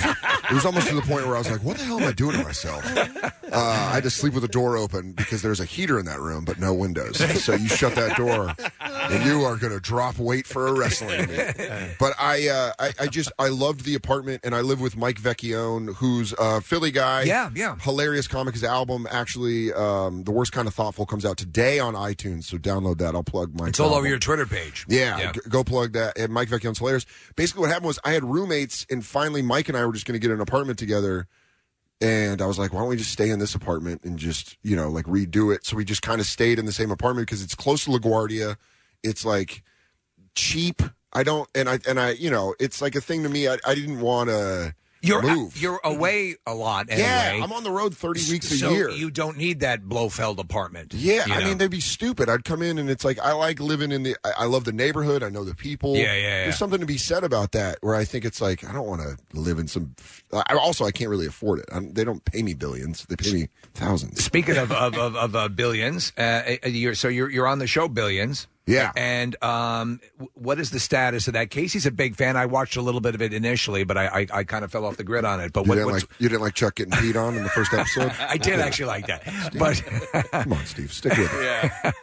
It was almost to the point where I was like, "What the hell am I doing to myself?" Uh, I had to sleep with the door open because there's a heater in that room, but no windows. So you shut that door, and you are going to drop weight for a wrestling meet. But I, uh, I, I just I loved the apartment, and I live with Mike Vecchione, who's a Philly guy.
Yeah, yeah.
Hilarious comic. His album actually, um, the worst kind of thoughtful, comes out today on iTunes. So download that. I'll plug my.
it's all over
album.
your Twitter page.
Yeah, g- go plug that. And Mike Vecchione's hilarious. Basically, what happened was I had roommates, and finally Mike and I were just going to get an apartment together. And I was like, why don't we just stay in this apartment and just you know like redo it? So we just kind of stayed in the same apartment because it's close to LaGuardia. It's like cheap. I don't and I and I you know it's like a thing to me. I, I didn't want to
You're
move.
you're away a lot. Anyway.
Yeah, I'm on the road 30 weeks a
so
year.
You don't need that Blofeld apartment.
Yeah,
you
I
know?
mean, they'd be stupid. I'd come in and it's like I like living in the. I, I love the neighborhood. I know the people.
Yeah, yeah, yeah.
There's something to be said about that. Where I think it's like I don't want to live in some. I, also, I can't really afford it. I'm, they don't pay me billions. They pay me thousands.
Speaking of of, of, of uh, billions, uh, uh, you're, so you're you're on the show Billions.
Yeah.
And um, w- what is the status of that? Casey's a big fan. I watched a little bit of it initially, but I I, I kind of fell off the grid on it. But
you
what,
didn't
what's
like you didn't like Chuck getting peed on in the first episode.
(laughs) I did actually like that, but
come on, Steve, stick with
(laughs)
it.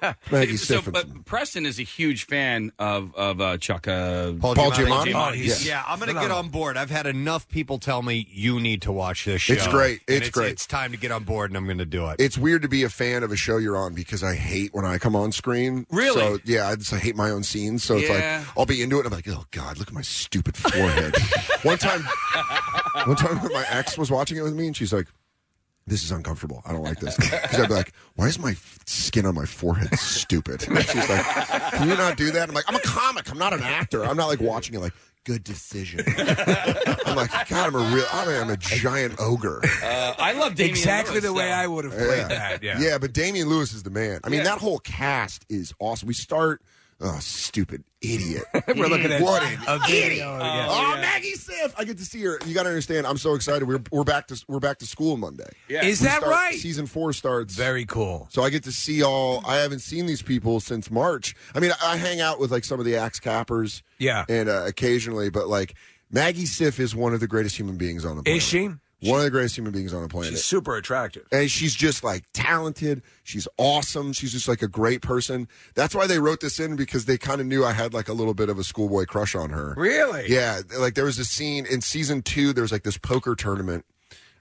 Yeah.
Maggie
so,
Stiffenson.
but Preston is a huge fan of of uh, Chuck. Uh,
Oh,
Giamatti.
he's-
Yeah, I'm going to get
phenomenal.
on board. I've had enough people tell me you need to watch this show.
It's great.
And
It's great.
It's time to get on board, and I'm going to do it.
It's weird to be a fan of a show you're on because I hate when I come on screen.
Really?
So yeah, I just hate my own scenes. So it's
Yeah.
like I'll be into it. and I'm like, oh god, look at my stupid
(laughs)
forehead. one time, one time my ex was watching it with me, and she's like. This is uncomfortable. I don't like this. Because I'd be like, why is my f- skin on my forehead stupid? And she's like, (laughs) can you not do that? I'm like, I'm a comic. I'm not an actor. I'm not like watching it like, good decision. I'm like, God, I'm a real, I am a giant ogre.
Uh, I love Damian
Exactly
Lewis,
the way
though.
I would have played that. Yeah.
but Damian Lewis is the man. I mean, that whole cast is awesome. We start, oh, stupid idiot.
(laughs) We're looking at
what an
a video,
idiot.
Uh,
yeah.
Oh,
Oh, yeah.
Maggie Siff, I get to see her. You got to understand, I'm so excited. We're we're back to we're back to school Monday.
Yeah. Is that
start-
right?
Season four starts.
Very cool.
So I get to see all. I haven't seen these people since March. I mean, I, I hang out with like some of the Axe Cappers.
Yeah.
and uh, occasionally, but like Maggie Siff is one of the greatest human beings on the planet.
Is she?
One of the greatest human beings on the planet.
She's super attractive.
And she's just like talented. She's awesome. She's just like a great person. That's why they wrote this in because they kind of knew I had like a little bit of a schoolboy crush on her.
Really?
Yeah. Like there was a scene in season two, there was like this poker tournament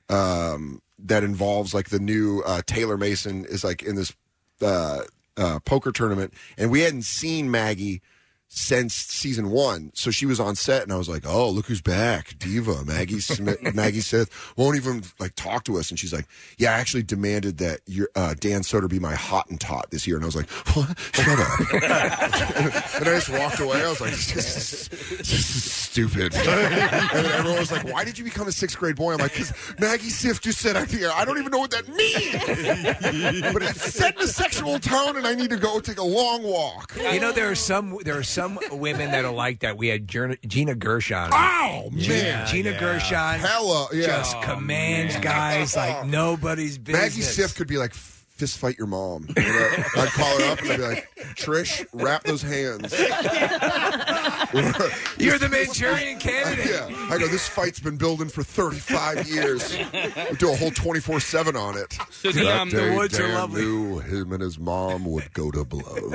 um, that involves like the new uh, Taylor Mason is like in this uh, uh, poker tournament. And we hadn't seen Maggie since season one. So she was on set, and I was like, "Oh, look who's back, Diva Maggie Smith, Maggie Smith won't even like talk to us." And she's like, "Yeah, I actually demanded that your uh, Dan Soder be my hot and tot this year," and I was like, "What? Shut up!" (laughs) and I just walked away. I was like, "This is, (laughs) this is
(laughs)
stupid." and then everyone was like, "Why did you become a sixth grade boy?" I'm like, "Cause Maggie Smith just said I'm here. I don't even know what that
(laughs)
means, but it's set in a sexual tone, and I need to go take a long walk."
You know, there are some there are some women that are like that. We had Gina, Gina Gershon.
Oh man,
Gina Gershon.
hella, yeah. Oh,
just commands guys like nobody's business.
Maggie Siff could be like, fist fight your mom. And I- I'd call her up and I'd be like, Trish, wrap those hands.
You're the Manchurian candidate.
yeah. I go, this fight's been building for 35 years. We do a whole 24 7 on it.
So the,
That
um,
day,
the woods are
Dan
lovely.
knew him and his mom would go to (laughs) blows.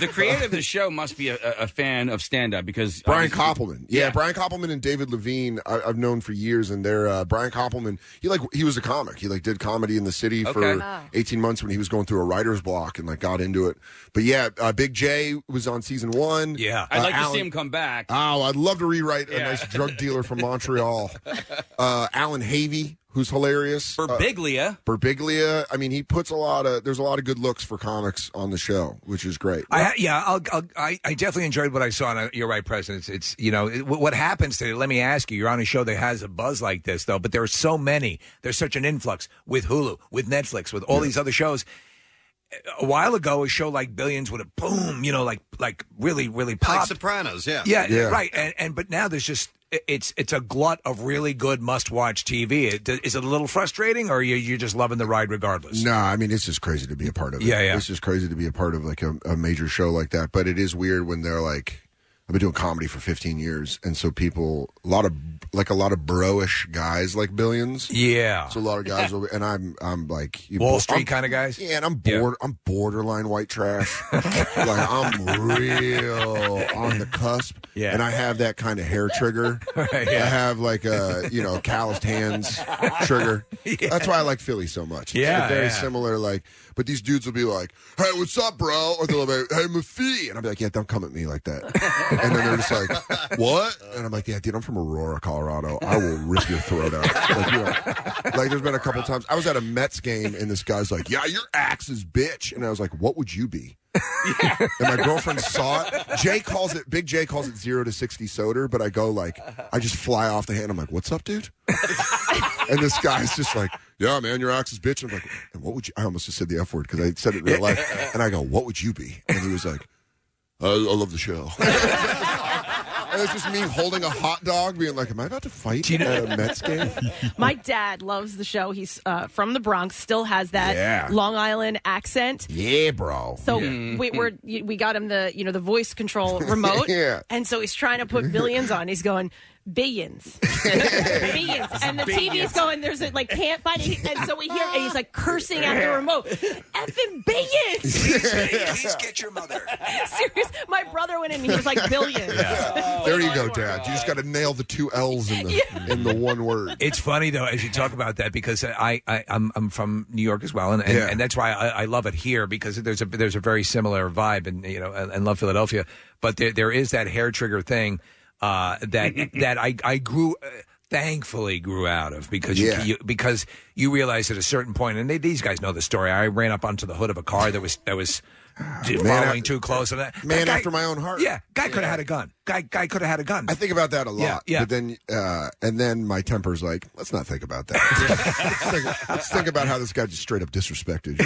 the creator of the show must be a, a a fan of stand up because
Brian
obviously-
Koppelman. Yeah, Brian Koppelman and David Levine, I, I've known for years, and they're uh, Brian Koppelman. He like he was a comic. He like did comedy in the city
Okay.
for
Wow.
eighteen months when he was going through a writer's block and like got into it. But yeah, uh, Big J was on season one.
Yeah. I'd like
Uh,
to see
Alan-
him come back.
Oh, I'd love to rewrite a
Yeah.
nice
(laughs)
drug dealer from Montreal. Uh, Alan Havey, who's hilarious.
Berbiglia.
Uh, Berbiglia. I mean, he puts a lot of. There's a lot of good looks for comics on the show, which is great.
I, yeah, I'll, I'll, I, I definitely enjoyed what I saw. And I- you're right, President. It's, it's you know it, what what happens today. Let me ask you. You're on a show that has a buzz like this, though. But there are so many. There's such an influx with Hulu, with Netflix, with all these other shows. A while ago, a show like Billions would have boom, you know, like like really really
Like
popped.
Sopranos, yeah.
yeah, right. And, and but now there's just it- it's it's a glut of really good must watch TV. It, is it a little frustrating, or you you're just loving the ride regardless?
No, I mean it's just crazy to be a part of it.
Yeah, yeah.
It's just crazy to be a part of like a, a major show like that. But it is weird when they're like, I've been doing comedy for 15 years, and so people, a lot of like a lot of bro-ish guys like billions.
Yeah.
so a lot of guys, will, and I'm I'm like you-
Wall
I'm-
Street kind of guys.
Yeah, and I'm bored. I'm borderline white trash. like I'm real on the cusp.
Yeah.
and I have that kind of hair trigger. I have like a you know calloused hands trigger. That's why I like Philly so much.
Yeah,
They're very
yeah.
similar. Like, but these dudes will be like, "Hey, what's up, bro?" Or they'll be, like, "Hey, Mafi," and I'll be like, "Yeah, don't come at me like that." and then they're just like, "What?" And I'm like, "Yeah, dude, I'm from Aurora, Colorado. I will rip your throat out." Like, you know, like there's been a couple times I was at a Mets game and this guy's like, "Yeah, your axe is bitch," and I was like, "What would you be?" and my girlfriend saw it. Jay calls it Big Jay calls it zero to sixty soda, but I go like I just fly off the hand. I'm like, "What's up, dude?" and this guy's just like, "Yeah, man, your axe is bitch." I'm like, "And what would you?" I almost just said the f word because I said it in
(laughs)
real life. And I go, "What would you be?" And he was like, "I, I love the show." and it's just me holding a hot dog, being like, "Am I about to fight at a Mets
(laughs)
game?"
My dad loves the show. He's uh, from the Bronx, still has that
Yeah.
Long Island accent.
yeah, bro.
So
Mm-hmm.
we we're, we got him the you know the voice
(laughs)
control remote,
Yeah.
and so he's trying to
(laughs)
put billions on. He's going billions, billions, and the TV's going. There's a, like can't find it, and so we hear and he's like cursing at the
(laughs)
remote, effing billions.
Please get your mother.
(laughs) Serious, my brother went in. and He was like billions.
there
Oh,
you go, Dad. You just got to nail the two L's in the in the one word.
It's funny though as you talk about that because I, I I'm I'm from New York as well, and and,
Yeah.
and that's why I, I love it here because there's a there's a very similar vibe, and you know, and, and love Philadelphia, but there there is that hair trigger thing uh,
(laughs)
that that I I grew. Uh, Thankfully, grew out of because you,
Yeah.
you because you realize at a certain point, and they, these guys know the story. I ran up onto the hood of a car that was that was following
Ah, I-
too close, and that
Man
that guy-
after my own heart.
Yeah, guy could have had a gun. Guy guy could have had a gun.
I think about that a lot.
Yeah, yeah.
But then, uh, and then my temper's like, let's not think about that. (laughs) let's, think, let's think about how this guy just straight up disrespected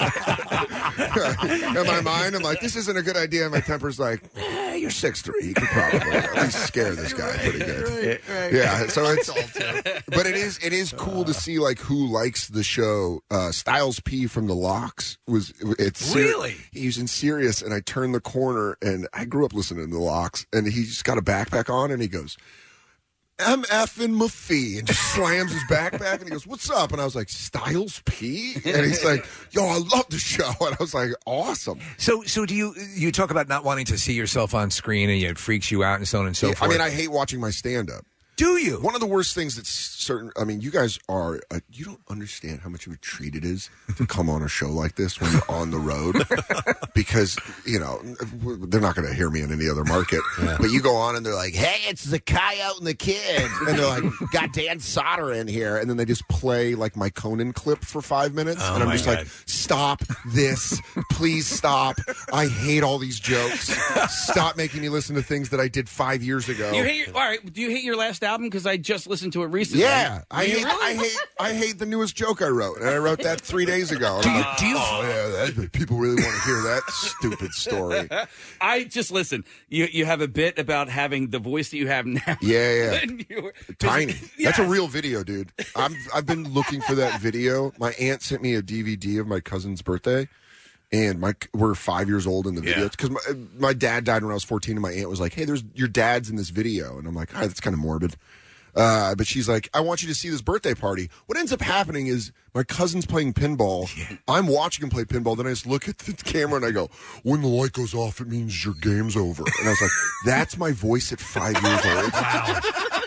you. (laughs) in my mind, I'm like, this isn't a good idea. And my temper's like, eh, you're six three. You could probably at least scare this guy pretty good. (laughs) Yeah. So it's
(laughs)
but it is it is cool to see like who likes the show. Uh, Styles P from The Locks was it's ser-
Really?
he was in Sirius, and I turned the corner, and I grew up listening to The Locks, and he just got a backpack on, and he goes. I'm effing Maffee and just slams his backpack and he goes, What's up? And I was like, Styles P? And he's like, Yo, I love the show. (laughs) And I was like, Awesome.
So, so do you? You talk about not wanting to see yourself on screen, and it freaks you out, and so on and so
Yeah,
forth.
I mean, I hate watching my stand up.
Do you?
One of the worst things that's certain. I mean, you guys are. Uh, you don't understand how much of a treat it is to come on a show like this when you're on the road, because you know they're not going to hear me in any other market. But you go on and they're like, "Hey, it's the coyote and the kid,"
(laughs)
and they're like, "Got Dan Soder in here," and then they just play like my Conan clip for five minutes,
Oh,
and I'm
my
just like,
God.
"Stop this! Please stop! I hate all these jokes. Stop making me listen to things that I did five years ago."
You hate your, all right? Do you hate your last album? Because I just listened to it recently.
Yeah,
Do
I
you
hate, I
really?
hate I hate the newest joke I wrote, and I wrote that three days ago. Do you, do you, oh yeah, that, people really want to hear that stupid story.
(laughs) I just listen. You you have a bit about having the voice that you have now. (laughs)
Yeah,
And you were-
yeah, (laughs) tiny. That's a real video, dude. I'm I've been looking for that video. My aunt sent me a DVD of my cousin's birthday. And my we're five years old in the video because my, my dad died when I was fourteen, and my aunt was like, "Hey, there's your dad's in this video," and I'm like, "Hi, that's kind of morbid." Uh, but she's like, I want you to see this birthday party. What ends up happening is my cousin's playing pinball. I'm watching him play pinball. Then I just look at the camera and I go, When the light goes off, it means your game's over. And I was like, That's my voice at five years old. Wow.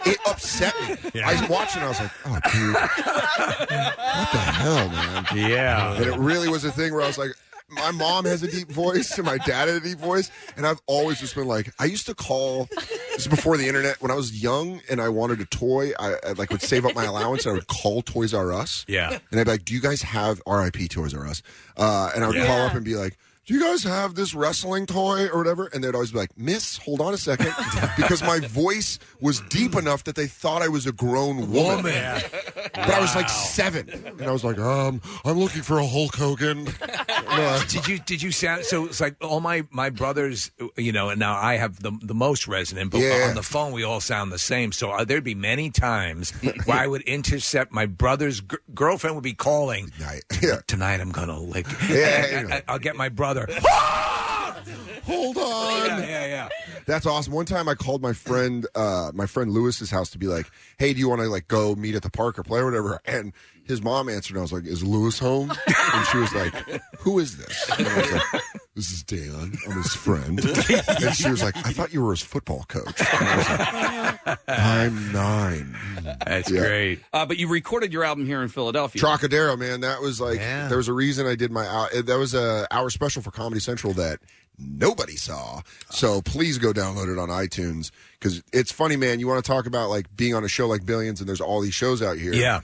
It upset me. I was watching. I was like, Oh, dude, what the hell, man?
(laughs) Yeah.
And it really was a thing where I was like, my mom has a deep voice and my dad had a deep voice. And I've always just been like, I used to call, this is before the internet, when I was young and I wanted a toy, I, I like would save up my allowance. I would call Toys R Us.
Yeah.
And I'd be like, do you guys have RIP Toys R Us? Uh, and I would
Yeah.
call up and be like, do you guys have this wrestling toy or whatever? And they'd always be like, Miss, hold on
(laughs)
a second. Because my voice was deep enough that they thought I was a grown (laughs) woman.
Woman. Yeah.
But I was like seven. And I was like, um, I'm looking for a Hulk Hogan.
(laughs) did you did you sound so it's like all my my brothers you know and now i have the the most resonant but
Yeah.
on the phone we all sound the same so uh, there'd be many times where i would intercept my brother's gr- girlfriend would be calling
(laughs)
tonight i'm gonna lick
Yeah,
And
you know.
I, will get my
(laughs)
brother
Hold on.
yeah yeah, yeah.
(laughs) That's awesome. One time I called my friend, uh, my friend Lewis's house to be like, "Hey, do you want to like go meet at the park or play or whatever?" And his mom answered, and I was like, "Is Lewis (laughs) home?" And she was like, "Who is this?" And I was like, "This is Dan. I'm his (laughs) friend." And she was like, "I thought you were his football coach." And I was like, "I'm nine.
That's
great.
Uh, but you recorded your album here in Philadelphia.
Trocadero, man. That was like there was a reason I did my hour. That was a hour special for Comedy Central that nobody saw. So please go download it on iTunes because it's funny, man. You want to talk about like being on a show like Billions, and there's all these shows out here.
Yeah.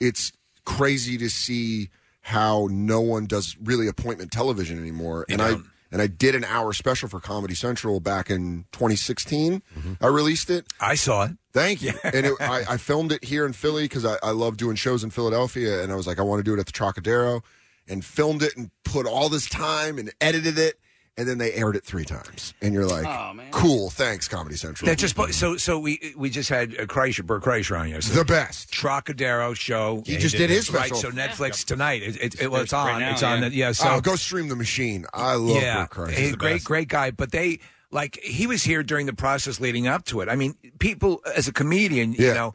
it's crazy to see how no one does really appointment television anymore. and I and I did an hour special for Comedy Central back in 2016. I released it.
I saw it.
Thank you. and it, I, I filmed it here in Philly because I, I love doing shows in Philadelphia, and I was like, I want to do it at the Trocadero, and filmed it and put all this time and edited it, and then they aired it three times, and you're like, cool, thanks, Comedy Central.
that just bu- so so we we just had uh, Kreischer, Bert Kreischer on yesterday.
The best
Trocadero show.
He just did his
right. So
special.
Netflix tonight. It, it, it, well, it's
Right
on.
now,
it's on.
yeah.
The, yeah. So
Oh, go
(laughs)
stream the machine. I love
yeah,
Bert Kreischer.
he's
He's
a
the
great
best.
great guy. But they like he was here during the process leading up to it. I mean, people as a comedian, you know.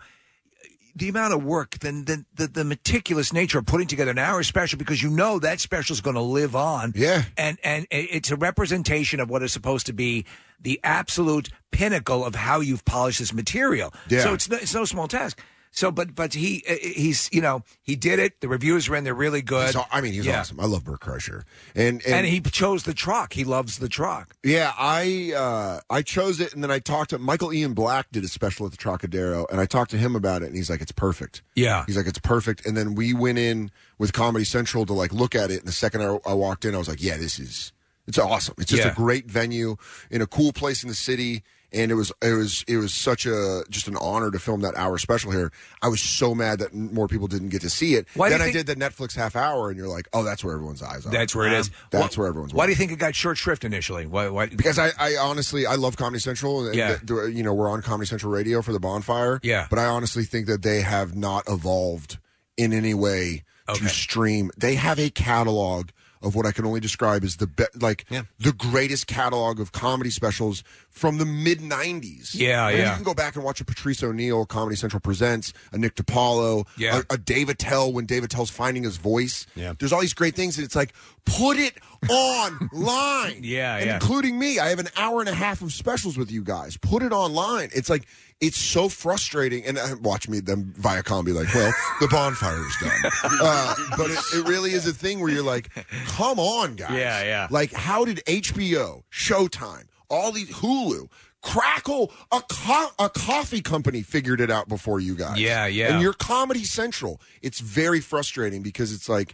The amount of work, then the, the the meticulous nature of putting together an hour special because you know that special is going to live on. Yeah, and and it- it's a representation of what is supposed to be the absolute pinnacle of how you've polished this material.
Yeah.
So it's no, it's no small task. So, but but he he's you know he did it. The reviews were in; they're really good.
He's aw- I mean, he's
Yeah.
awesome. I love Bert Kreischer, and and,
and he chose the truck. He loves the truck.
Yeah, I uh, I chose it, and then I talked to Michael Ian Black did a special at the Trocadero, and I talked to him about it, and he's like, "It's perfect."
Yeah.
he's like, "It's perfect." And then we went in with Comedy Central to like look at it, and the second I, I walked in, I was like, "Yeah, this is it's awesome. It's just
Yeah.
a great venue in a cool place in the city." And it was it was it was such a just an honor to film that hour special here. I was so mad that n- more people didn't get to see it.
Why do
then
you
I
think-
did the Netflix half hour, and you're like, oh, that's where everyone's eyes are.
That's where it is.
That's
Why-
where everyone's.
Why do you think it got short shrift initially? Why? why
Because I, I honestly, I love Comedy Central. And
Yeah.
th- th- you know, we're on Comedy Central Radio for the bonfire.
Yeah.
But I honestly think that they have not evolved in any way to stream. They have a catalog of what I can only describe as the be- like the greatest catalog of comedy specials from the mid '90s.
Yeah,
I mean,
yeah.
You can go back and watch a Patrice O'Neill Comedy Central presents, a Nick DiPaolo,
Yeah.
a, a Dave Attell when Dave Attell's finding his voice. Yeah. There's all these great things, and it's like put it online.
Yeah, (laughs)
And
yeah.
including me. I have an hour and a half of specials with you guys. Put it online. It's like It's so frustrating. And uh, watch me, them Viacom be like, well, the bonfire is done. Uh, but it, it really is a thing where you're like, come on, guys.
Yeah, yeah.
Like, how did HBO, Showtime, all these, Hulu, Crackle, a, co- a coffee company figured it out before you guys.
Yeah, yeah.
And you're Comedy Central. It's very frustrating because it's like,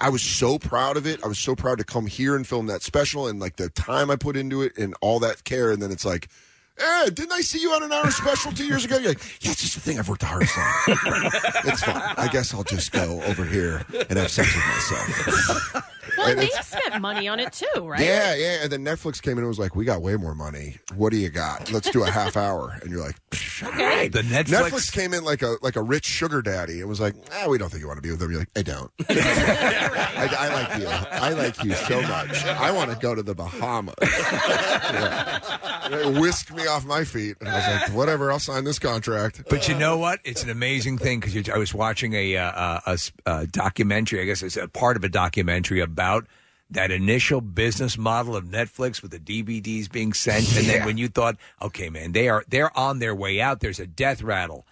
I was so proud of it. I was so proud to come here and film that special and like the time I put into it and all that care. And then it's like, eh, didn't I see you on an hour special two years ago? You're like, yeah, it's just the thing I've worked the hardest on. it's fine. I guess I'll just go over here and have sex with myself.
Well,
And
they
it's-
spent money on it too, right?
Yeah, yeah. And then Netflix came in and was like, we got way more money. What do you got? Let's do a half hour. And you're like, "Psh, all right.
The Netflix-
came in like a like a rich sugar daddy and was like, ah, we don't think you want to be with them. You're like, I don't. I, I like you. I like you so much. I want to go to the Bahamas. (laughs) Yeah. They whisked me off my feet. And I was like, whatever, I'll sign this contract.
But you know what? It's an amazing thing because I was watching a, uh, uh, a s- uh documentary. I guess it's a part of a documentary about that initial business model of Netflix with the DVDs being sent, and then when you thought, okay, man, they are they're on their way out. There's a death rattle.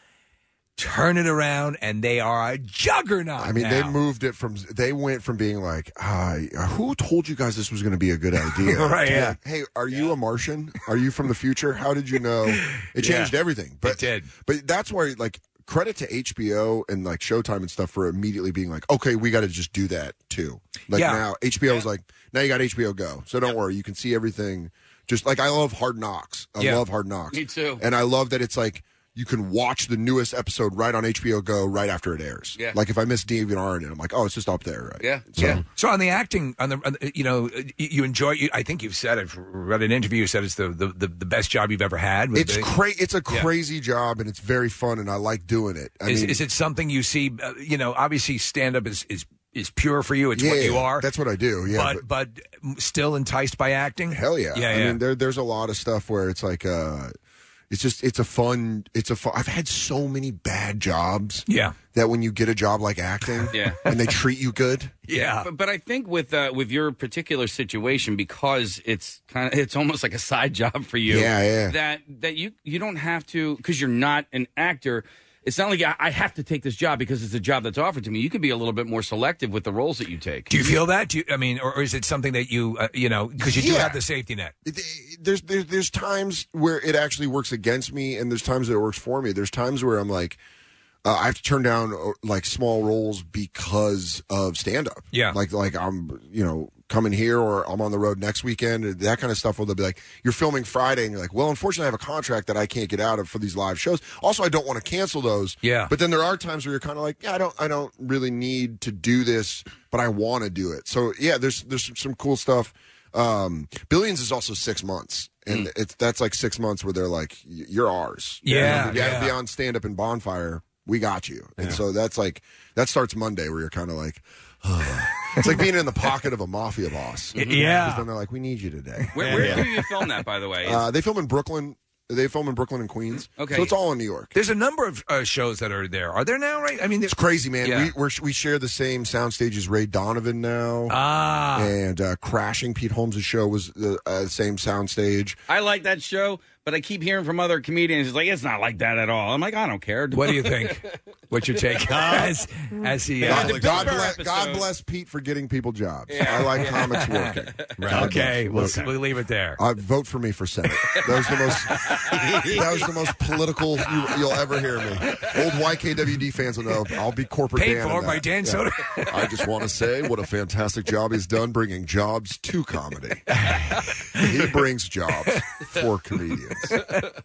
Turn it around, and they are a juggernaut.
I mean,
now.
they moved it from. They went from being like, ah, "Who told you guys this was going to be a good idea?"
(laughs) Right,
To
yeah.
like, hey, are you a Martian? Are you from the future? How did you know? It
Yeah.
changed everything. But it did. But that's why, like, credit to HBO and like Showtime and stuff for immediately being like, "Okay, we got to just do that too." Like
Yeah.
now, HBO is like, now you got HBO Go, so don't worry, you can see everything. Just like I love Hard Knocks. I
Yeah.
love Hard Knocks.
Me too.
And I love that it's like you can watch the newest episode right on HBO Go right after it airs.
Yeah.
Like if I miss DeviantArt and I'm like, oh, it's just up there, right?
Yeah,
So-
yeah. So on the acting, on the, on the- you know, you- you enjoy. You, I think you've said I've read an interview. You said it's the the, the, the best job you've ever had. with
It's
the-
cra- It's a
Yeah.
crazy job, and it's very fun, and I like doing it. I
is,
mean,
is it something you see? Uh, you know, obviously, stand up is is is pure for you. It's what
Yeah,
you are.
That's what I do. Yeah,
but, but still enticed by acting.
Hell yeah.
Yeah,
I
yeah.
mean, there, there's a lot of stuff where it's like, uh, it's just, it's a fun, it's a fun, I've had so many bad jobs.
Yeah.
That when you get a job like acting
Yeah.
and they treat you good.
Yeah,
but, but I think with uh, with your particular situation, because it's kind of it's almost like a side job for you.
Yeah, yeah.
That that you you don't have to because you're not an actor. It's not like I, I have to take this job because it's a job that's offered to me. You can be a little bit more selective with the roles that you take.
Do you feel that? Do you, I mean, or, or is it something that you uh, you know because you do
Yeah.
have the safety net?
there's, there's there's times where it actually works against me, and there's times that it works for me. There's times where I'm like, uh, I have to turn down uh, like small roles because of stand up.
Yeah.
like like I'm you know coming here or I'm on the road next weekend or that kind of stuff. Where they'll be like, you're filming Friday, and you're like, well, unfortunately, I have a contract that I can't get out of for these live shows. Also, I don't want to cancel those.
Yeah.
but then there are times where you're kind of like, yeah, I don't I don't really need to do this, but I want to do it. So yeah, there's there's some- some cool stuff. Um, Billions is also six months,
Mm.
and it's that's like six months where they're like, "Y- "You're ours."
Yeah,
You gotta
yeah.
be on stand up and bonfire. We got you, and
Yeah.
so that's like that starts Monday where you're kind of like, it's like being in the pocket of a mafia boss.
(laughs)
Y- yeah.
'Cause then they're like, "We need you today."
Where, where do you film that, by the way?
Uh, they film in Brooklyn. They film in Brooklyn and Queens.
Okay.
so it's all in New York.
There's a number of uh, shows that are there. Are there now? Right? I mean,
It's crazy, man.
Yeah.
We we're, we share the same sound stage as Ray Donovan now.
Ah.
and uh, crashing Pete Holmes' show was the uh, same sound stage.
I like that show, but I keep hearing from other comedians, it's like, it's not like that at all. I'm like, I don't care.
What do
(laughs)
you think? What's your take? as as he
God,
uh,
God bless, God bless Pete for getting people jobs.
Yeah.
I like
Yeah.
comics working.
(laughs)
God
Okay,
bless.
we'll,
Okay.
we'll leave it there.
Uh, vote for me for Senate. That was the most. that was the most political you, you'll ever hear me. Old YKWd fans will know. I'll be corporate.
Paid
Dan
for
in that.
by Dan Soder.
uh, I just want to say what a
(laughs)
fantastic job he's done bringing jobs to comedy. he brings jobs for comedians.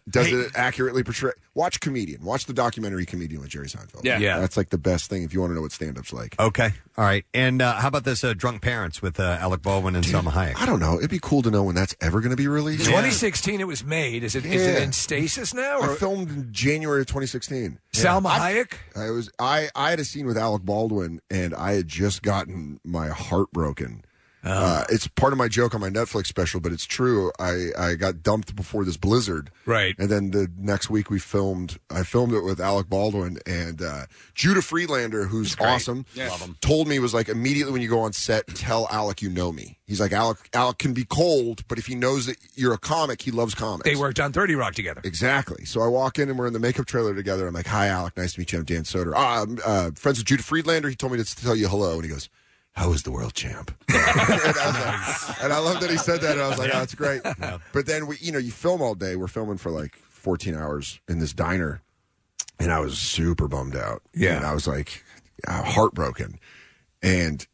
Does it accurately portray? Watch comedian. Watch the documentary comedian with Jerry Seinfeld.
Yeah. Yeah.
that's like the best thing if you want to know what stand-up's like.
(laughs) Okay. All right. And uh, how about this uh, Drunk Parents with uh, Alec Baldwin and Selma Hayek?
I don't know. It'd be cool to know when that's ever going to be released.
2016 it was made. Is it is it
Yeah.
in stasis now?
I
Or?
filmed in January of 2016.
Salma Hayek.
I was I I had a scene with Alec Baldwin, and I had just gotten my heart broken
Oh.
Uh, it's part of my joke on my Netflix special, but it's true. I, I got dumped before this blizzard.
Right.
And then the next week we filmed, I filmed it with Alec Baldwin and uh, Judah Friedlander, who's awesome.
Yeah. Love him.
Told me was like immediately when you go on set, tell Alec you know me. He's like Alec. Alec can be cold, but if he knows that you're a comic, he loves comics.
They worked on 30 Rock together.
Exactly. So I walk in and we're in the makeup trailer together. I'm like, "Hi, Alec. Nice to meet you. I'm Dan Soder. Ah, I'm uh, friends with Judah Friedlander. He told me to tell you hello." And he goes, "How is the world champ?" and I love that he said that. And I was like, "Oh, that's great." (laughs) But then we, you know, you film all day. We're filming for like 14 hours in this diner, and I was super bummed out.
Yeah.
and I was like uh, heartbroken. And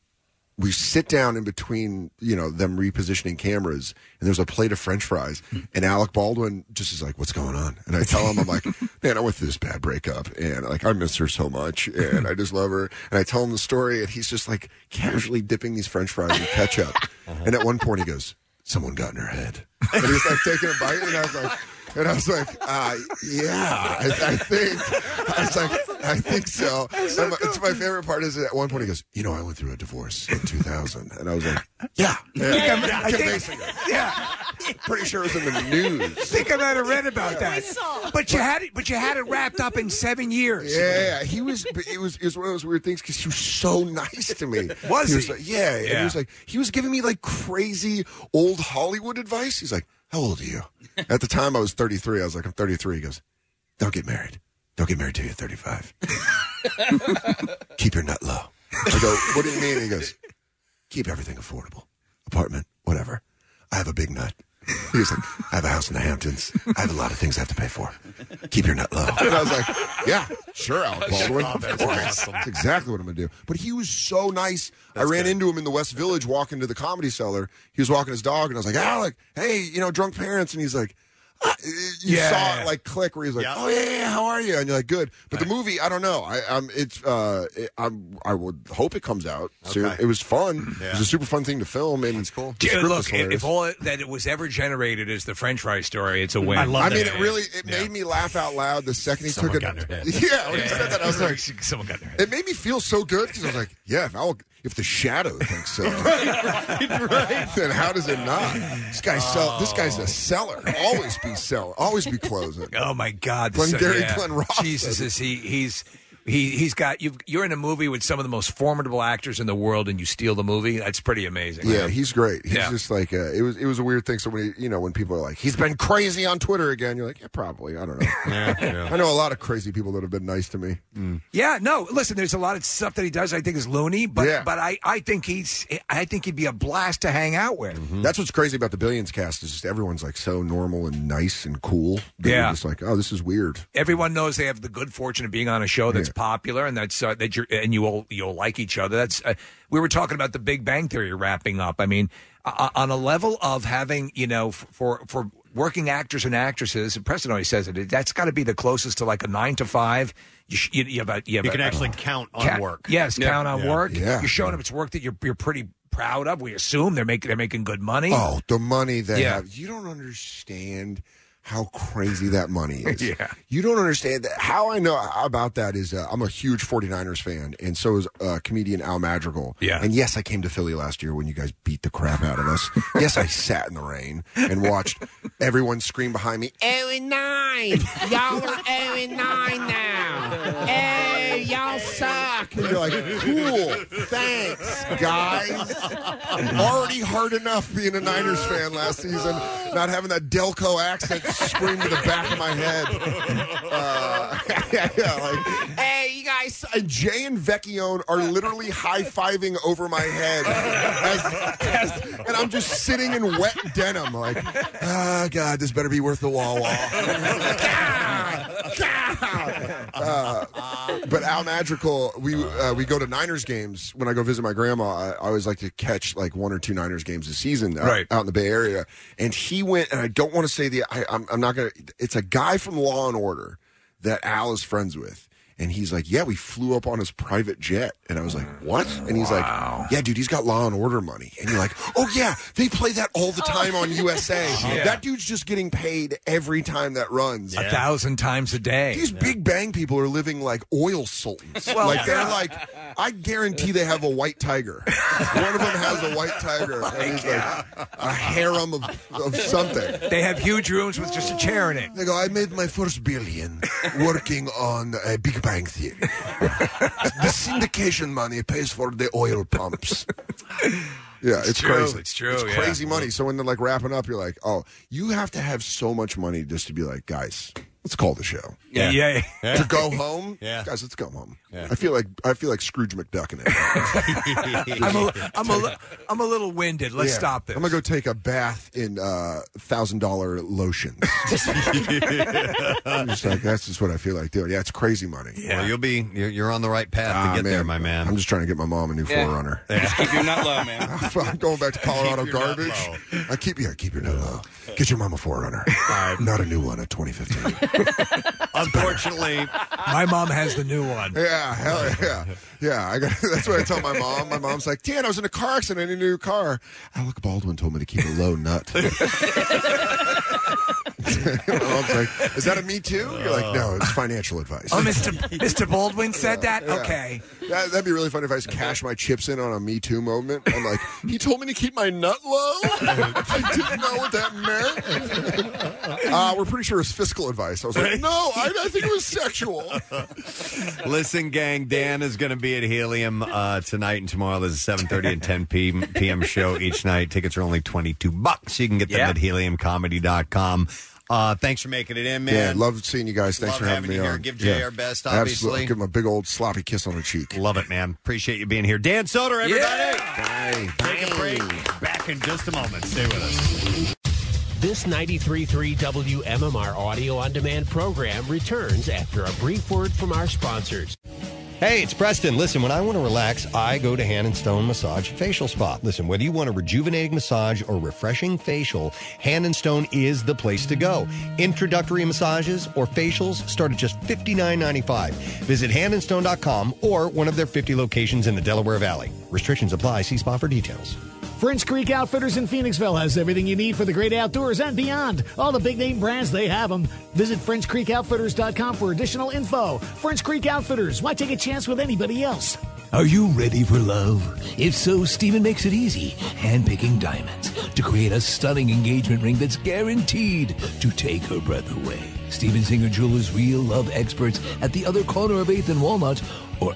we sit down in between, you know, them repositioning cameras, and there's a plate of French fries, and Alec Baldwin just is like, "What's going on?" And I tell him, "I'm like, man, I went through this bad breakup, and like I miss her so much, and I just love her." And I tell him the story, and he's just like casually dipping these French fries in ketchup, and at one point he goes, "Someone got in her head," and he's like taking a bite, and I was like. And I was like, uh, yeah, I, I think. I was like, I think so. And my, it's my favorite part is at one point he goes, you know, I went through a divorce in 2000. And I was like, yeah.
Yeah, yeah, yeah, I
Kim
think-
Basinger.
yeah.
Pretty sure it was in the news.
I (laughs) think I might have read about
Yeah, we
that.
saw.
But you had it. But you had it wrapped up in seven years.
Yeah, he was. but It was. It was one of those weird things because he was so nice to me.
Was
was
he?
Like, yeah, and
Yeah.
he was like, he was giving me like crazy old Hollywood advice. (laughs) He's like, "How old are you?" At the time, I was 33. I was like, "I'm 33." He goes, "Don't get married. Don't get married till you're 35. Keep your nut low." I go, "What do you mean?" He goes, "Keep everything affordable. Apartment, whatever. I have a big nut." He was like, "I have a house in the Hamptons. I have a lot of things I have to pay for. Keep your nut low." And I was like, "Yeah, sure, Alec Baldwin.
Oh,
of
that's
course.
awesome.
That's exactly what I'm gonna do." But he was so nice. I ran into him in the West Village, walking to the Comedy Cellar. He was walking his dog, and I was like, "Alec, hey, you know, drunk parents," and he's like. "Ah," You
Yeah.
saw it like click where he's like,
Yeah.
"Oh yeah, yeah, how are you?" And you're like, "Good." But the movie, I don't know. I, I'm it's uh, it, I'm I would hope it comes out soon.
Okay.
It was fun. It was a super fun thing to film, and it's cool.
(laughs) Dude, look, if, if all that it was ever generated is the French fry story, it's a win.
I mean, it really (laughs) it made me laugh out loud the second he took
(laughs)
it. (laughs) Yeah, when he said that, I was like,
someone got their
it made me feel so good because I was like, yeah, if, I'll, if the shadow
(laughs)
thinks so, then how does it not? This guy sell. This guy's a seller. Always be seller. Always be closing.
Oh my God,
Glenn
so-
Gary,
yeah.
Glenn Ross.
Jesus, is he? He's he? He's got you. You're in a movie with some of the most formidable actors in the world, and you steal the movie. That's pretty amazing.
Yeah,
man.
he's great. He's
Yeah.
just like uh, it was. It was a weird thing. So when he, you know when people are like, he's been (laughs) crazy on Twitter again, you're like, yeah, probably.
(laughs)
I don't know. I know a lot of crazy people that have been nice to me.
Yeah, no. Listen, there's a lot of stuff that he does I think is loony, but
Yeah.
but I, I think he's I think he'd be a blast to hang out with.
That's what's crazy about the Billions cast is just everyone's like so normal and nice and cool. that
Yeah.
you're just like oh, this is weird.
Everyone knows they have the good fortune of being on a show that's popular and that's uh, that you're and you all you'll like each other. That's uh, we were talking about the Big Bang Theory wrapping up. I mean, uh, on a level of having you know f- for for working actors and actresses, and Preston always says it. That's got to be the closest to like a nine to five. You, sh- you, you have a you, have
You
a-
can
a-
actually count on
Ca-
work.
Yes,
Yeah.
count on
Yeah.
work.
Yeah.
You're showing up it's work that you're you're pretty proud of. We assume they're making they're making good money.
Oh, the money they
Yeah.
have. You don't understand how crazy that money is. yeah. You don't understand that. How I know about that is uh, I'm a huge 49ers fan, and so is uh, comedian Al Madrigal.
Yeah.
And yes, I came to Philly last year when you guys beat the crap out of us. yes, I sat in the rain and watched everyone scream behind me.
Oh and nine. Y'all are oh and nine now. Oh, y'all suck.
And you're like, cool, thanks, guys. Already hard enough being a Niners fan last season, not having that Delco accent scream to the back of my head. Uh, (laughs) yeah, like, hey, you guys. And Jay and Vecchione are literally high fiving over my head, as, as, and I'm just sitting in wet denim, like, ah, God, this better be worth the Wawa. Uh, but Al Madrigal, we uh, we go to Niners games. When I go visit my grandma, I, I always like to catch like one or two Niners games a season out,
Right.
out in the Bay Area. And he went, and I don't want to say the, I, I'm, I'm not going to, it's a guy from Law and Order that Al is friends with. And he's like, yeah, we flew up on his private jet. And I was like, what? And he's like, yeah, dude, he's got Law and Order money. And you're like, oh yeah, they play that all
Oh.
the time on USA.
(laughs) Yeah.
That dude's just getting paid every time that runs.
A thousand times a day.
These Big
(laughs)
Bang people are living like oil sultans.
Well,
like they're
yeah.
like, I guarantee they have a white tiger. One of them has a white tiger. And it's like a harem of, of something.
They have huge rooms with just a chair in it.
They go, I made my first billion working on uh, Big Bang Theory. (laughs) the syndication money pays for the oil pumps. Yeah,
It's
it's,
true,
crazy.
it's true,
It's
yeah.
crazy money. So when they're like wrapping up, you're like, oh, you have to have so much money just to be like, guys, let's call the show.
Yeah. Yeah. Yeah.
To go home,
Yeah.
guys, let's go home.
Yeah.
I feel like I feel like Scrooge McDuck in it.
I'm a, I'm, a, li- I'm a little winded. Let's
Yeah.
stop this.
I'm gonna go take a bath in uh, thousand
(laughs)
dollar lotions. I'm just like that's just what I feel like doing. Yeah, it's crazy money.
Well, you'll be you're, you're on the right path
Ah,
to get there, my man.
I'm just trying to get my mom a new
Yeah.
forerunner.
Just
keep your nut low, man.
(laughs) I'm going back to Colorado
Keep your nut
garbage. I keep yeah, keep your nut low. Uh, Get your mom a forerunner. Not a new one,
(laughs)
a 2015.
Unfortunately,
my mom has the new one.
Yeah, hell yeah, yeah. I got, (laughs) that's what I tell my mom. My mom's like, "Dan, I was in a car accident. I need a
(laughs)
new car." (laughs) Alec Baldwin told me to keep a low nut. my mom's like, "Is that a me too?" You're like, "No, it's financial advice."
Oh, Mr. Mr. Baldwin (laughs) said that?
Yeah.
Okay.
That, that'd be really funny if I just cash my chips in on a Me Too moment. I'm like, he told me to keep my nut low. (laughs) I didn't know what that meant. uh, we're pretty sure it's fiscal advice. I was like, no, I, I think it was sexual.
(laughs)
Listen, gang, Dan is going to be at Helium uh, tonight and tomorrow. There's a 7.30 and 10 (laughs) p.m. p.m. show each night. Tickets are only 22 bucks. You can get them at heliumcomedy.com. Uh, thanks for making it in, man.
Yeah, love seeing you guys. Thanks
Love
for having,
having you
me
here.
on.
Give Jay
Yeah.
our best,
Absolutely.
obviously.
Give him a big old sloppy kiss on the cheek.
Love it, man. Appreciate you being here. Dan Soder, everybody. Take a break. Back in just a moment. Stay with us.
This 93.3 WMMR audio on demand program returns after a brief word from our sponsors.
Hey, it's Preston. Listen, when I want to relax, I go to Hand and Stone Massage and Facial Spa. Listen, whether you want a rejuvenating massage or refreshing facial, Hand and Stone is the place to go. Introductory massages or facials start at just $59.95. Visit handandstone.com or one of their 50 locations in the Delaware Valley. Restrictions apply. See spa for details.
French Creek Outfitters in Phoenixville has everything you need for the great outdoors and beyond. All the big name brands, they have them. Visit FrenchCreekOutfitters.com for additional info. French Creek Outfitters, why take a chance with anybody else?
Are you ready for love? If so, Steven makes it easy, handpicking diamonds to create a stunning engagement ring that's guaranteed to take her breath away. Steven Singer Jewelers real love experts at the other corner of 8th and Walnut or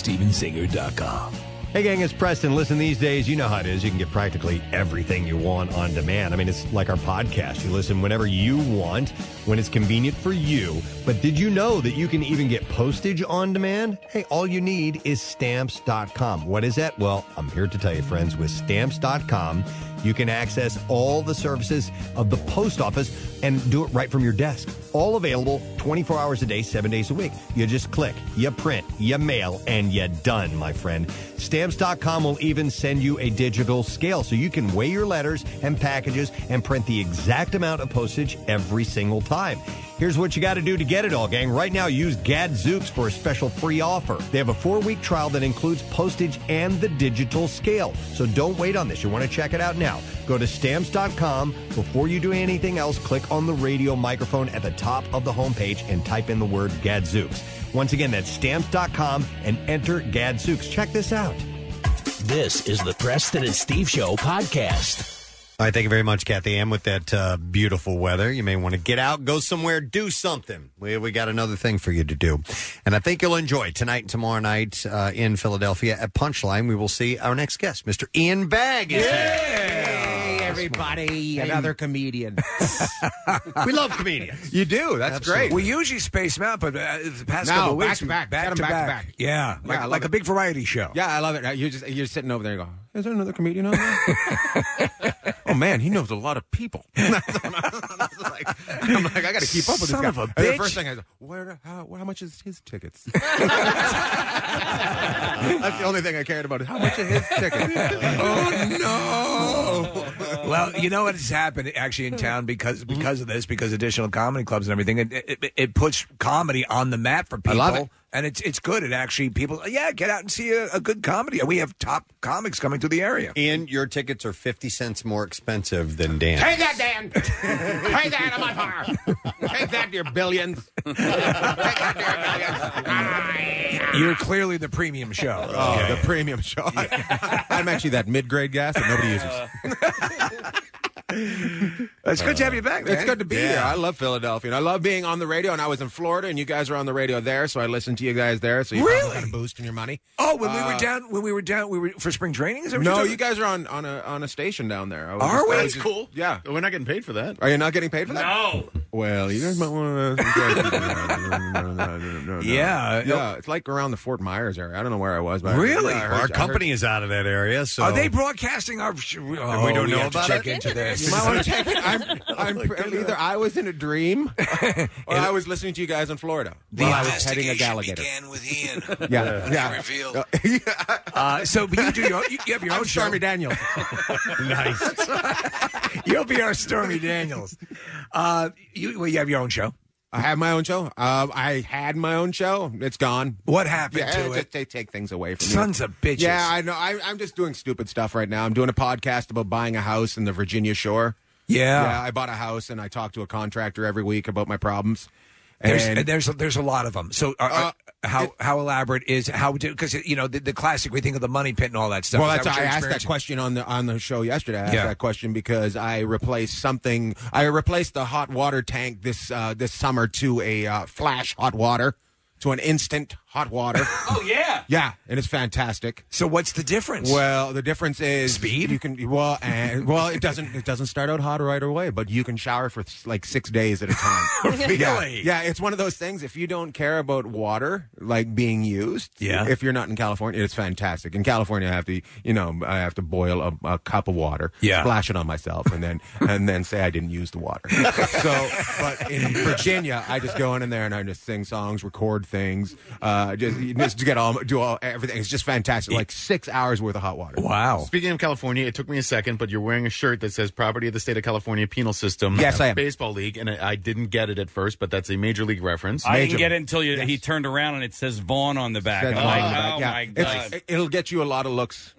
(laughs)
IHateStevenSinger.com.
Hey, gang, it's Preston. Listen, these days, you know how it is. You can get practically everything you want on demand. I mean, it's like our podcast. You listen whenever you want, when it's convenient for you. But did you know that you can even get postage on demand? Hey, all you need is stamps.com. What is that? Well, I'm here to tell you, friends, with stamps.com, you can access all the services of the post office and do it right from your desk. All available 24 hours a day, seven days a week. You just click, you print, you mail, and you're done, my friend. Stamps.com will even send you a digital scale so you can weigh your letters and packages and print the exact amount of postage every single time. Here's what you got to do to get it all, gang. Right now, use Gadzooks for a special free offer. They have a four week trial that includes postage and the digital scale. So don't wait on this. You want to check it out now. Go to stamps.com. Before you do anything else, click on the radio microphone at the top of the homepage and type in the word Gadzooks. Once again, that's stamps.com and enter Gadzooks. Check this out.
This is the Preston and Steve Show podcast.
All right, thank you very much, Kathy Ann, with that uh, beautiful weather. You may want to get out, go somewhere, do something. We, we got another thing for you to do. And I think you'll enjoy tonight and tomorrow night uh, in Philadelphia at Punchline. We will see our next guest, Mr. Ian Bagg. Is
Hey, everybody. Another
(laughs)
comedian.
we love (laughs) comedians.
You do. That's
Absolutely.
great. We usually space them out, but uh, the past
No,
couple
back
weeks,
to back. Get 'em
to
back to back.
Yeah,
Yeah,
like,
I love
like a
it.
big variety show.
Yeah, I love it. You're just you're sitting over there and go, is there another comedian on there? oh man, he knows a lot of people. (laughs) I'm like, I got to keep up with
Son
this
of
guy.
a
And
bitch.
The first thing I go, where, how, how much is his tickets?
(laughs)
(laughs) That's the only thing I cared about. is How much are his tickets?
(laughs) oh no! well, you know what has happened actually
Hmm.
in town because because of this, because additional comedy clubs and everything, it, it, it puts comedy on the map for people.
I love it.
and it's it's good. It actually people, yeah, get out and see a, a good comedy. And we have top comics coming through the area.
Ian, your tickets are 50 cents more expensive than Dan.
Take that, Dan. Take that on my fire. Take that, your billions. Take that, your
(laughs)
billions.
You're clearly the premium show.
Oh, the premium show. (laughs) I'm actually that mid grade gas that
Uh,
nobody uses.
(laughs) It's good to have you back, man.
It's good to be
Yeah.
here. I love Philadelphia. And I love being on the radio. And I was in Florida, and you guys were on the radio there, so I listened to you guys there. So you probably
Really?
got a boost in your money.
Oh, when we
Uh,
were down, when we were down, we were for spring training. Is that what
No,
you're
you guys are on on a on a station down there. I was
Are
just-
we?
I was
That's
just-
cool.
Yeah,
we're not getting paid for that.
Are you not getting paid for that?
No.
Well, you guys might (laughs) want to.
Yeah,
yeah. It's like around the Fort Myers area. I don't know where I was, but I-
Really?
I heard- I
Our
heard-
Company is out of that area, so
Are they broadcasting our? sh- Oh,
we don't know
have to
about
check
it?
into Oh this.
You might wanna check it. I'm, I'm either I was in a
(laughs)
dream, or I was listening to you guys in Florida.
The
while I was heading a galligator. (laughs) yeah, yeah. (laughs)
Uh, so, but you do your own, you, you have your
I'm
own
Stormy
(laughs) Daniels.
nice.
You'll be our Stormy Daniels. Uh, you, well, you have your own show.
I have my own show. Uh, I had my own show. It's gone.
(laughs) What happened
Yeah,
to
just-
it?
They take things away from
Sons
you.
of bitches.
Yeah, I know. I, I'm just doing stupid stuff right now. I'm doing a podcast about buying a house in the Virginia Shore.
Yeah.
yeah. I bought a house and I talk to a contractor every week about my problems.
There's
And-
there's there's a lot of them. So uh, uh, how how elaborate is how do because you know the, the classic we think of the money pit and all that stuff.
Oh, Well,
Is
that's
that what
I
you're
asked that
experiencing?
question on the on the show yesterday. I asked
Yeah.
that question because I replaced something. I replaced the hot water tank this uh, this summer to a uh, flash hot water, to an instant hot
(laughs)
water. oh yeah, yeah, and it's fantastic.
So what's the difference?
Well, the difference is speed. You can well and well it doesn't it doesn't start out hot right away, but you can shower for like six days at a time.
(laughs) Really?
Yeah. yeah, it's one of those things. If you don't care about water like being used,
Yeah.
If you're not in California, it's fantastic. In California, I have to, you know, I have to boil a, a cup of water,
Yeah.
splash it on myself, and then (laughs) and then say I didn't use the
(laughs)
water. so, but in Virginia, I just go in there and I just sing songs, record things, uh, just just to get all do all everything. It's just fantastic. Like six hours worth of hot water.
Wow.
Speaking of California, it took me a second, but you're wearing a shirt that says "Property of the State of California Penal System."
Yes, I am.
Baseball league, and I, I didn't get it at first, but that's a major league reference.
I didn't get it until you, he turned around and it says Vaughn on the back.
Says
I'm
Vaughn
like,
on the back,
oh
yeah.
my
It's-
god!
It'll get you a lot of looks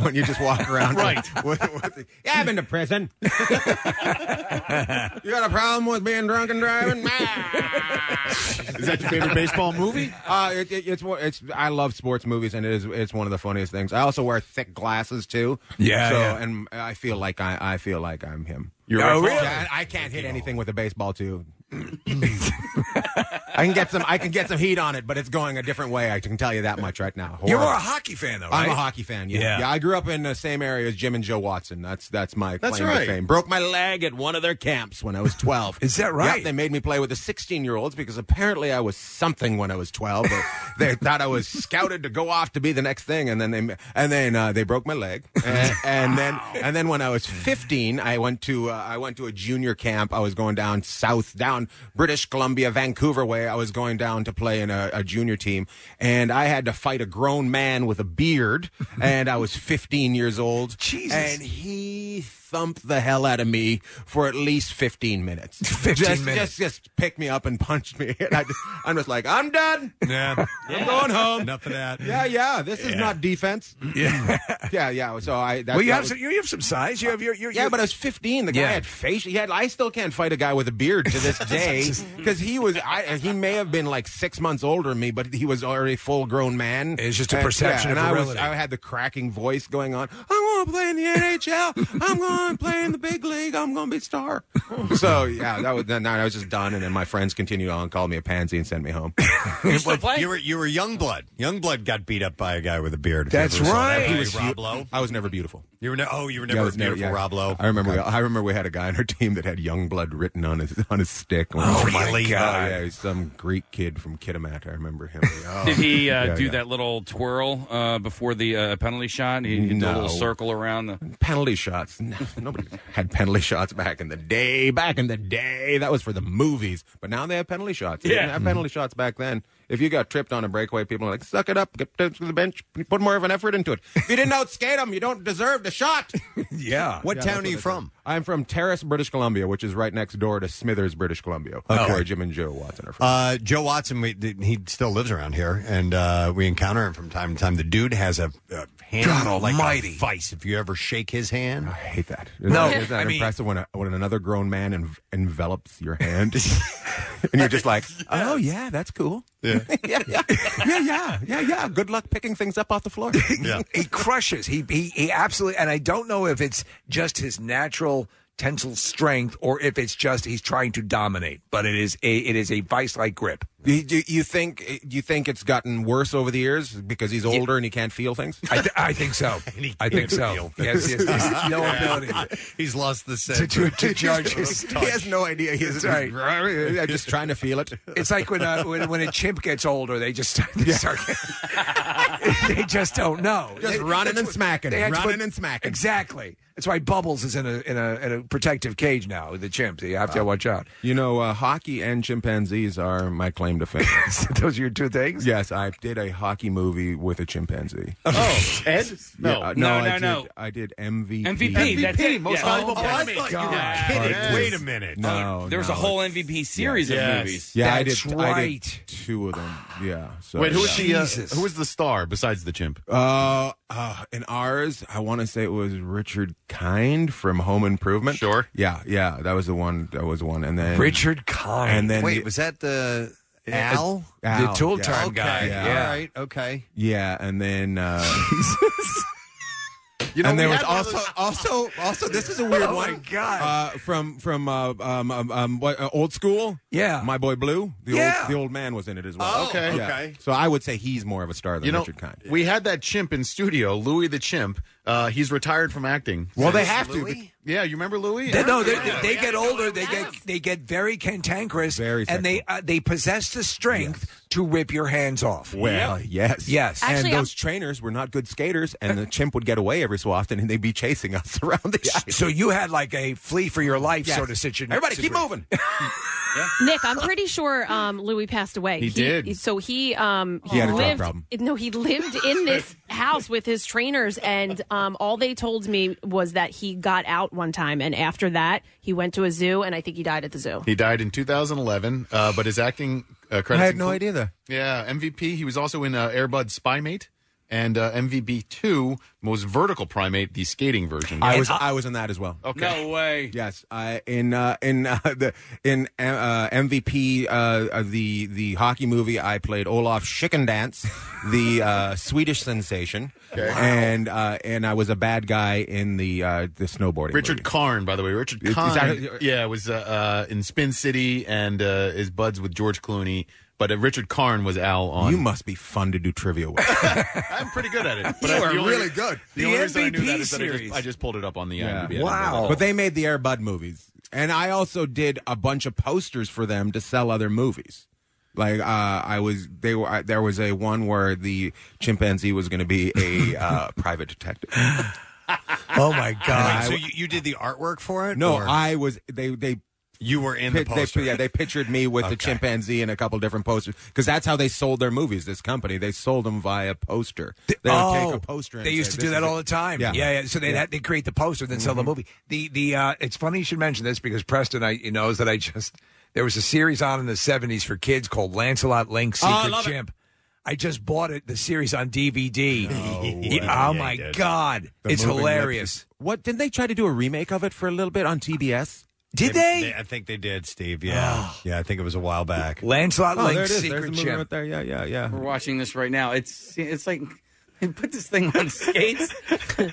when you just walk around.
Right.
(laughs) With, with, yeah, I've been to prison. (laughs) you got a problem with being drunk and driving?
Is that your favorite baseball movie?
(laughs) Uh, it, it, it's one- it's I love sports movies and it is it's one of the funniest things. I also wear thick glasses too.
Yeah,
So
yeah.
and I feel like I, I feel like I'm him.
You're Oh, right. really?
Yeah, I, I can't hit anything with a baseball
(laughs)
too. I can get some I can get some heat on it, but it's going a different way. I can tell you that much right now.
You're
Horrible.
a hockey fan though,
I'm a
right?
hockey fan. Yeah.
Yeah.
yeah, I grew up in the same area as Jim and Joe Watson. That's that's my
That's
claim
right.
to fame. Broke (laughs) my leg at one of their camps when I was 12.
Is that right?
Yep, they made me play with the 16 year olds because apparently I was something when I was 12. They, (laughs) they thought I was scouted to go off to be the next thing, and then they and then uh, they broke my leg, and, and then and then when I was 15, I went to uh, I went to a junior camp. I was going down south, down British Columbia, Vancouver way. I was going down to play in a, a junior team, and I had to fight a grown man with a beard, and I was 15 years old. Jesus, and he thumped the hell out of me for at least 15 minutes.
15
just,
minutes.
Just, just pick me up and punch me. (laughs) And I just, I'm just like, I'm done. (laughs)
Yeah.
I'm going home.
Enough of that.
Yeah, yeah. This is not defense. Yeah, (laughs) yeah, yeah. So I. That,
well, you
that
have
was-
some, you have some size. You have your, your
yeah,
your-
but I was 15. The guy
Yeah.
had facial. He had. I still can't fight a guy with a beard to
(laughs)
this day because he was. I, he may have been like six months older than me, but he was already full grown man.
It's just a
And- yeah,
perception of
and I was.
virility.
I had the cracking voice going on. I'm going to play in the NHL. (laughs) I'm going to play in the big league. I'm going to be a star. (laughs) So yeah, that was. Then I was just done, and then my friends continued on, called me a pansy, and sent me
(laughs)
home.
You, were you were Youngblood. Youngblood got beat up by a guy with a beard. if you
That's
ever saw that
right.
movie,
He was-
Rob Lowe.
I was never beautiful.
You were ne- oh, you were
Yeah,
never
it was
beautiful,
yeah.
Rob Lowe.
I remember. We, I remember we had a guy on our team that had young blood written on his on his stick.
Oh,
Really?
my
Oh,
God.
yeah, he's some Greek kid from Kitimat. I remember him. Oh.
Did he uh,
Yeah,
do
yeah.
that little twirl uh, before the uh, penalty shot? He, he did a
No. Oh,
little circle around the.
penalty shots? (laughs) No, nobody had penalty shots back in the day. Back in the day, that was for the movies. But now they have penalty shots. They
Yeah.
didn't have penalty shots back then. If you got tripped on a breakaway, people are like, suck it up, get to the bench, put more of an effort into it. If you didn't outskate them, you don't deserve the shot.
yeah.
What
town are you from?
I'm from Terrace, British Columbia, which is right next door to Smithers, British Columbia,
Okay.
where Jim and Joe Watson are from.
Uh, Joe Watson, we, th- he still lives around here, and uh, we encounter him from time to time. The dude has a, a hand
God
like
almighty.
a vice. If you ever shake his hand, I
hate that. Isn't
No,
that- isn't that
I mean-
impressive when, a, when another grown man en- envelops your (laughs) hand and you're just like, oh, yeah, that's cool. Yeah. yeah, (laughs) yeah, yeah, yeah, yeah, yeah. Good luck picking things up off the floor.
yeah. (laughs) He crushes. He, he he absolutely. And I don't know if it's just his natural tensile strength or if it's just he's trying to dominate. But it is a it is a vice like grip.
You, do you think you think it's gotten worse over the years because he's older and he can't feel things?
I, th- I
(laughs)
think so. I think so. Yes, yes, yes. No ability.
He's lost the
sense
to- to judge his-
he has no idea. He
That's
is
right.
(laughs) I'm just trying to feel it.
It's like when uh, when, when a chimp gets older, they just start, they, start (laughs) they just don't know.
Just
They-
running
that's
and
what-
smacking,
they had to
running
put-
and smacking.
Exactly. That's why Bubbles is in a in a in a protective cage now. The chimp, so you have to watch out.
You know, uh, hockey and chimpanzees are my claim to
(laughs)
fame.
Those are your two things.
Yes, I did a hockey movie with
(laughs)
a chimpanzee.
Oh, Ed? No,
Yeah, uh,
no,
I
no,
did,
no.
I did MVP.
MVP, that's it, yeah. Oh, I thought you were kidding.
Yes.
Wait a minute.
No,
There was
no.
a whole MVP series of
Yes.
movies.
Yeah, I did. I did two of them. Yeah. So
Wait, who was
yeah.
the uh, who was the star besides the chimp?
Uh, uh, in ours, I want to say it was Richard Kind from Home Improvement. Sure. Yeah, yeah, that was the one. That was the one. And then
Richard Kind.
And then
wait,
the-
was that the
Uh,
Al?
Al, The Tool
yeah.
Time
Okay,
guy, yeah.
All right. Okay.
yeah, and then
(laughs)
uh,
You know,
and there
we
was
had one of
also also also this is a weird
Oh,
one.
my
God! Uh, from from uh, um, um, um what uh, old school?
Yeah,
my boy Blue. The
Yeah.
old the old man was in it as well.
Oh, okay.
Yeah.
Okay.
So I would say he's more of a star than
You know,
Richard Kind.
we had that chimp in studio, Louis the chimp. Uh, he's retired from acting.
Well, they have to.
Louis? Yeah, you remember Louis?
They, no, they, they get older. They get they get very cantankerous, and they uh, they possess the strength to rip your hands off.
Well, yes,
yes.
and those trainers were not good skaters, and the chimp would get away every so often, and they'd be chasing us (laughs) around the. Ice.
So you had like a flee for your life
Yes.
sort of situation.
Everybody, keep
(laughs)
moving.
Nick, I'm pretty sure um, Louis passed away.
He did.
So he um,
He had a drug
lived,
problem.
No, he lived
(laughs)
in this house with his trainers, and um, all they told me was that he got out one time, and after that, he went to a zoo, and I think he died at the zoo.
He died in 2011, uh, but his acting uh, credits.
I had no
include-
idea that.
Yeah, MVP. He was also in uh, Airbud Spymate and uh, MVB two, most vertical primate, the skating version.
I was I was in that as well.
Okay.
No way.
Yes, I in uh, in (laughs) uh, the in uh, MVP uh, uh, the the hockey movie I played Olaf Schickendance, the uh, Swedish sensation,
Okay. Wow.
and uh, and I was a bad guy in the uh, the snowboarding.
Richard Karn, by the way, Richard
Is- is
Karn.
that-
yeah, was uh, uh, in Spin City and uh, is buds with George Clooney. But uh, Richard Karn was Al on.
movie. You must be fun to do trivia with.
I'm pretty good at it.
(laughs) You
I-
are
the only-
really good.
The,
The
only reason I knew
MVP
that is that I
series.
just, I just pulled it up on the IMDb. I didn't know that.
But they made the Air Bud movies. And I also did a bunch of posters for them to sell other movies. Like uh, I was, they were. I, there was a one where the chimpanzee was going to be a uh, (laughs) private detective.
oh my
God.
so you, you did the artwork for it?
No,
or-
I was. They they.
You were in the
Pi-
poster.
They, yeah, they pictured me with
Okay.
the chimpanzee and a couple different posters because that's how they sold their movies. This company they sold them via poster. They would
oh,
take a poster. And
they used
say,
to
"This
do that
is
all
it."
the time.
Yeah,
Yeah, yeah. So they
Yeah. Mm-hmm.
would they create the poster, then sell the movie. The the uh, it's funny you should mention this because Preston, I he knows that I just there was a series on in the seventies for kids called Lancelot Link
Oh,
Secret
I love it.
Chimp. I just bought it the series on (laughs) DVD.
way.
oh my
Yeah, dude.
god,
The
it's
moving
hilarious.
lips. What didn't they try to do a remake of it for a little bit on TBS?
Did they?
I think they did, Steve. Yeah, yeah. I think it was a while back.
Lancelot
Oh,
Link
there it is.
There's the movie right there. Yeah, yeah, yeah.
We're watching this right now. It's it's like they put this thing on
(laughs)
skates.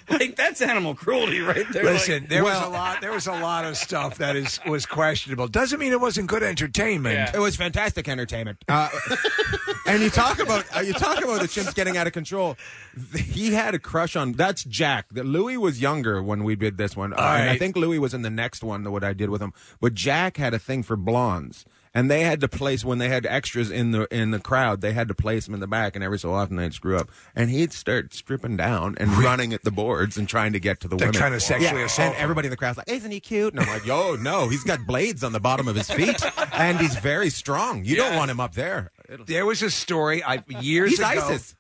like that's animal cruelty right there.
Listen,
Like-
there was a lot. There was a lot of stuff that is was questionable. Doesn't mean it wasn't good entertainment.
It was fantastic entertainment. Uh, and you talk about uh, you talk about the chimps getting out of control. He had a crush on that's Jack. That Louis was younger when we did this one, Uh,
All
and I
right.
think Louis was in the next one. What I did with him, but Jack had a thing for blondes. And they had to place when they had extras in the in the crowd. They had to place them in the back, and every so often they'd screw up. And he'd start stripping down and running at the boards and trying to get to the
They're
women.
trying to sexually
Yeah,
assault
And everybody in the crowd's like, "Isn't he cute?" And I'm like, "Yo, no, he's got blades on the bottom of his feet, and he's very strong. You don't want him up there."
There was a story I years
He's
ago.
ISIS.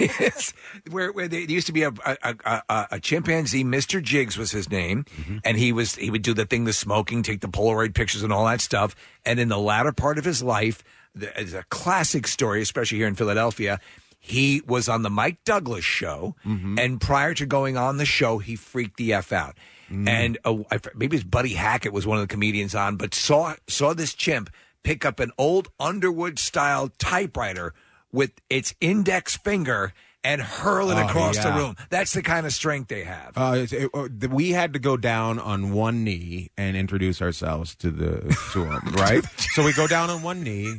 yes, where, where there used to be a a, a, a a chimpanzee, Mr. Jiggs was his name, and he was he would do the thing, the smoking, take the Polaroid pictures, and all that stuff. And in the latter part of his life, the, it's a classic story, especially here in Philadelphia. He was on the Mike Douglas show, and prior to going on the show, he freaked the f out. And uh, I- maybe his buddy Hackett was one of the comedians on, but saw saw this chimp pick up an old Underwood style typewriter with its index finger and hurl it
Oh,
across
yeah.
the room. That's the kind of strength they have.
Uh, it's- it, uh, th- we had to go down on one knee and introduce ourselves to the to (laughs) him, right? so we go down on one knee,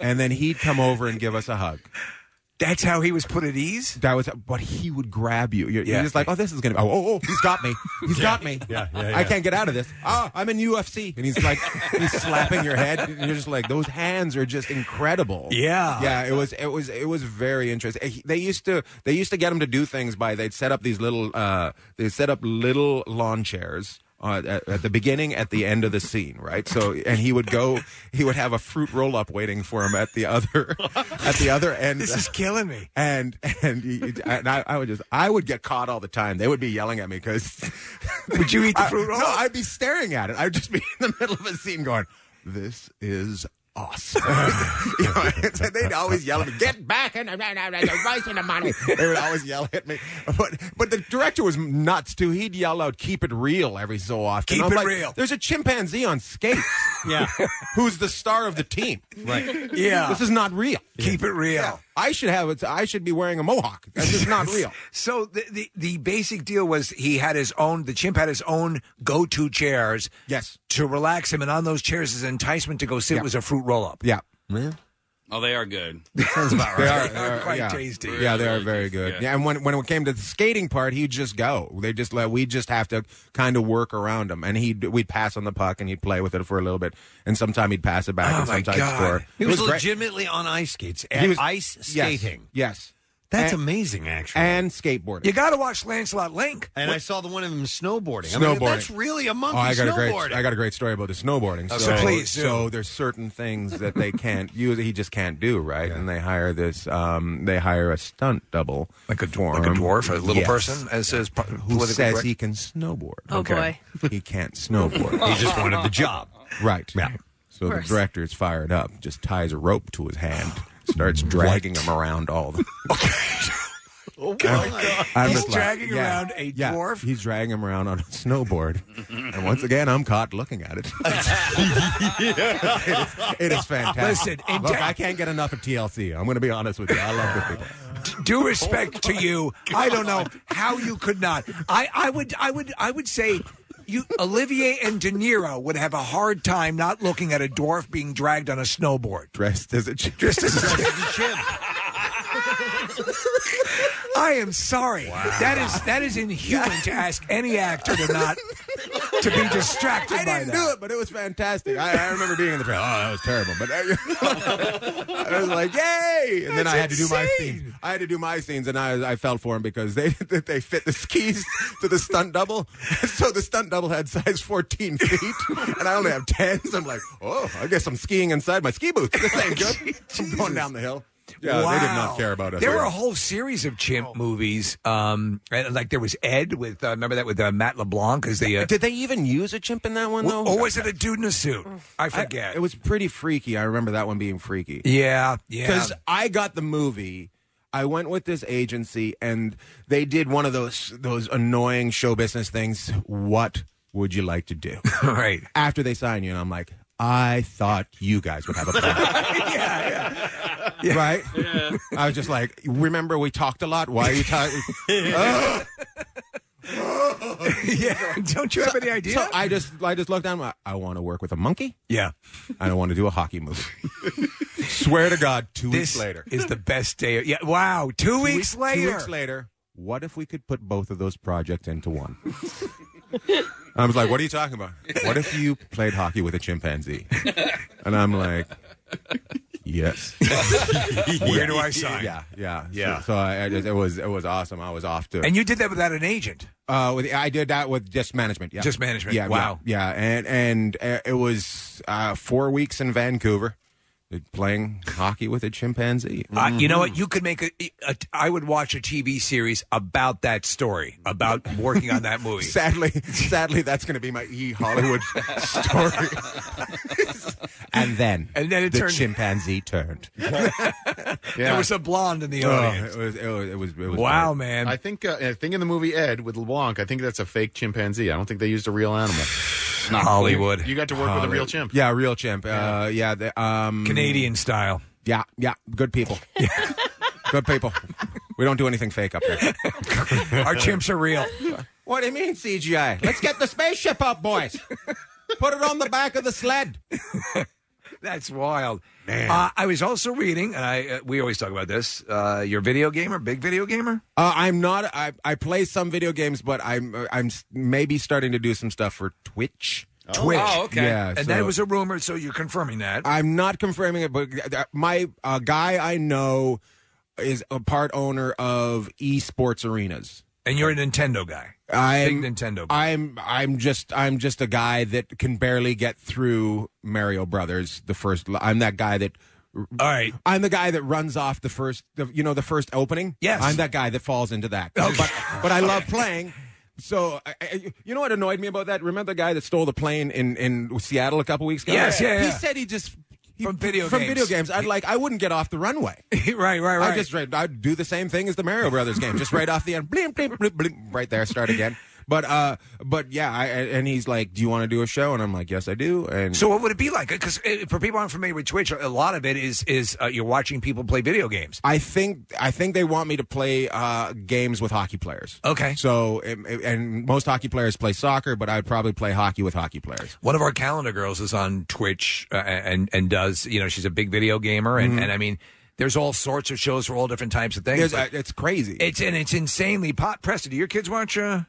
and then he'd come over and give us a hug.
That's how he was put at ease.
That was, but he would grab you. You're,
Yeah.
you're just like, oh, this is gonna. Be, oh, oh, oh, he's got me. He's got me.
Yeah, yeah, yeah.
I can't get out of this. Ah, I'm in UFC, and he's
(laughs)
like, he's slapping your head. And you're just like, those hands are just incredible.
Yeah.
yeah. It was, it was, it was very interesting. He- They used to, they used to get him to do things by they'd set up these little, uh, they set up little lawn chairs. Uh, at, at the beginning, at the end of the scene, right? So, and he would go. He would have a fruit roll-up waiting for him at the other, at the other end.
This is killing me.
And and, you- and I, I would just I would get caught all the time. They would be yelling at me because
(laughs) would you eat the
fruit roll? No, I'd be staring at it. I'd just be (laughs) in the middle of a scene going, "This is
(laughs)
awesome." (laughs) you know, and so they'd always yell at me, "Get back in the, (laughs) the rice and the money." They would always yell at me, but but the director was nuts too. He'd yell out, "Keep it real" every so often.
Keep
I'm
it
like,
real.
There's a chimpanzee on
(laughs)
skates. yeah, (laughs) who's the star of the team?
Right. Yeah.
This is not real.
Keep it real.
I should have it. I should be wearing a mohawk.
(laughs)
That's just not real.
So the, the the basic deal was he had his own. The chimp had his own go to chairs.
Yes.
To relax him, and on those chairs, his enticement to go sit was a fruit roll up.
Yeah.
Oh, they are good.
They
right.
are,
They are quite
yeah.
tasty.
Yeah, they are
Really
very
tasty,
good.
yeah.
Yeah. and when when it came to the skating part, he'd just go. They just let we just have to kind of work around him, and he would we'd pass on the puck and he'd play with it for a little bit, and sometime he'd pass it back, and sometimes score.
Oh He was,
great.
legitimately on ice skates.
He
At
was-
ice
yes,
skating.
Yes,
That's
And-
amazing, actually.
and skateboarding.
You got to watch Lancelot Link.
And I saw the one of them snowboarding. I mean,
snowboarding.
that's really a monkey
Oh, I got a
snowboarding.
great. I got a great story about the snowboarding.
Okay.
So,
So please do.
So there's certain things that they
(laughs)
can't use. He just can't do right. And they hire this. Um, they hire a stunt double,
like a dwarf, like a dwarf, a little person, as says po-
who
politically
says
correct.
he can snowboard.
Oh, Okay.
he can't snowboard.
(laughs) He just wanted the job.
(laughs) right? Yeah. So
Of
the
course.
director is fired up. Just ties a rope to his hand.
(laughs)
Starts dragging him around all the.
Oh
(laughs) I'm- I'm
He's
just like,
dragging
yeah, (laughs)
around a
yeah,
dwarf.
He's dragging him around on a snowboard, and once again, I'm caught looking at it. (laughs) It is fantastic.
Listen, and
Look, I can't get enough of TLC. I'm going to be honest with you. I love those people.
due respect to you, I don't know how you could not. I, I would I would I would say you Olivier and De Niro would have a hard time not looking at a dwarf being dragged on a snowboard.
Dressed as a chip.
Dressed as a I am sorry. That is that is inhuman to ask any actor to not to be distracted
I
by
didn't
that.
do it, but it was fantastic. I, I remember being in the trailer. Oh, that was terrible. But (laughs) I, I was like, yay! And then
That's
I had to do my
insane.
scenes. I had to do my scenes, and I I felt for him because they (laughs) they fit the skis to the stunt double. (laughs) So the stunt double had size 14 feet, and I only have 10s. I'm like, oh, I guess I'm skiing inside my ski boots. (laughs) This ain't
(laughs)
good. I'm going down the hill. Yeah, they did
Wow.
not care about us.
There
at
were a
all.
whole series of
Oh.
chimp movies. Um, and, like there was Ed with uh, remember that with uh, Matt LeBlanc as the uh,
Did they even use a chimp in that one though?
or was it a dude in a suit? I forget.
it was pretty freaky. I remember that one being freaky.
Yeah, yeah.
Because I got the movie. I went with this agency, and they did one of those those annoying show business things. What would you like to do?
(laughs) right
after they sign you, and I'm like, I thought you guys would have a plan, (laughs)
(laughs)
right? I was just like, remember we talked a lot. Why are you (laughs) talking?
(laughs) yeah, don't you have any idea?
So I just I just looked down. I, I want to work with a monkey.
Yeah,
I don't want to do a hockey movie. (laughs) Swear to God, two
this
weeks later
is the best day. Of, yeah, wow, two,
Two weeks-
weeks,
two
later.
weeks later. What if we could put both of those projects into one? (laughs) I was like, what are you talking about? What if you played hockey with a chimpanzee? And I'm like, yes. (laughs)
Where do I sign?
Yeah, yeah, yeah. So, so I, I just, it was it was awesome. I was off to
And you did that without an agent.
uh, with, I did that with just management. Yeah.
Just management.
Yeah.
Wow.
Yeah. yeah. And and uh, it was uh, four weeks in Vancouver, playing hockey with a chimpanzee.
Uh, you know what? You could make a, a. I would watch a TV series about that story, about working on that
(laughs)
movie. (laughs)
Sadly, sadly, that's going to be my e Hollywood story. (laughs) and then,
And then it
the
turned-
chimpanzee
(laughs)
turned.
There was a blonde in the
Oh,
audience.
it was, it was, it was, it was
Wow,
bad.
man.
I think uh, I think in the movie Ed with LeBlanc, I think that's a fake chimpanzee. I don't think they used a real animal. It's not clear.
Hollywood.
You got to work with a real chimp.
Yeah, a real chimp. Yeah, uh, yeah the, um,
Canadian
style.
Yeah, yeah. Good people. (laughs) good people. We don't do anything fake up here.
(laughs) Our chimps are real.
What do you mean CGI? Let's get the spaceship up, boys. Put it on the back of the sled.
That's wild. Uh, I was also reading, and I uh, we always talk about this. Uh, you're a video gamer, big video gamer.
Uh, I'm not. I, I play some video games, but I'm uh, I'm s- maybe starting to do some stuff for Twitch.
Twitch.
Yeah,
Oh, and that was a rumor, so you're confirming that.
I'm not confirming it, but th- th- my uh, guy I know is a part owner of esports arenas.
And you're a Nintendo guy.
I'm
big Nintendo. guy.
I'm I'm just I'm just a guy that can barely get through Mario Brothers. The first I'm that guy that. All
right,
I'm the guy that runs off the first, the, you know, the first opening.
Yes,
I'm that guy that falls into that. But, but I love playing. So I, I, you know what annoyed me about that? Remember the guy that stole the plane in in Seattle a couple weeks ago?
Yes, yeah,
He
yeah.
said he just he,
From video
from
games.
video games. I'd like I wouldn't get off the runway.
(laughs) right, right, right.
I just right, I'd do the same thing as the Mario Brothers game, just right off the end, blim, blim, blim, blim, right there, start again. But uh, but yeah, I, I- and he's like, "Do you want to do a show?" And I'm like, "Yes, I do." And
So what would it be like? Because for people aren't familiar with Twitch, a lot of it is is uh, you're watching people play video games.
I think I think they want me to play uh, games with hockey players.
Okay.
So and- and most hockey players play soccer, but I'd probably play hockey with hockey players.
One of our calendar girls is on Twitch uh, and and does you know she's a big video gamer and,
Mhm.
and I mean there's all sorts of shows for all different types of things.
There's, uh, it's crazy.
It's and it's insanely pot. Preston, do your kids watch? Uh,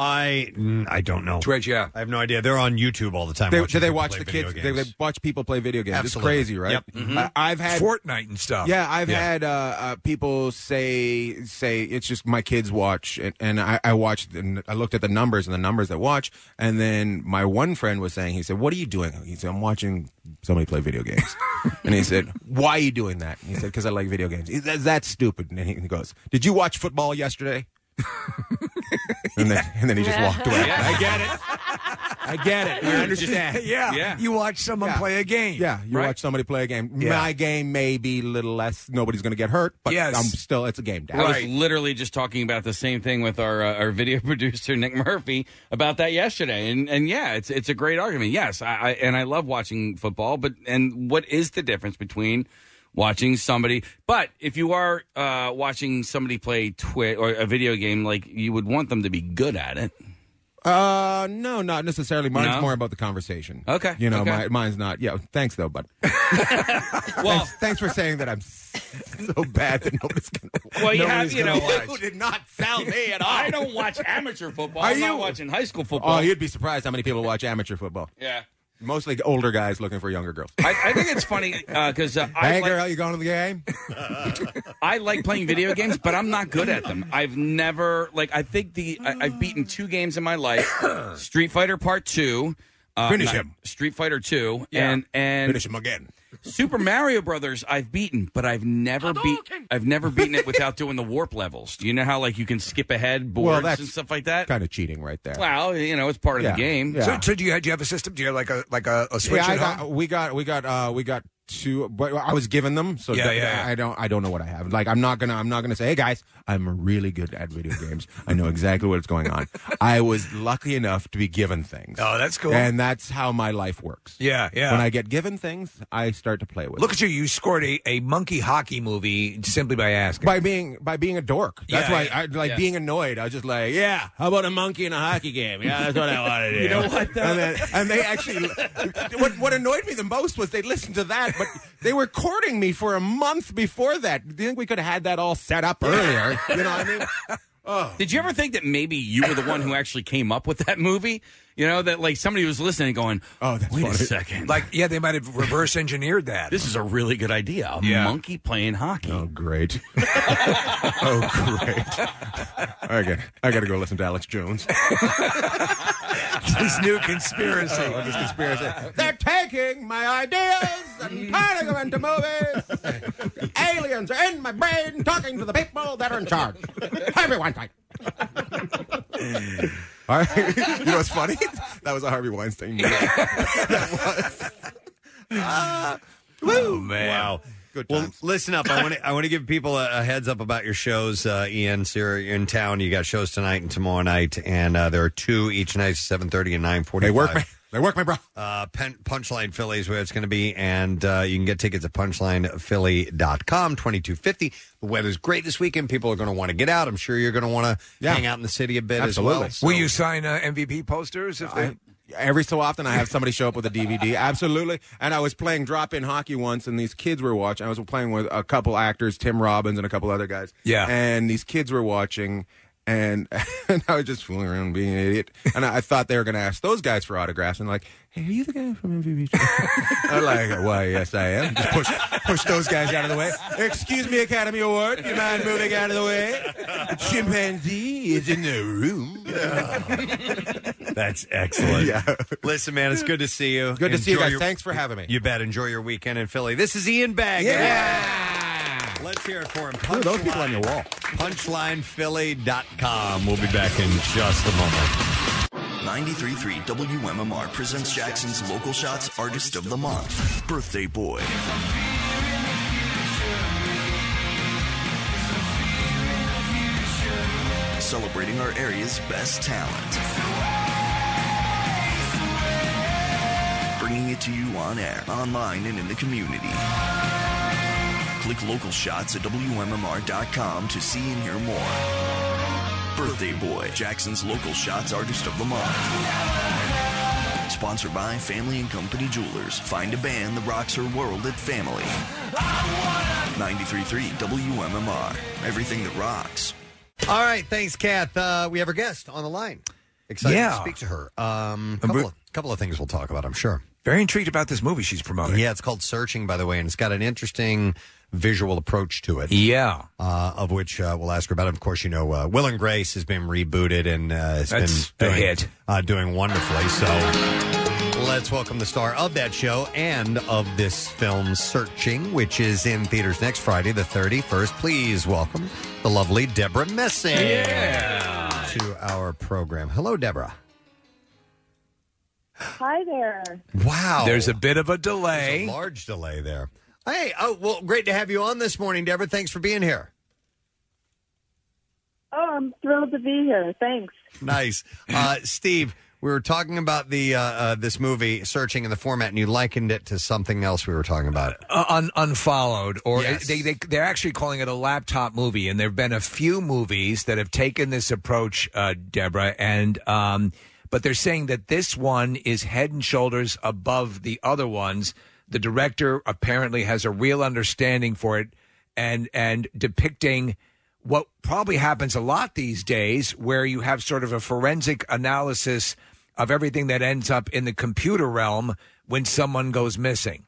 I mm, I don't know.
Twitch, yeah.
I have no idea. They're on YouTube all the time.
They,
watching
do they
people
watch
play
the
video
kids? They,
games.
they watch people play video games.
Absolutely.
It's crazy, right?
Yep. Mhm.
I, I've had
Fortnite and stuff.
Yeah, I've
Yeah.
had uh, uh, people say say it's just my kids watch, and, and I, I watched and I looked at the numbers and the numbers that watch, and then my one friend was saying, he said, "What are you doing?" He said, "I'm watching somebody play video
(laughs)
games," and he said, "Why are you doing that?" And he said, "Because I like video games." He said, "That's stupid." And then he goes, "Did you watch football yesterday?" (laughs) and, then, and then he just walked away.
Yeah.
I get it. I get (laughs)
(laughs)
it. I understand.
yeah. You watch someone
Yeah.
play a game.
Yeah, you watch somebody play a game.
Yeah.
My game may be a little less. Nobody's going to get hurt, but
Yes.
I'm still. It's a game, Dad.
I was literally just talking about the same thing with our uh, our video (laughs) producer Nick Murphy about that yesterday, and and yeah, it's it's a great argument. Yes, I, I and I love watching football, but and what is the difference between watching somebody? But if you are uh, watching somebody play twi- or a video game, like you would want them to be good at it.
Uh, no, not necessarily. Mine's
No?
more about the conversation.
Okay,
you know,
okay.
My, mine's not. Yeah, thanks
(laughs)
though, bud.
well,
(laughs) thanks, thanks for saying that. I'm so bad that nobody's going to.
(laughs) Well, you have you know
you did not sound me at all.
I don't watch amateur football.
Are
I'm
you-
not watching high school football.
Oh, you'd be surprised how many people watch amateur football.
yeah.
Mostly older guys looking for younger girls.
I, I think it's funny because uh, (laughs) I
hey,
like-
girl, you going to
(laughs)
the game?
I like playing video games, but I'm not good at them. I've never like I think the I, I've beaten two games in my life:
(coughs)
Street Fighter Part Two, uh,
Finish
not-
him.
Street Fighter Two,
Yeah.
and and
Finish him again.
Super Mario Brothers, I've beaten, but I've never beat I've never beaten it without doing the warp levels. Do you know how like you can skip ahead boards
well, that's
and stuff like that?
Kind of cheating, right there.
Well, you know it's part of the
Yeah.
game.
Yeah.
So, so do you do you have a system? Do you have like a like a, a switch
yeah, I
at home?
got, we got we got uh we got two but I was given them so
Yeah,
that-
yeah, yeah.
I don't I don't know what I have. Like I'm not going to I'm not going to say, "Hey guys, I'm really good at video games. I know exactly what's going (laughs) on." I was lucky enough to be given things.
Oh, that's cool.
And that's how my life works.
Yeah, yeah.
When I get given things, I start to play with
Look at you! You scored a, a monkey hockey movie simply by asking.
by being by being a dork. That's
Yeah,
why
yeah,
I like
yeah.
being annoyed. I was just like, yeah, how about a monkey in a hockey game? Yeah, that's what I want to (laughs) do.
You know what, though?
And, then- and they (laughs) actually, what what annoyed me the most was they listened to that, but they were courting me for a month before that. Do you think we could have had that all set up earlier? You know what I mean?
Did you ever think that maybe you were the one who actually came up with that movie? You know that like somebody was listening, going, "Oh, wait a second,
like yeah, they might have reverse engineered that.
This is a really good idea. A monkey playing hockey. Oh,
great. (laughs) oh, great. I got I got to go listen to Alex
(laughs)
Jones.
this new conspiracy.
Oh, this conspiracy. They're taking my ideas.
I'm tired of going to movies. Aliens are in my brain talking to the people that are in charge. Everyone's like,
All right. (laughs) you know what's funny? That was a Harvey Weinstein.
(laughs)
movie.
Ah,
Oh man! Wow. Well, listen up. I want to I want to give people a, a heads up about your shows, uh, Ian. So you're in town. You got shows tonight and tomorrow night, and uh, there are two each night, seven thirty and nine forty.
They work me. They work me, bro.
Uh, Pen- Punchline Philly is where it's going to be, and uh, you can get tickets at punchlinephilly.com. Twenty two fifty. The weather's great this weekend. People are going to want to get out. I'm sure you're going to want to
Yeah.
hang out in the city a bit as well.
Will you sign uh, MVP posters if they?
Every so often, I have somebody show up with a DVD. Absolutely. And I was playing drop in hockey once, and these kids were watching. I was playing with a couple actors, Tim Robbins and a couple other guys.
Yeah.
And these kids were watching, and, (laughs) and I was just fooling around being an idiot. And I, I thought they were going to ask those guys for autographs. And like, hey, are you the guy from MVP?
(laughs)
I'm like, why, yes, I am. Just push, push (laughs) those guys out of the way. Excuse me, Academy Award. You mind moving out of the way? The chimpanzee is in the room.
That's
(laughs)
excellent. Listen, man, it's good to see you.
Good to see you
Enjoy
guys. Thanks for having me.
You bet. Enjoy your weekend in Philly. This is Ian Bag. Let's hear it for him. Who are those people on your wall? PunchlinePhilly.com. We'll be back in just a moment.
93.3 WMMR presents Jackson's Local Shots Artist of the Month, Birthday Boy. Celebrating our area's best talent. Bringing it to you on air, online, and in the community. Click local shots at WMMR.com to see and hear more. Birthday Boy, Jackson's Local Shots Artist of the Month. Sponsored by Family and Company Jewelers. Find a band that rocks her world at Family. 93.3 WMMR. Everything that rocks.
All right. Thanks, Kath. Uh, we have our guest on the line. Excited
Yeah.
to speak to her. Um, couple, of, couple of things we'll talk about, I'm sure.
Very intrigued about this movie she's promoting.
Yeah, it's called Searching, by the way, and it's got an interesting visual approach to it.
Yeah.
Uh, of which uh, we'll ask her about. Of course, you know, uh, Will and Grace has been rebooted and uh, has
That's
been
a
doing,
hit.
Uh, doing wonderfully. So let's welcome the star of that show and of this film, Searching, which is in theaters next Friday, the 31st. Please welcome the lovely Deborah Messing to our program. Hello, Deborah.
Hi there.
Wow.
There's a bit of a delay.
There's a large delay there. Hey, oh, well, great to have you on this morning, Deborah. Thanks for being here.
Oh, I'm thrilled to be here. Thanks.
Nice, uh, Steve. We were talking about the uh, uh, this movie, searching in the format, and you likened it to something else we were talking about.
Uh, un- unfollowed, or
Yes.
they, they they're actually calling it a laptop movie, and there have been a few movies that have taken this approach, uh, Deborah, and um, but they're saying that this one is head and shoulders above the other ones. The director apparently has a real understanding for it, and and depicting what probably happens a lot these days, where you have sort of a forensic analysis of everything that ends up in the computer realm when someone goes missing.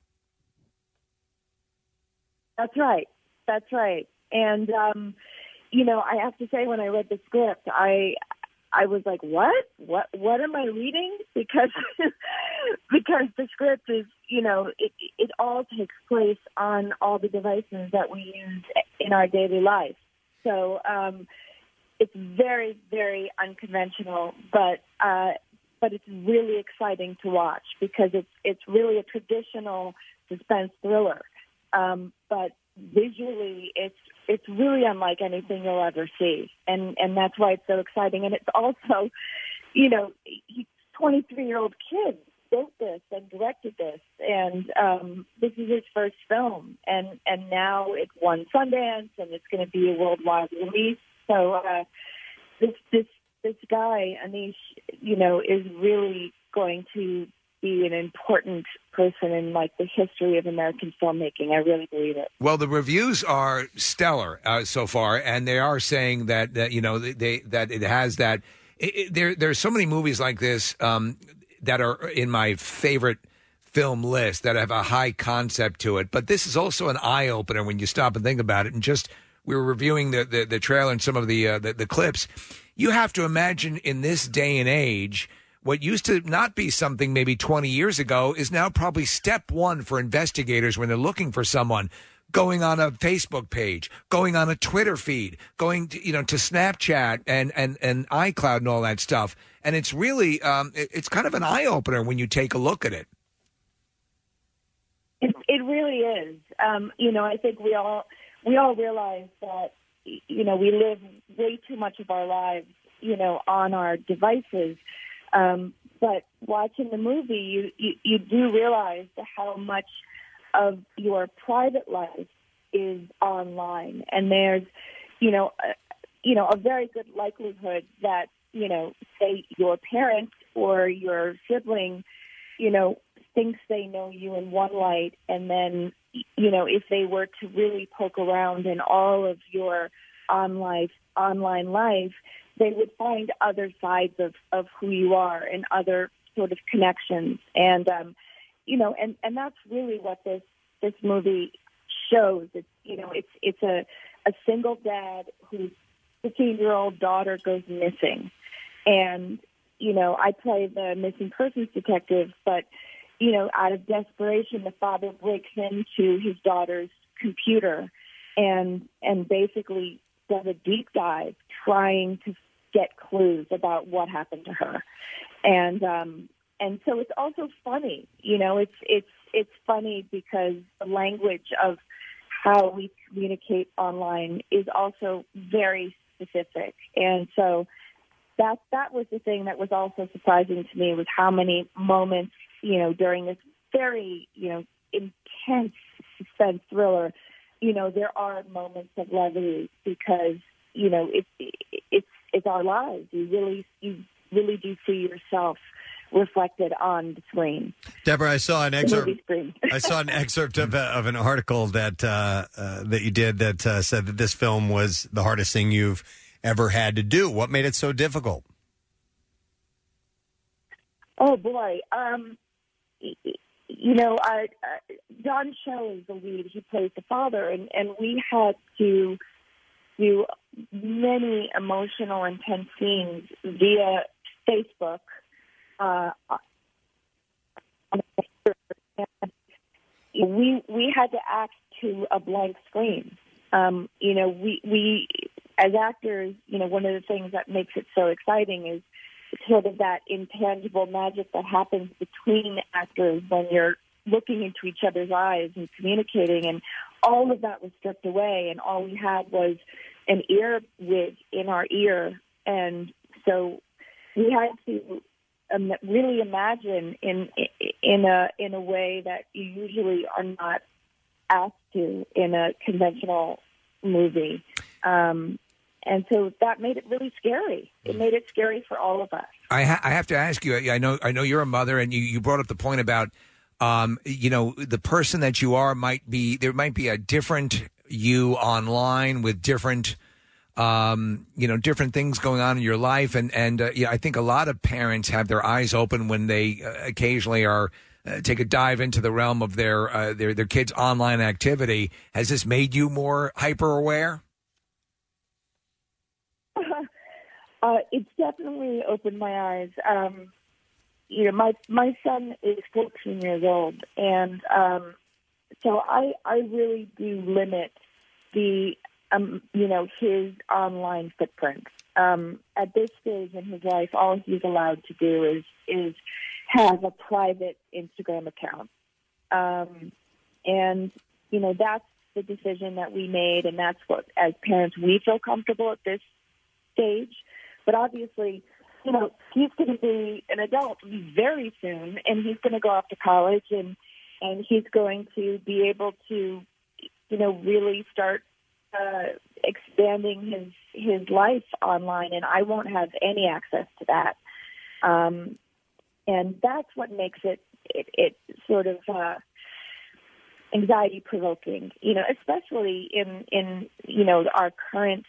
That's right. That's right. And um, you know, I have to say, when I read the script, I I was like, what? What? What am I reading? (laughs) Because because the script is, you know, it it all takes place on all the devices that we use in our daily life. So um, it's very very unconventional, but. Uh, but it's really exciting to watch because it's it's really a traditional suspense thriller um, but visually it's it's really unlike anything you'll ever see and and that's why it's so exciting and it's also you know 23 year old kid wrote this and directed this and um, this is his first film and and now it's won Sundance and it's going to be a worldwide release so uh, this this this guy Anish you know is really going to be an important person in like the history of American filmmaking. I really believe it.
Well, the reviews are stellar uh, so far, and they are saying that, that you know they, they that it has that. It, it- there, there are so many movies like this um, that are in my favorite film list that have a high concept to it. But this is also an eye opener when you stop and think about it. And just we were reviewing the the, the trailer and some of the, uh, the the clips. You have to imagine in this day and age what used to not be something maybe 20 years ago is now probably step one for investigators when they're looking for someone going on a Facebook page, going on a Twitter feed, going to, you know to Snapchat and and and iCloud and all that stuff. And it's really um, it- it's kind of an eye opener when you take a look at it.
It, it really is. Um, you know, I think we all we all realize that y- you know we live way too much of our lives you know on our devices. Um, but watching the movie, you, you you do realize how much of your private life is online, and there's you know a, you know a very good likelihood that you know say your parent or your sibling you know, thinks they know you in one light, and then, you know, if they were to really poke around in all of your on life, online life, they would find other sides of, of who you are and other sort of connections. And, um, you know, and, and that's really what this, this movie shows. It's, you know, it's, it's a, a single dad whose 15 year old daughter goes missing. And, you know, I play the missing persons detective, but, you know, out of desperation, the father breaks into his daughter's computer and, and basically does a deep dive trying to get clues about what happened to her. And, um, and so it's also funny, you know, it's, it's, it's funny because the language of how we communicate online is also very specific. And so, that that was the thing that was also surprising to me was how many moments you know during this very you know intense suspense thriller you know there are moments of levity because you know it, it it's it's our lives you really you really do see yourself reflected on the screen
Deborah, I saw an
The
excerpt.
movie screen.
I saw an excerpt of, a, of an article that uh, uh, that you did that uh, said that this film was the hardest thing you've ever had to do. What made it so difficult?
Oh boy, um, y- y- you know, I, uh, Don Shell is the lead. He plays the father, and and we had to do many emotional, intense scenes via Facebook. Uh, we we had to act to a blank screen. Um, you know, we we as actors, you know, one of the things that makes it so exciting is sort of that intangible magic that happens between actors when you're looking into each other's eyes and communicating and all of that was stripped away and all we had was an ear wig in our ear and so we had to um, really imagine in in a in a way that you usually are not asked to in a conventional movie um, and so that made it really scary it made it scary for all of us
I, ha- I have to ask you. I I know. I know you're a mother, and you, you brought up the point about, um, you know, the person that you are might be there might be a different you online with different, um, you know, different things going on in your life, and and uh, yeah, I think a lot of parents have their eyes open when they uh, occasionally are. Uh, take a dive into the realm of their uh, their their kids' online activity. Has this made you more hyper aware?
(laughs) uh, it's definitely opened my eyes. Um, you know, my my son is 14 years old, and um, so I I really do limit the um, you know his online footprint. Um, at this stage in his life, all he's allowed to do is is have a private Instagram account, um, and you know that's the decision that we made, and that's what as parents we feel comfortable at this stage. But obviously, you know, he's going to be an adult very soon, and he's going to go off to college, and and he's going to be able to, you know, really start uh, expanding his his life online, and I won't have any access to that. Um, and that's what makes it it, it sort of. Uh, anxiety provoking you know especially in in you know our current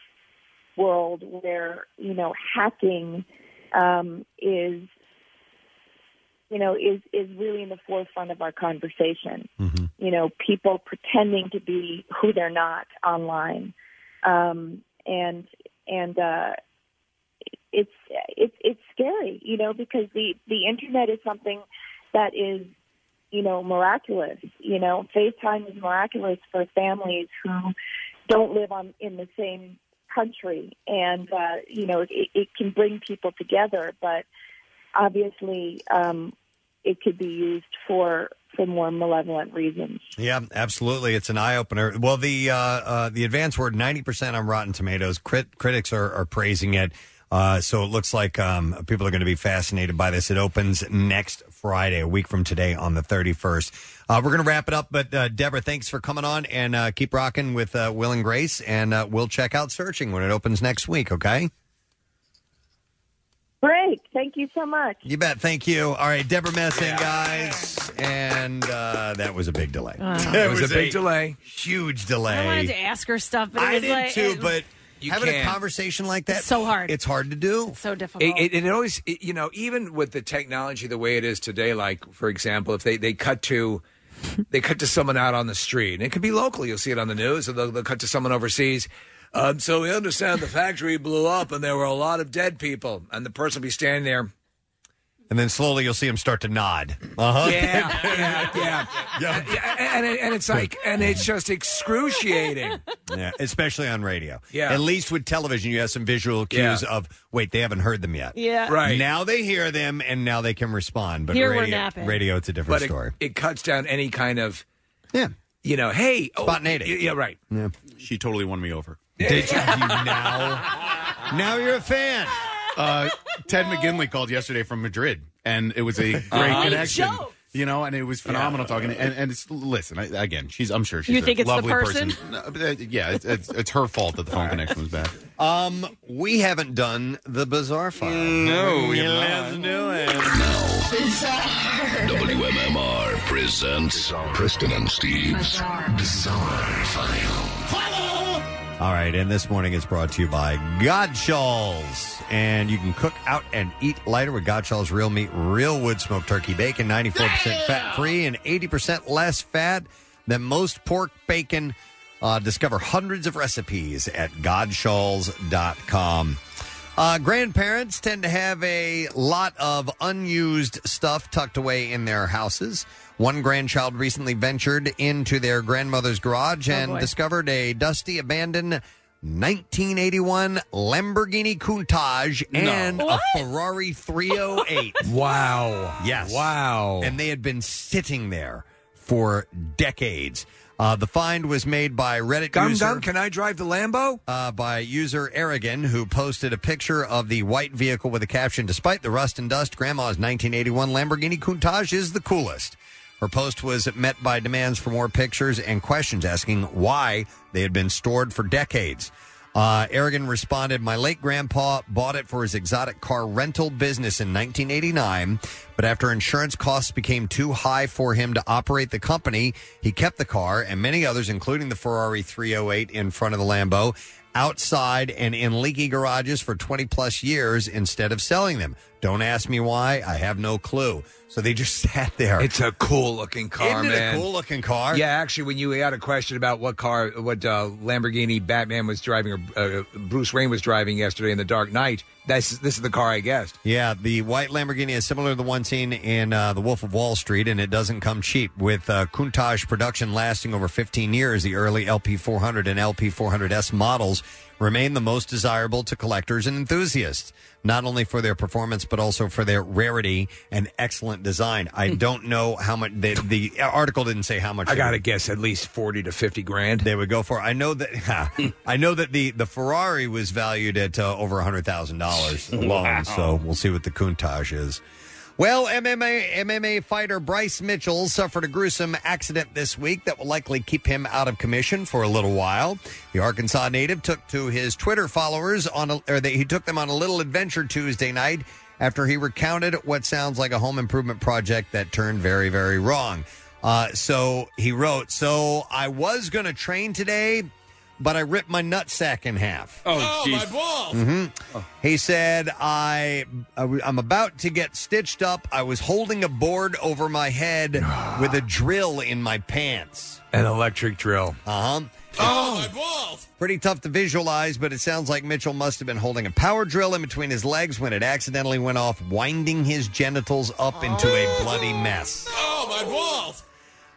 world where you know hacking um, is you know is is really in the forefront of our conversation. You know, people pretending to be who they're not online, um, and and uh, it's it's it's scary, you know, because the the internet is something that is you know miraculous. You know, FaceTime is miraculous for families who don't live on in the same country, and uh, you know it, it can bring people together, but obviously um, it could be used for for more malevolent reasons.
Yeah, absolutely. It's an eye opener. Well, the uh, uh, the advanced word ninety percent on Rotten Tomatoes. Crit- critics are, are praising it. Uh, so it looks like um, people are going to be fascinated by this. It opens next Friday, a week from today, on the thirty first. Uh, we're going to wrap it up, but uh, Deborah, thanks for coming on and uh, keep rocking with uh, Will and Grace, and uh, we'll check out Searching when it opens next week. Okay.
Great, thank you so much.
You bet. Thank you. All right, Deborah Messing, guys. And uh, that was a big delay.
Wow.
It was a big
delay. Huge delay.
I wanted to ask her stuff, but
I
it was
did
like,
too,
it-
but
You
having
can't.
a conversation like that,
It's so hard.
It's hard to do.
so difficult.
It, it, it always, it- you know, even with the technology the way it is today, like for example, if they they cut to they cut to someone out on the street, and it could be local. You'll see it on the news, or they'll, they'll cut to someone overseas. Um, so we understand the factory blew up, and there were a lot of dead people, and the person will be standing there.
And then slowly you'll see him start to nod. Uh huh.
Yeah, yeah, yeah, yeah. And, it, and it's like, and it's just excruciating.
(laughs) yeah, especially on radio.
Yeah.
At least with television, you have some visual cues of wait, they haven't heard them yet.
Yeah. Right.
now they hear them and now they can respond. But
Here we're
radio,
napping.
radio, it's a
but
different
it-
story.
It, cuts down any kind of,
yeah,
you know, hey, oh,
Spontaneity.
y- Yeah, right.
Yeah.
She totally won me over.
Did you, you now?
(laughs)
Now you're a fan.
Uh, Ted McGinley called yesterday from Madrid, and it was a great
Uh-huh.
connection.
Joke.
You know, and it was phenomenal talking. And, and it's listen I, again. She's I'm sure she's a
You think it's the
lovely
person?
No, but, uh, yeah, it's, it's, it's her fault that the phone connection was bad.
Um, we haven't done the bizarre file. No,
we have
let's do it.
WMMR presents Preston and Steve's Bizarre, File.
All right, and this morning it's brought to you by Godshalls. And you can cook out and eat lighter with Godshalls real meat, real wood smoked turkey bacon, 94% fat free and 80% less fat than most pork bacon. Uh, discover hundreds of recipes at godshalls.com. Uh, grandparents tend to have a lot of unused stuff tucked away in their houses. One grandchild recently ventured into their grandmother's garage and
boy.
discovered a dusty, abandoned 1981 Lamborghini Countach and
What?
a Ferrari
(laughs)
308.
wow.
Yes.
Wow.
And they had been sitting there for decades. Uh, the find was made by Reddit
Gum
user.
Dum, can I drive the Lambo?
Uh, by user Aragon, who posted a picture of the white vehicle with a caption Despite the rust and dust, Grandma's 1981 Lamborghini Countach is the coolest. Her post was met by demands for more pictures and questions asking why they had been stored for decades. Uh, Aragon responded, My late grandpa bought it for his exotic car rental business in 1989, but after insurance costs became too high for him to operate the company, he kept the car and many others, including the Ferrari 308 in front of the Lambo, outside and in leaky garages for 20 plus years instead of selling them. Don't ask me why. I have no clue. So they just (laughs) sat there.
It's a cool looking car,
Isn't it a
man.
cool-looking car?
Yeah, actually, when you had a question about what car, what uh, Lamborghini Batman was driving or uh, Bruce Wayne was driving yesterday in The Dark Knight, this is, this is the car I guessed.
Yeah, the white Lamborghini is similar to the one seen in uh, The Wolf of Wall Street, and it doesn't come cheap. With uh, Countach production lasting over 15 years, the early LP400 and LP400S models remain the most desirable to collectors and enthusiasts, not only for their performance but also for their rarity and excellent design. I don't know how much they, the article didn't say how much.
Hmm. I
they
gotta
were-
guess at least forty to fifty grand.
They would go for. I know that. (laughs) I know that the the Ferrari was valued at uh, over hundred
(laughs)
thousand dollars alone.
Wow.
So we'll see what the Countach is. Well, MMA MMA fighter Bryce Mitchell suffered a gruesome accident this week that will likely keep him out of commission for a little while. The Arkansas native took to his Twitter followers on a, or they, he took them on a little adventure Tuesday night after he recounted what sounds like a home improvement project that turned very very wrong. Uh, so he wrote, "So I was going to train today, but I ripped my nutsack in half."
Oh, jeez.
Mm-hmm.
Mhm. He said, I, I, w- I'm about to get stitched up. I was holding a board over my head with a drill in my pants.
An electric drill.
Uh huh. Oh, Pretty tough to visualize, but it sounds like Mitchell must have been holding a power drill in between his legs when it accidentally went off, winding his genitals up into a bloody mess.
Oh, my balls!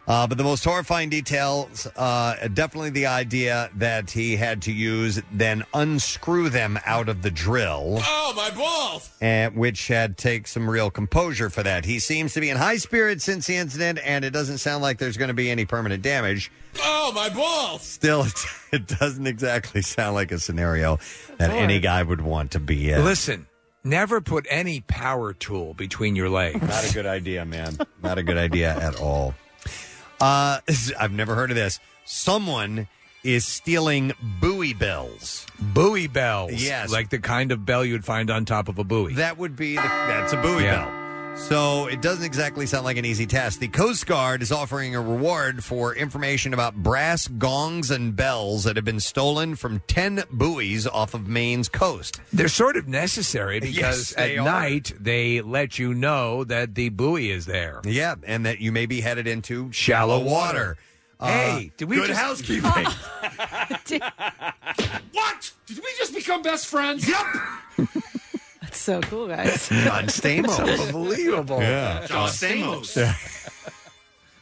Uh, but the most horrifying details, uh, definitely the idea that he had to use then unscrew them out of the drill.
Oh, my balls!
and which had take some real composure for that. He seems to be in high spirits since the incident, and it doesn't sound like there's going to be any permanent damage.
Oh, my balls!
Still, (laughs) it, it doesn't exactly sound like a scenario that any guy would want to be in.
Listen, never put any power tool between your legs.
Not a good idea, man. Not a good idea at all. Uh, (laughs) I've never heard of this. Someone is stealing buoy bells.
Buoy bells.
Yes.
Like the kind of bell you'd find on top of a buoy.
That would be the, that's a buoy
Yeah.
bell. So it doesn't exactly sound like an easy task. The Coast Guard is offering a reward for information about brass gongs and bells that have been stolen from 10 buoys off of Maine's coast.
(laughs) They're sort of necessary because
Yes,
at
they are.
night they let you know that the buoy is there.
Yeah, and that you may be headed into
shallow
water.
hey,
Uh,
did we
good
just-
housekeeping.
(laughs)
(laughs)
What? Did we just become best friends?
(laughs)
Yep.
That's so
(laughs)
cool, guys.
John Stamos.
Unbelievable.
Yeah.
John Stamos.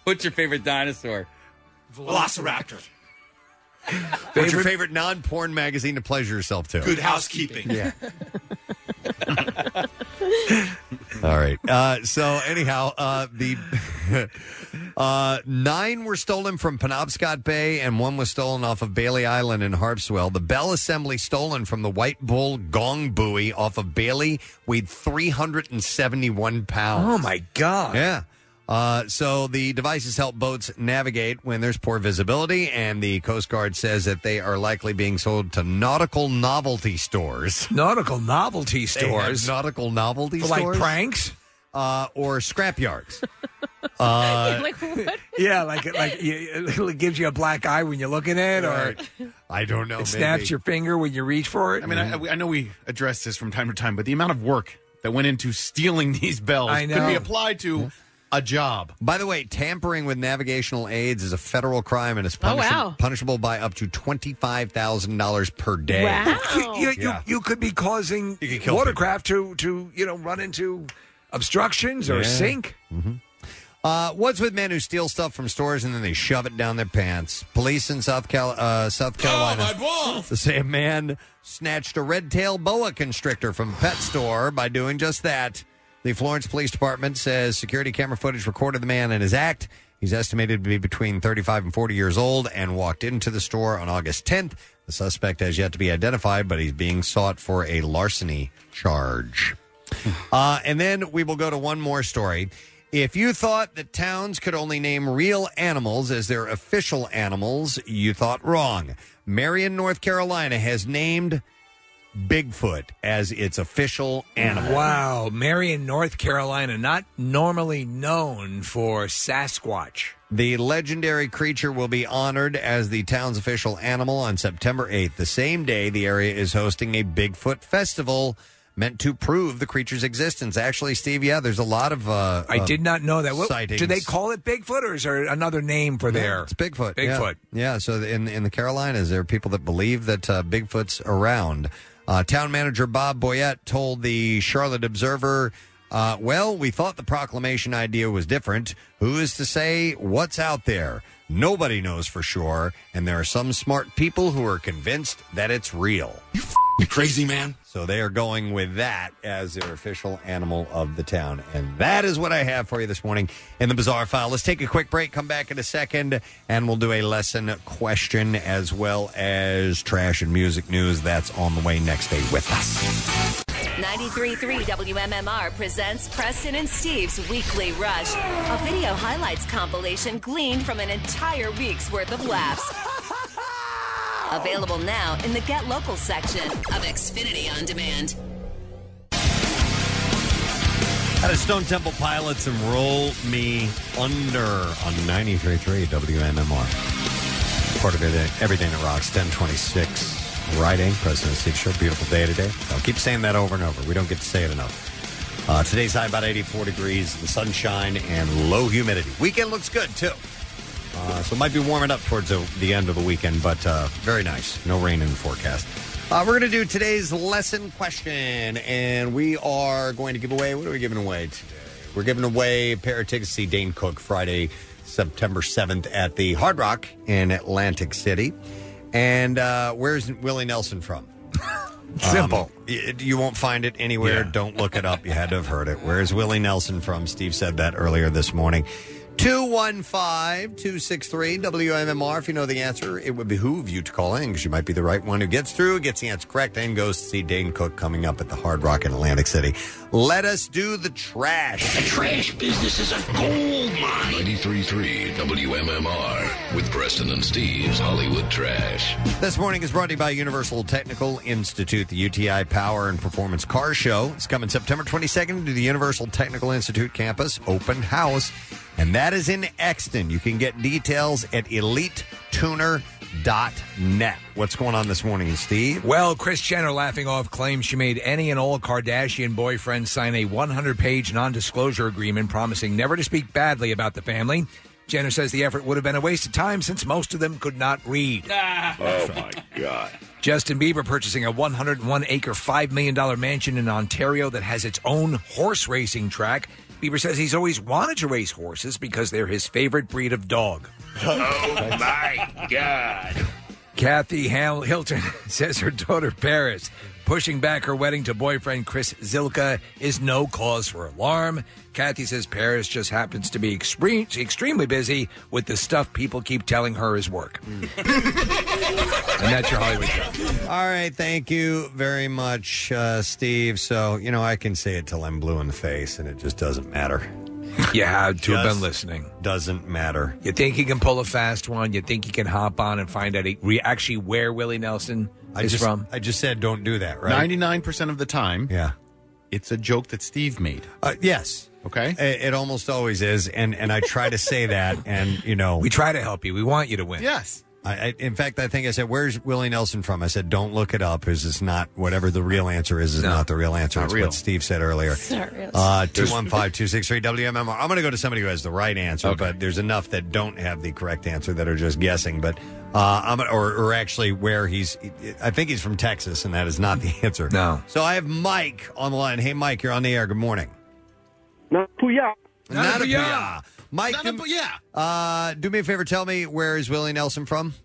What's your favorite dinosaur?
Velociraptor.
What's your favorite non-porn magazine to pleasure yourself to?
Good housekeeping.
Yeah. (laughs) All right. Uh, so anyhow, uh, the (laughs) uh, nine were stolen from Penobscot Bay, and one was stolen off of Bailey Island in Harpswell. The bell assembly stolen from the White Bull gong buoy off of Bailey weighed 371 pounds.
Oh, my God.
Yeah. Uh, so the devices help boats navigate when there's poor visibility, and the Coast Guard says that they are likely being sold to nautical novelty stores.
Nautical novelty
They have
stores.
nautical novelty
For, like,
stores,
pranks,
uh, or
(laughs)
scrap yards. uh,
like what?
yeah, like it, like you- (laughs) it gives you a black eye when you look at it, or
I don't know.
it snaps your finger when you reach for it.
Oh, I mean, I, I know we address this from time to time, but the amount of work that went into stealing (laughs) these bells
I
could be
know.
applied to a job.
By the way, tampering with navigational aids is a federal crime and is
Oh,
punish-
wow.
punishable by up to twenty five thousand dollars per day.
You, you,
Yeah.
you, you could be causing
kill
watercraft to to you know run into obstructions or
Yeah.
sink.
Uh, what's with men who steal stuff from stores and then they shove it down their pants? Police in South, Cal- uh, South Carolina (laughs) to say a man snatched a red-tail boa constrictor from a pet store by doing just that. The Florence Police Department says security camera footage recorded the man in his act. He's estimated to be between 35 and 40 years old and walked into the store on August 10th. The suspect has yet to be identified, but he's being sought for a larceny charge. Uh, and then we will go to one more story. If you thought that towns could only name real animals as their official animals, you thought wrong. Marion, North Carolina has named Bigfoot as its official animal.
Wow, Marion, North Carolina, not normally known for Sasquatch.
The legendary creature will be honored as the town's official animal on September 8th, the same day the area is hosting a Bigfoot festival meant to prove the creature's existence. Actually, Steve, yeah, there's a lot of. Uh,
I
uh,
did not know that. What, do they
sightings.
call it Bigfoot, or is there another name for
No,
there?
It's Bigfoot. yeah.
Bigfoot.
Yeah. So in in the Carolinas, there are people that believe that uh, Bigfoot's around. Uh, town manager Bob Boyette told the Charlotte Observer. Uh, well, we thought the proclamation idea was different. Who is to say what's out there? Nobody knows for sure, and there are some smart people who are convinced that it's real. You f- crazy man! So they are going with that as their official animal of the town, and that is what I have for you this morning in the bizarre file. Let's take a quick break. Come back in a second, and we'll do a lesson question as well as trash and music news. That's on the way next. Stay with us.
93.3 WMMR presents Preston and Steve's Weekly Rush, a video highlights compilation gleaned from an entire week's worth of laughs. Available now in the Get Local section of Xfinity On Demand.
Out of Stone Temple Pilots and Roll Me Under on 93.3 WMMR. Part of it, uh, everything that rocks, 1026 Riding, President Steve Show. Beautiful day today. I'll keep saying that over and over. We don't get to say it enough. Uh, today's high about 84 degrees, the sunshine, and low humidity. Weekend looks good, too. Uh, so it might be warming up towards the, the end of the weekend, but uh, very nice. No rain in the forecast. Uh, we're going to do today's lesson question, and we are going to give away. What are we giving away today? We're giving away a pair of tickets to see Dane Cook Friday, September 7th at the Hard Rock in Atlantic City. And uh, where's Willie Nelson from? Simple. you, you won't find it anywhere. Don't look it up. You had to have heard it. Where's Willie Nelson from? Steve said that earlier this morning. 215 263 WMMR. If you know the answer, it would behoove you to call in because you might be the right one who gets through, gets the answer correct, and goes to see Dane Cook coming up at the Hard Rock in Atlantic City. Let us do the trash. The
trash business is a gold mine. 93.3 WMMR with Preston and Steve's Hollywood Trash.
This morning is brought to you by Universal Technical Institute, the UTI Power and Performance Car Show. It's coming September 22nd to the Universal Technical Institute campus open house, and that is in Exton. You can get details at elitetuner.net. What's going on this morning, Steve?
Well, Chris Jenner laughing off claims she made any and all Kardashian boyfriends sign a 100 page non disclosure agreement promising never to speak badly about the family. Jenner says the effort would have been a waste of time since most of them could not read.
Oh my God.
Justin Bieber purchasing a 101 acre, $5 million mansion in Ontario that has its own horse racing track. Bieber says he's always wanted to race horses because they're his favorite breed of dog.
(laughs)
(laughs)
Oh my
(laughs)
God.
Kathy Hal- Hilton (laughs) says her daughter Paris pushing back her wedding to boyfriend Chris Zilka is no cause for alarm. Kathy says Paris just happens to be extre- extremely busy with the stuff people keep telling her is work.
Hmm.
(laughs) and that's your Hollywood show.
All right, thank you very much, uh, Steve. So, you know, I can say it till I'm blue in the face, and it just doesn't matter.
Yeah, to have
Just
been listening.
Doesn't matter.
You think you can pull a fast one? You think you can hop on and find out re- actually where Willie Nelson
I
is
just-
from?
I just said don't do that,
Ninety-nine percent of the time,
yeah,
it's a joke that Steve made.
Uh, yes.
Okay.
It, it almost always is, and and I try to say that, and you know,
we try to help you. We want you to win.
Yes.
I, I, in fact, I think I said, "Where's Willie Nelson from?" I said, "Don't look it up. Because it's not whatever the real answer is. Is not the real answer.
not
it's
real.
what Steve said earlier."
It's not real.
Two one five two six three WMMR. I'm going to go to somebody who has the right answer, but there's enough that don't have the correct answer that are just guessing. But uh, I'm or, or actually where he's. I think he's from Texas, and that is not the answer.
No.
So I have Mike on the line. Hey, Mike, you're on the air. Good morning.
Not Puya.
Not a
Puya.
Puya. Mike, do, uh, do me a favor. Tell me where is Willie Nelson from?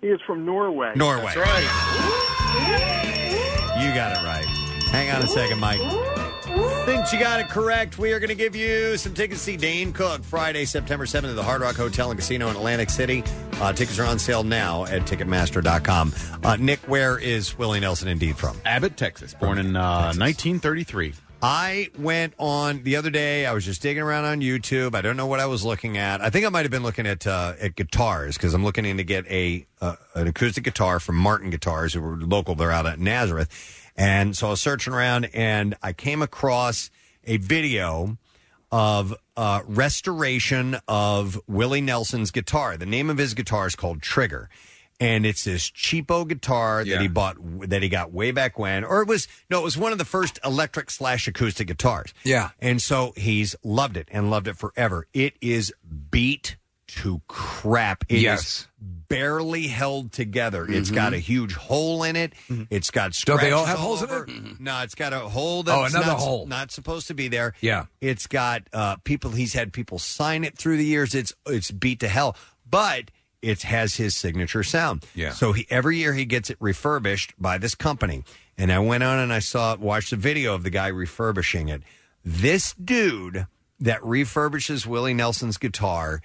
He is from Norway.
Norway. That's You got it right. Hang on a second, Mike.
Mm-hmm.
Think you got it correct. We are going to give you some tickets to see Dane Cook Friday, September 7th at the Hard Rock Hotel and Casino in Atlantic City. Uh, tickets are on sale now at Ticketmaster.com. Uh, Nick, where is Willie Nelson indeed from?
Abbott, Texas, born in uh, 1933.
I went on the other day. I was just digging around on YouTube. I don't know what I was looking at. I think I might have been looking at uh, at guitars because I'm looking in to get a uh, an acoustic guitar from Martin Guitars, who were local. They're out at Nazareth, and so I was searching around and I came across a video of uh, restoration of Willie Nelson's guitar. The name of his guitar is called Trigger. And it's this cheapo guitar that he bought, that he got way back when, or it was no, it was one of the first electric slash acoustic guitars.
Yeah.
And so he's loved it and loved it forever. It is beat to crap. It is
Yes.
barely held together. It's
Mhm.
got a huge hole in it. It's got
Mm-hmm. Don't
scratches.
they all have holes in it? Mm-hmm.
it? No, it's got a hole
Oh,
that's
another
not,
hole.
not supposed to be there.
Yeah.
It's got uh, people. He's had people sign it through the years. It's it's beat to hell, but it has his signature sound.
Yeah. (laughs)
So he every year he gets it refurbished by this company. And I went on and I saw watched the video of the guy refurbishing it. This dude that refurbishes Willie Nelson's guitar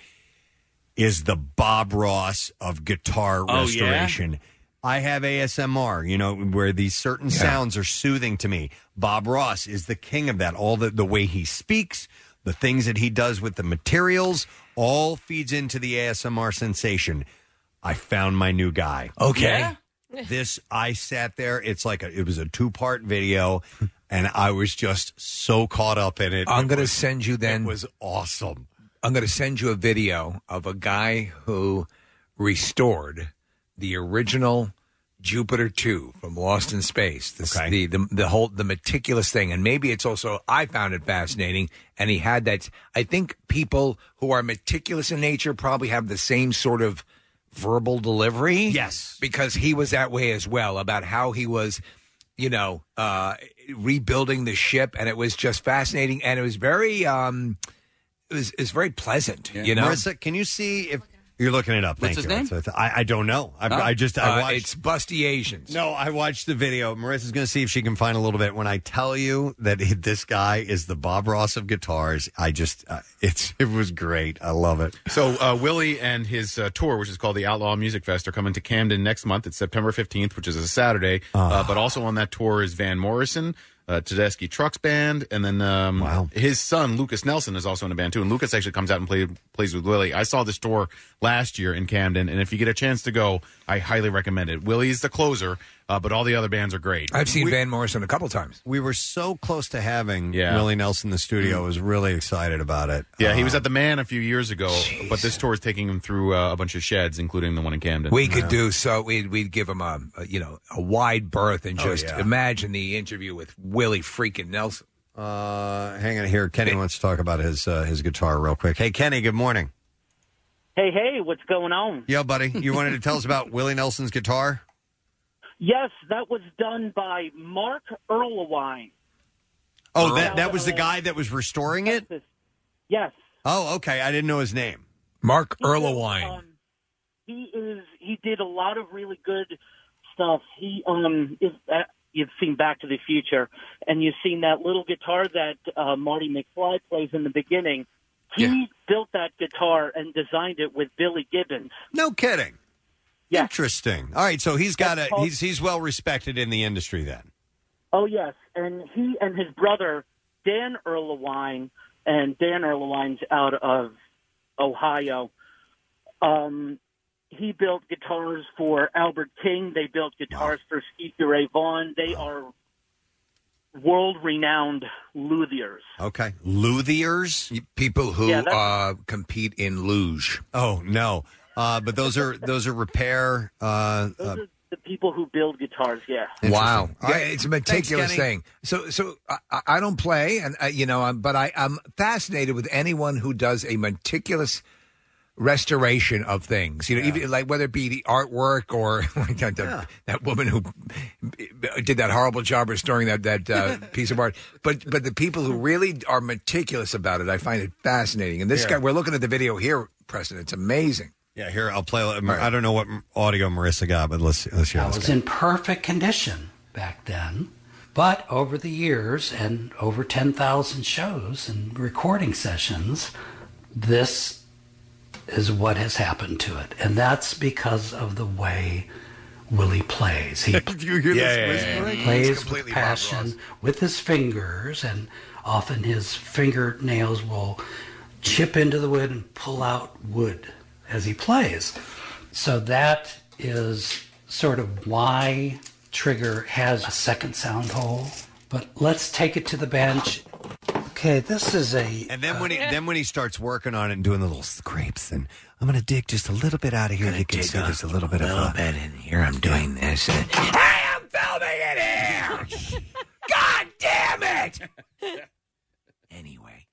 is the Bob Ross of guitar
Oh, yeah?
restoration. I have ASMR, you know, where these certain sounds are soothing to me. Bob Ross is the king of that. All the, the way he speaks, the things that he does with the materials, all feeds into the ASMR sensation. I found my new guy.
Okay. Yeah?
(laughs) This I sat there. It's like a, it was a two part (laughs) video, and I was just so caught up in it.
I'm
It
going to
was-
send you then. It
was awesome.
I'm going to send you a video of a guy who restored the original Jupiter 2 from Lost in Space. This, the, the the whole the meticulous thing and maybe it's also I found it fascinating and he had that I think people who are meticulous in nature probably have the same sort of verbal delivery. Yes. Because he was that way as well about how he was you know uh rebuilding the ship and it was just fascinating and it was very um it was, it was very pleasant, you know.
Marissa, can you see if you're looking it up?
What's
Thank
his
you.
name?
That's what I, I, I don't know. I,
Huh?
I just I
Uh,
watched.
it's Busty Asians.
No, I watched the video. Marissa's going to see if she can find a little bit. When I tell you that it- this guy is the Bob Ross of guitars, I just uh, it's (laughs) it was great. I love it.
So uh, Willie and his uh, tour, which is called the Outlaw Music Fest, are coming to Camden next month. It's September 15th, which is a Saturday. Uh, but also on that tour is Van Morrison, uh, Tedeschi Trucks Band, and then um, his son Lucas Nelson is also in a band too. And Lucas actually comes out and play, plays with Willie. I saw this tour last year in Camden, and if you get a chance to go, I highly recommend it. Willie's the closer, uh, but all the other bands are great.
I've seen Van Morrison a couple times.
We were so close to having
Yeah.
Willie Nelson in the studio. I was really excited about it. Uh,
Yeah, he was
Uh,
at the Man a few years ago, but this tour is taking him through uh, a bunch of sheds, including the one in Camden.
We could do so. We'd, we'd give him a, a you know a wide berth and
Oh,
just
yeah.
imagine the interview with Willie freaking Nelson.
Uh, hang on here. Kenny wants to talk about his uh, his guitar real quick. Hey, Kenny. Good morning.
Hey, hey, what's going on?
Yo, buddy. You wanted to tell us about Willie Nelson's guitar?
Yes, that was done by Mark Erlewine.
Oh, that that was the guy that was restoring it.
Yes.
Oh, okay. I didn't know his name.
Mark Erlewine.
He is. He did a lot of really good stuff. He um, is, uh, you've seen Back to the Future, and you've seen that little guitar that uh, Marty McFly plays in the beginning. He built that guitar and designed it with Billy Gibbons.
No kidding. Interesting. All right, so he's got a
That's called-
he's he's well respected in the industry then.
Oh yes, and he and his brother Dan Erlewine, and Dan Erlewine's out of Ohio. Um, he built guitars for Albert King. They built guitars for Stevie Ray Vaughan. They are world-renowned luthiers.
Okay, luthiers,
people who
Yeah, that's-
uh, compete in luge.
Oh no, uh, but those are those are repair. Uh, uh,
The people who build guitars, yeah.
Wow,
Interesting.
yeah, it's a
Thanks,
meticulous
Kenny.
thing. So, so I- I, I don't play, and I, you know, I'm, but I, I'm fascinated with anyone who does a meticulous restoration of things. You know, even like whether it be the artwork or (laughs) like that, that- that woman who did that horrible job restoring that that (laughs) uh, piece of art. But but the people who really are meticulous about it, I find it fascinating. And this
Yeah.
guy, we're looking at the video here, Preston. It's amazing.
yeah, here I'll play. I don't know what audio Marissa got, but let's let's hear
I
this.
was
guy.
in perfect condition back then. But over the years and over 10,000 shows and recording sessions, this is what has happened to it. And that's because of the way Willie plays.
(laughs)
He
Do you hear this whispering? It's
plays with
completely Bob
passion with his fingers, and often his fingernails will chip into the wood and pull out wood as he plays. So that is sort of why Trigger has a second sound hole. But let's take it to the bench. Okay, this is a.
And then when he then when he starts working on it and doing the little scrapes, and I'm gonna dig just a little bit out of here. You can see there's a little bit of uh, a
bit in here. I'm doing this. uh, I am filming it here. God damn it! anyway,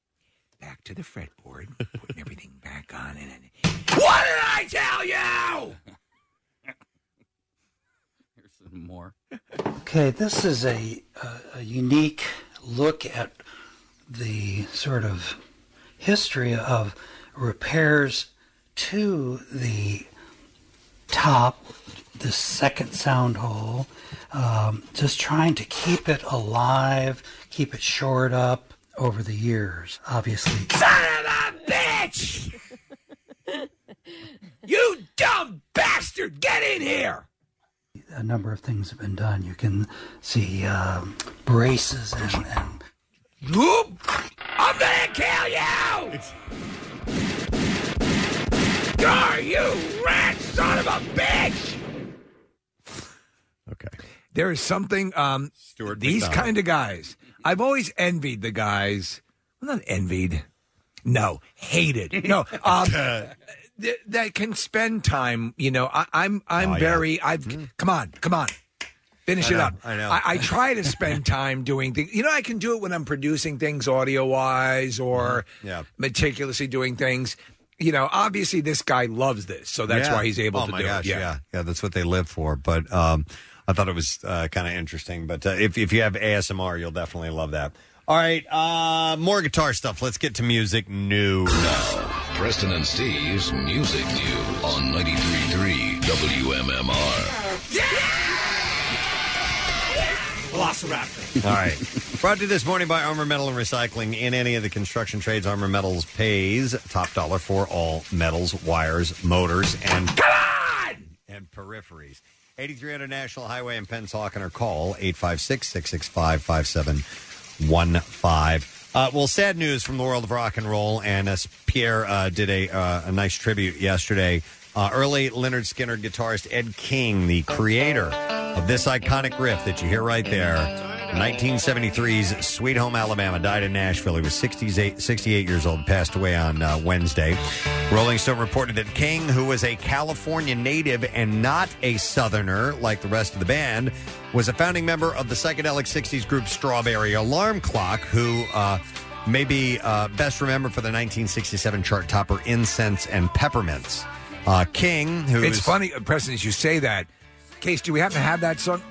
back to the fretboard, putting everything back on it. And what did I tell you?
more. Okay, this is a, a, a unique look at the sort of history of repairs to the top, the second sound hole, um, just trying to keep it alive, keep it shored up over the years, obviously.
Son of a bitch! you dumb bastard! Get in here!
a number of things have been done. You can see um, braces and, and
I'm gonna kill you! Gar, you rat son of a bitch! Okay. There is something, um, these
McDonald.
kind of guys. I've always envied the
(laughs)
guys. Well, not envied. No, hated. No, um, th- that can spend time. You know, I, I'm I'm very I've come on, come on. Finish
Oh, Mm-hmm. I
it up.
know, I know.
I, I try
(laughs)
to spend time doing things. You know, I can do it when I'm producing things audio wise or
Mm-hmm. Yeah.
meticulously doing things. You know, obviously this guy loves this, so that's
Yeah.
why he's able
oh
to
my
do
gosh,
it.
Yeah. yeah, that's what they live for. But um, I thought it was uh, kind of interesting. But uh, if if you have ASMR, you'll definitely love that. All right, uh, more guitar stuff. Let's get to music news.
Preston and Steve's Music News on 93.3 WMMR.
Velociraptor.
All right. Brought to you this morning by Armor Metal and Recycling. In any of the construction trades, Armor Metals pays top dollar for all metals, wires, motors, and and peripheries. 8300 National Highway in Pennsauken or call 856 665 5715. Uh, Well, sad news from the world of rock and roll, and as Pierre uh, did a, uh, a nice tribute yesterday. Uh, early Leonard Skinner guitarist Ed King, the creator of this iconic riff that you hear right there, 1973's Sweet Home Alabama, died in Nashville. He was 68, 68 years old, passed away on uh, Wednesday. Rolling Stone reported that King, who was a California native and not a Southerner like the rest of the band, was a founding member of the psychedelic 60s group Strawberry Alarm Clock, who uh, may be uh, best remembered for the 1967 chart topper Incense and Peppermints. Uh, King, who
It's
is-
funny, uh, Preston, as you say that. Case, do we happen to have that song?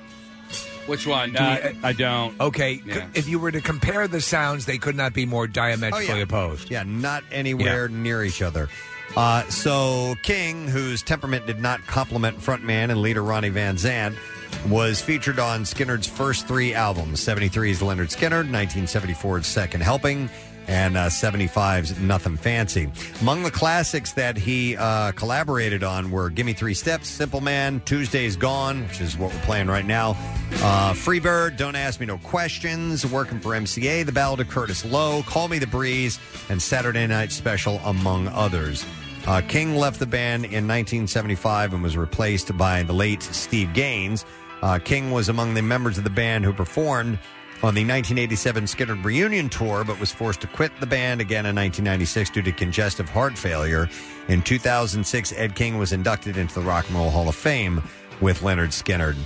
Which one?
Do we-
Uh, I don't.
Okay, c-
Yeah.
if you were to compare the sounds, they could not be more diametrically
Oh, yeah.
opposed.
Yeah, not anywhere near each other. Uh, so King, whose temperament did not complement frontman and leader Ronnie Van Zant, was featured on Skinner's first three albums: 73's Leonard Skinner, 1974's Second Helping, and uh, 75's Nothing Fancy. Among the classics that he uh, collaborated on were "Gimme Three Steps," "Simple Man," "Tuesday's Gone," which is what we're playing right now, uh, "Freebird," "Don't Ask Me No Questions," "Working for MCA," "The Ballad of Curtis Lowe," "Call Me the Breeze," and "Saturday Night Special," among others. Uh, King left the band in 1975 and was replaced by the late Steve Gaines. Uh, King was among the members of the band who performed on the 1987 Skinner reunion tour, but was forced to quit the band again in 1996 due to congestive heart failure. In 2006, Ed King was inducted into the Rock and Roll Hall of Fame with Leonard Skinnerd.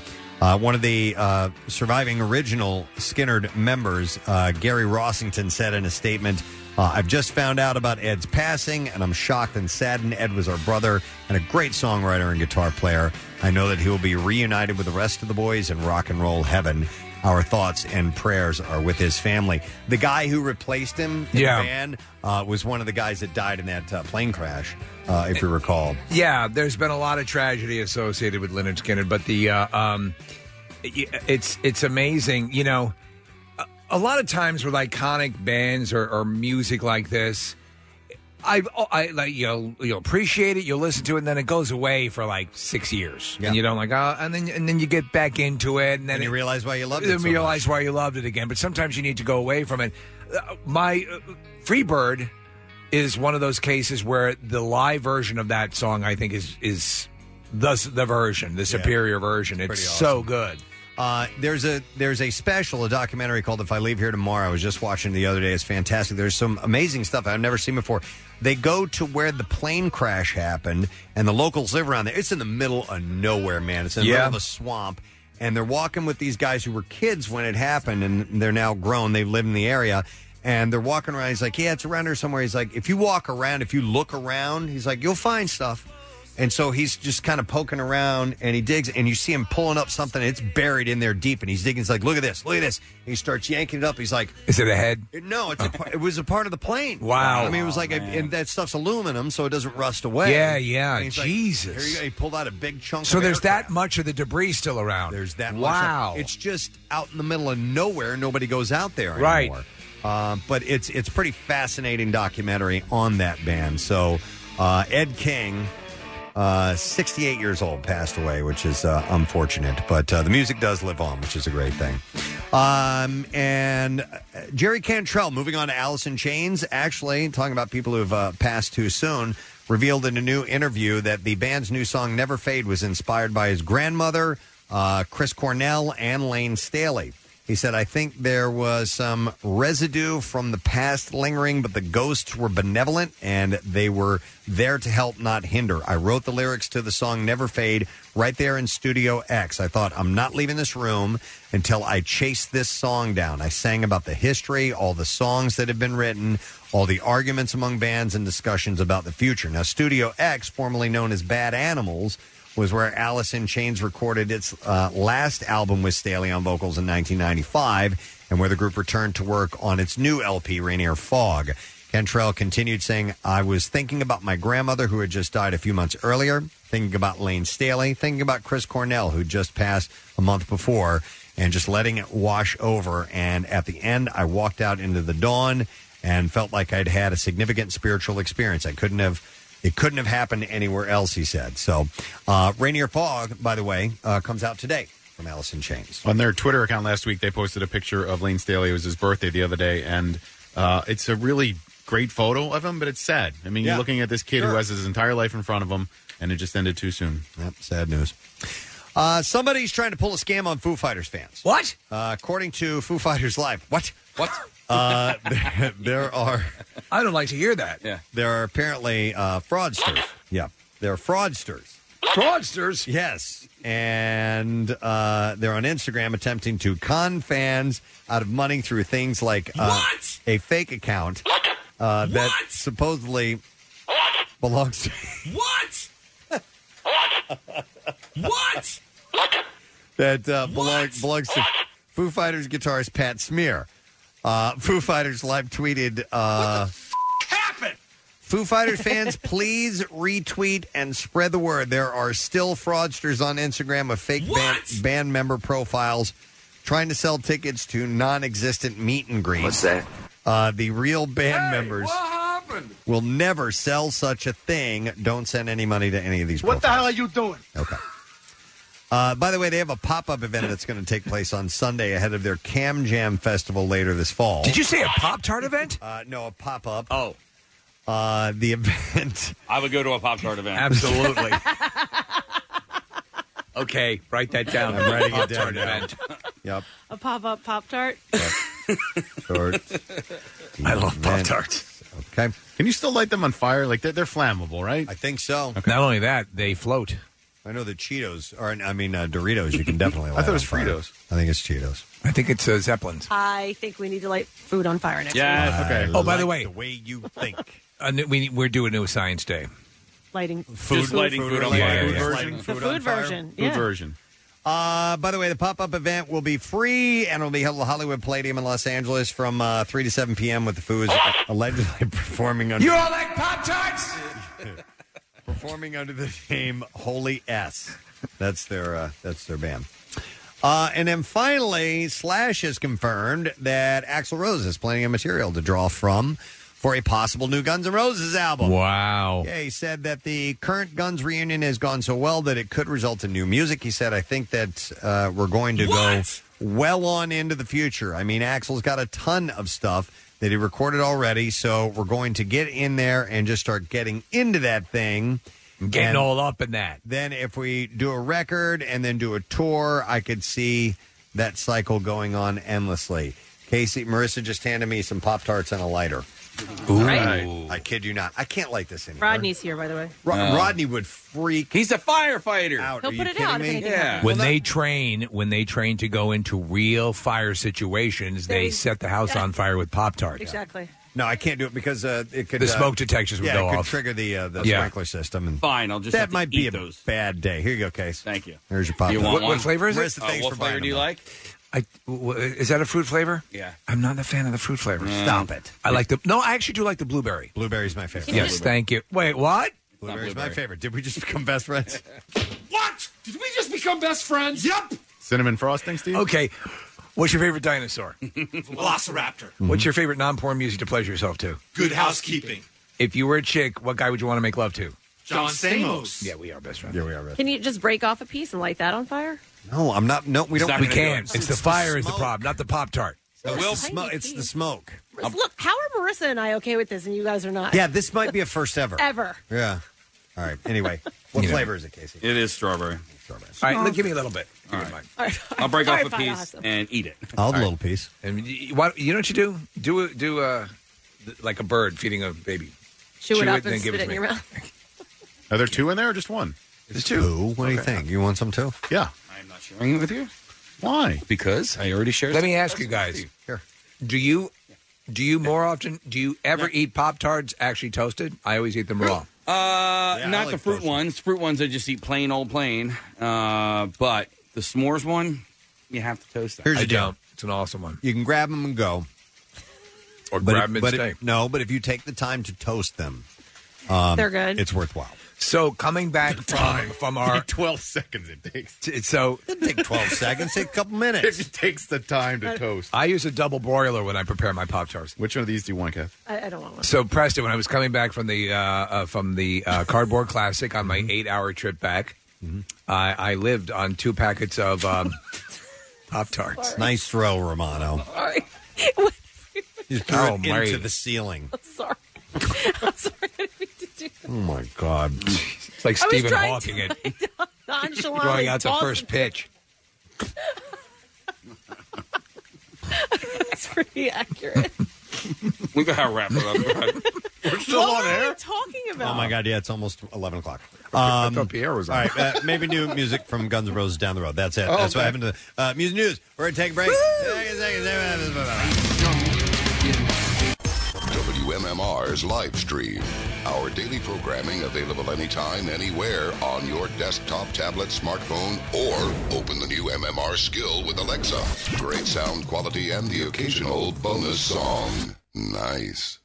Uh, one of the uh, surviving original Skinnerd members, uh, Gary Rossington, said in a statement, uh, I've just found out about Ed's passing, and I'm shocked and saddened. Ed was our brother and a great songwriter and guitar player. I know that he will be reunited with the rest of the boys in rock and roll heaven. Our thoughts and prayers are with his family. The guy who replaced him in
Yeah.
the band uh, was one of the guys that died in that uh, plane crash, uh, if you recall.
Yeah, there's been a lot of tragedy associated with Leonard Skinner, but the uh, um, it- it's it's amazing. You know, a, a lot of times with iconic bands or, or music like this, I've I like you'll you'll appreciate it, you'll listen to it, and then it goes away for like six years, and you don't like, oh, and then and then you get back into it, and then
And you
it-
realize why you loved it
Then
so
you realize why you loved it again. But sometimes you need to go away from it. Uh, my uh, Freebird is one of those cases where the live version of that song, I think, is is the the version, the superior version. It's so good.
Uh, there's a there's a special, a documentary called "If I Leave Here Tomorrow." I was just watching the other day. It's fantastic. There's some amazing stuff I've never seen before. They go to where the plane crash happened, and the locals live around there. It's in the middle of nowhere, man. It's in the
Yeah.
middle of a swamp, and they're walking with these guys who were kids when it happened, and they're now grown. They've lived in the area. And they're walking around. He's like, "Yeah, it's around here somewhere." He's like, "If you walk around, if you look around, he's like, you'll find stuff." And so he's just kind of poking around and he digs and you see him pulling up something. It's buried in there deep and he's digging. He's like, look at this, look at this. And he starts yanking it up. He's like,
Is it a head?
No, it's a, par- it was a part of the plane.
Wow. Oh,
I mean, it was like, a, and that stuff's aluminum, so it doesn't rust away.
Yeah, yeah.
And he's like,
Jesus.
"Here you go." He pulled out a big chunk
So
of
there's
aircraft.
that much of the debris still around.
There's that much stuff.
Wow.
It's just out in the middle of nowhere. Nobody goes out there anymore.
Right.
Uh, but it's it's pretty fascinating documentary on that band. So uh, Ed King, uh, 68 years old, passed away, which is uh, unfortunate. But uh, the music does live on, which is a great thing. Um, and uh, Jerry Cantrell, moving on to Alice in Chains, actually talking about people who've uh, passed too soon, revealed in a new interview that the band's new song "Never Fade" was inspired by his grandmother, uh, Chris Cornell, and Lane Staley. He said, I think there was some residue from the past lingering, but the ghosts were benevolent and they were there to help, not hinder. I wrote the lyrics to the song Never Fade right there in Studio X. I thought, I'm not leaving this room until I chase this song down. I sang about the history, all the songs that have been written, all the arguments among bands, and discussions about the future. Now, Studio X, formerly known as Bad Animals, was where Alice in Chains recorded its uh, last album with Staley on vocals in 1995, and where the group returned to work on its new LP, Rainier Fog. Cantrell continued saying, I was thinking about my grandmother who had just died a few months earlier, thinking about Lane Staley, thinking about Chris Cornell, who just passed a month before, and just letting it wash over. And at the end, I walked out into the dawn and felt like I'd had a significant spiritual experience. I couldn't have. It couldn't have happened anywhere else, he said. So, uh, Rainier Fog, by the way, uh, comes out today from Alice in Chains.
On their Twitter account last week, they posted a picture of Lane Staley. It was his birthday the other day, and uh, it's a really great photo of him, but it's sad. I mean, you're looking at this kid who has his entire life in front of him, and it just ended too soon.
Yep, sad news. Uh, somebody's trying to pull a scam on Foo Fighters fans.
What?
Uh, according to Foo Fighters Live. What?
(laughs)
What?
Uh, (laughs) there, there are.
I don't like to hear that.
Yeah.
There are apparently uh, fraudsters. Yeah. There are fraudsters.
Fraudsters?
Yes. And uh, they're on Instagram attempting to con fans out of money through things like uh, a fake account uh, that supposedly belongs to.
What? what?
that uh, belong, belongs to Foo Fighters guitarist Pat Smear. Uh, Foo Fighters live tweeted. Uh, Foo Fighters fans, please retweet and spread the word. There are still fraudsters on Instagram with fake band, band member profiles trying to sell tickets to non existent meet and greets. What's that? Uh, the real band members will never sell such a thing. Don't send any money to any of these
What the hell are you doing?
Okay. Uh, by the way, they have a pop up event that's going to take place on Sunday ahead of their Cam Jam Festival later this fall.
Did you say a Pop Tart event?
Uh, no, a pop up.
Oh.
Uh, the event.
(laughs) I would go to a Pop Tart event. (laughs)
Absolutely. Okay, write that down.
I'm writing it
Pop-Tart
down now.
event.
(laughs) Yep.
A pop up Pop Tart.
I love Pop Tarts.
Okay.
Can you still light them on fire? Like, they're, they're flammable, right? I
think so.
Not only that, they float.
I know the Cheetos, or I mean uh, Doritos, you
(laughs)
can definitely.
I
light
thought it was
on fire.
Fritos.
I think it's Cheetos.
I think it's uh, Zeppelins.
I think we need to light food on fire next
Yeah.
week.
Oh, by the way, the
way you think.
Uh, we we're doing a new science day.
Lighting
Food- Just lighting food food on on fire. fire. Food version.
Lighting
Food
the
on
food
fire.
version.
Food
yeah.
version.
Uh, by the way, the pop up event will be free and will be held at the Hollywood Palladium in Los Angeles from uh, 3 to 7 p.m. with the Foos allegedly (laughs) performing under,
You all like Pop Tarts?
(laughs) performing under the name Holy S. That's their uh, that's their band. Uh, and then finally, Slash has confirmed that Axl Rose is planning a material to draw from for a possible new Guns N' Roses album.
Wow.
Yeah, he said that the current Guns reunion has gone so well that it could result in new music. He said, I think that uh, we're going to go well on into the future. I mean, Axel's got a ton of stuff that he recorded already, so we're going to get in there and just start getting into that thing.
Getting
And-
all up in that.
then if we do a record and then do a tour, I could see that cycle going on endlessly. Casey, Marissa just handed me some Pop Tarts and a lighter.
Ooh. Right.
I kid you not. I can't light this anymore.
Rodney's here, by the way.
Ro- Rodney would freak.
He's a firefighter.
Out.
He'll
Are
put
you
it out
kidding me?
if anything happens.
When they train, when they train to go into real fire situations, they,
They-
set the house on fire with Pop Tart.
Exactly.
No, I can't do it because uh, it could
The
uh,
smoke detectors would
yeah,
go
it could
off.
trigger the uh, the
Yeah.
sprinkler system. And
Fine, I'll just
that
have to
might be
eat
a
those.
bad day. Here you go, Case.
Thank you.
Here's your pop.
You want
Thanks
one?
Marissa,
Uh,
thanks
what flavor
for buying
do you
them.
like?
I, w- w- is that a fruit flavor?
Yeah.
I'm not a fan of the fruit flavor.
Mm. Stop it.
I like the. No, I actually do like the blueberry.
Blueberry's my favorite.
Yes, thank you. Wait, what?
Blueberry's my favorite. Did we just become best friends?
What? Did we just become best friends? Yep.
Cinnamon frosting, Steve?
Okay. What's your favorite dinosaur?
Velociraptor.
What's your favorite non-porn music to pleasure yourself to?
Good housekeeping.
If you were a chick, what guy would you want to make love to?
John Stamos.
Yeah, we are best friends.
Yeah, we are best.
Can you just break off a piece and light that on fire?
No, I'm not. No, we
It's not
don't. we
gonna do it. It's the fire is the problem, not the Pop Tart.
It's the, smo- it's the smoke.
(laughs)
Look, how are Marissa and I okay with this, and you guys are not?
Yeah, this might be a first ever.
Ever.
Yeah. All right.
(laughs)
Anyway, what flavor is it, Casey?
It is strawberry.
All right, look, give me a little bit.
All right.
(laughs)
I'll break off
All
a
right, fine,
piece
awesome.
and eat it.
I'll have a little piece.
And you, why- you know what you do? Do a, do a, like a bird feeding a baby.
Chew, it up and,
then give
spit it
to
in
me.
your mouth.
Are there two in there or just one?
There's
two. What do you think? You want some too?
Yeah.
I'm not sharing it with you.
Why?
Because I already shared.
Let me ask you guys. Do you do you more often do you ever eat Pop Tarts actually toasted? I always eat them raw.
Uh,
Yeah, I
not
like
the fruit ones. Fruit ones I just eat plain old plain. Uh, but the s'mores one, you have to toast that.
Here's the deal.
It's an awesome one.
You can grab them and go.
Or
grab 'em and
but
stay.
no, but if you take the time to toast them, um,
They're good.
It's worthwhile.
So coming back from,
(laughs)
from our
twelve seconds it takes.
So
it
(laughs)
take twelve seconds, take a couple
It just takes the time to toast.
I use a double broiler when I prepare my Pop Tarts.
Which one of these do you want, Kath?
I, I don't want one.
So Preston, when I was coming back from the uh, uh, from the uh, cardboard classic on
Mm-hmm.
my eight hour trip back, I, I lived on two packets of um, Pop Tarts.
Nice throw, Romano.
Oh,
(laughs)
You threw
Oh,
it
Mary.
into the ceiling.
I'm sorry. I'm sorry. I didn't mean to do
Oh my God!
it's like
I was
Stephen
trying
Hawking
(laughs)
it,
Nonchalant.
throwing out the
toss
first pitch.
That's (laughs) pretty accurate.
We got wrap
(laughs)
it up.
We're
what were we talking about?
Oh my God! Yeah, it's almost eleven o'clock. Um,
was
All right, uh, maybe new music from Guns N' Roses down the road. That's it.
Oh,
That's what
okay.
happened to uh, music news. We're gonna take a break. Take a second, take a second.
WMMR's live stream. Our daily programming available anytime, anywhere on your desktop, tablet, smartphone, or open the new MMR skill with Alexa. Great sound quality and the occasional bonus song. Nice.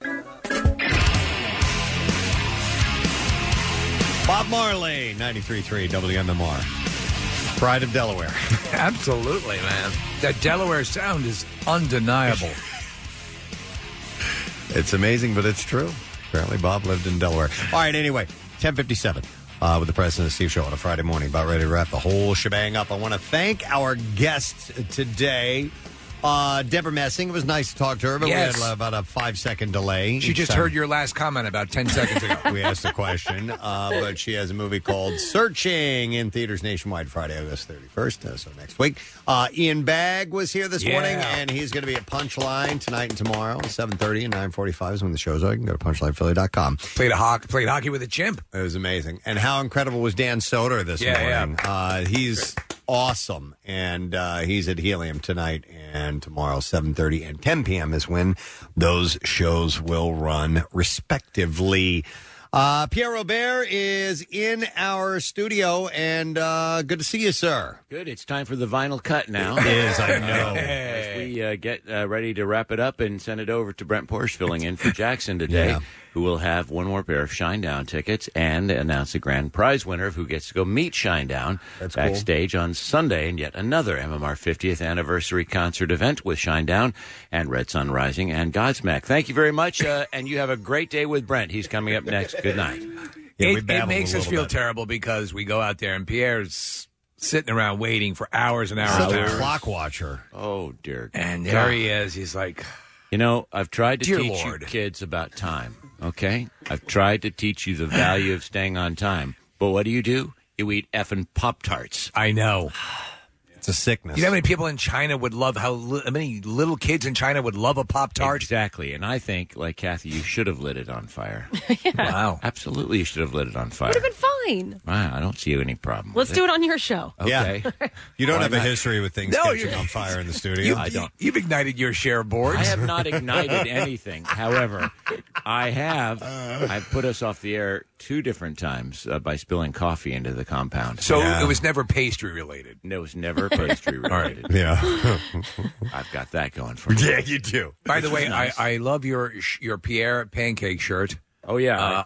Bob Marley, 93.3 WMMR. Pride of Delaware.
Absolutely, man. That Delaware sound is undeniable.
It's amazing, but it's true. Apparently, Bob lived in Delaware. All right, anyway, 1057 uh, with the President and Steve Show on a Friday morning. About ready to wrap the whole shebang up. I want to thank our guests today. Uh, Deborah Messing, it was nice to talk to her, but
Yes.
we had about a five second delay.
She
each
just
time
heard your last comment about ten seconds ago.
We asked a question,
(laughs)
uh, but she has a movie called Searching in theaters nationwide Friday, August 31st. Uh, so next week. Uh, Ian Bagg was here this
Yeah.
morning, and he's going to be at Punchline tonight and tomorrow, 7.30 and 9.45 is when the show's on. You can go to punchlinephilly.com.
Played a hockey, played hockey with a chimp.
It was amazing. And how incredible was Dan Soder this
Yeah, yeah.
morning? Uh, he's awesome, and uh, he's at Helium tonight and tomorrow, 7.30 and 10 p.m. is when those shows will run, respectively. Uh, Pierre Robert is in our studio, and uh, good to see you, sir.
Good. It's time for the vinyl cut now.
It is, I know.
As we uh, get uh, ready to wrap it up and send it over to Brent Porsche filling in for Jackson today, who will have one more pair of Shinedown tickets and announce the grand prize winner of who gets to go meet Shinedown
That's cool.
backstage on Sunday in yet another MMR 50th anniversary concert event with Shinedown and Red Sun Rising and Godsmack. Thank you very much, uh, and you have a great day with Brent. He's coming up next. Good night.
it, it makes us feel terrible because we go out there and Pierre's sitting around waiting for hours and hours.
Such a
and hours.
clock
watcher.
Oh dear.
And there he is. He's like,
you know, I've tried to
Dear
teach
Lord.
you kids about time. Okay, I've tried to teach you the value of staying on time. But what do you do? You eat effing pop tarts.
I know.
It's a sickness.
You know how many people in China would love how, li- how many little kids in China would love a pop tart?
Exactly, and I think, like Kathy, you should have lit it on fire.
(laughs)
Wow,
(laughs) absolutely, you should have lit it on fire.
Would have been fine.
Wow, I don't see any problem.
Let's do it on your show. (laughs)
Okay.
You don't
Why
have a
not?
history with things
No,
catching
you-
on fire in the studio.
You- I don't.
You've ignited your share boards.
I have
(laughs)
not ignited anything. However, I have I've put us off the air two different times uh, by spilling coffee into the compound.
So it was never pastry related.
No, it was never
(laughs)
pastry related.
Yeah.
(laughs) I've got that
(laughs)
going for me.
Yeah, you do.
By the
Which is
way,
nice.
I, I love your sh- your Pierre pancake shirt. Uh,
Oh yeah,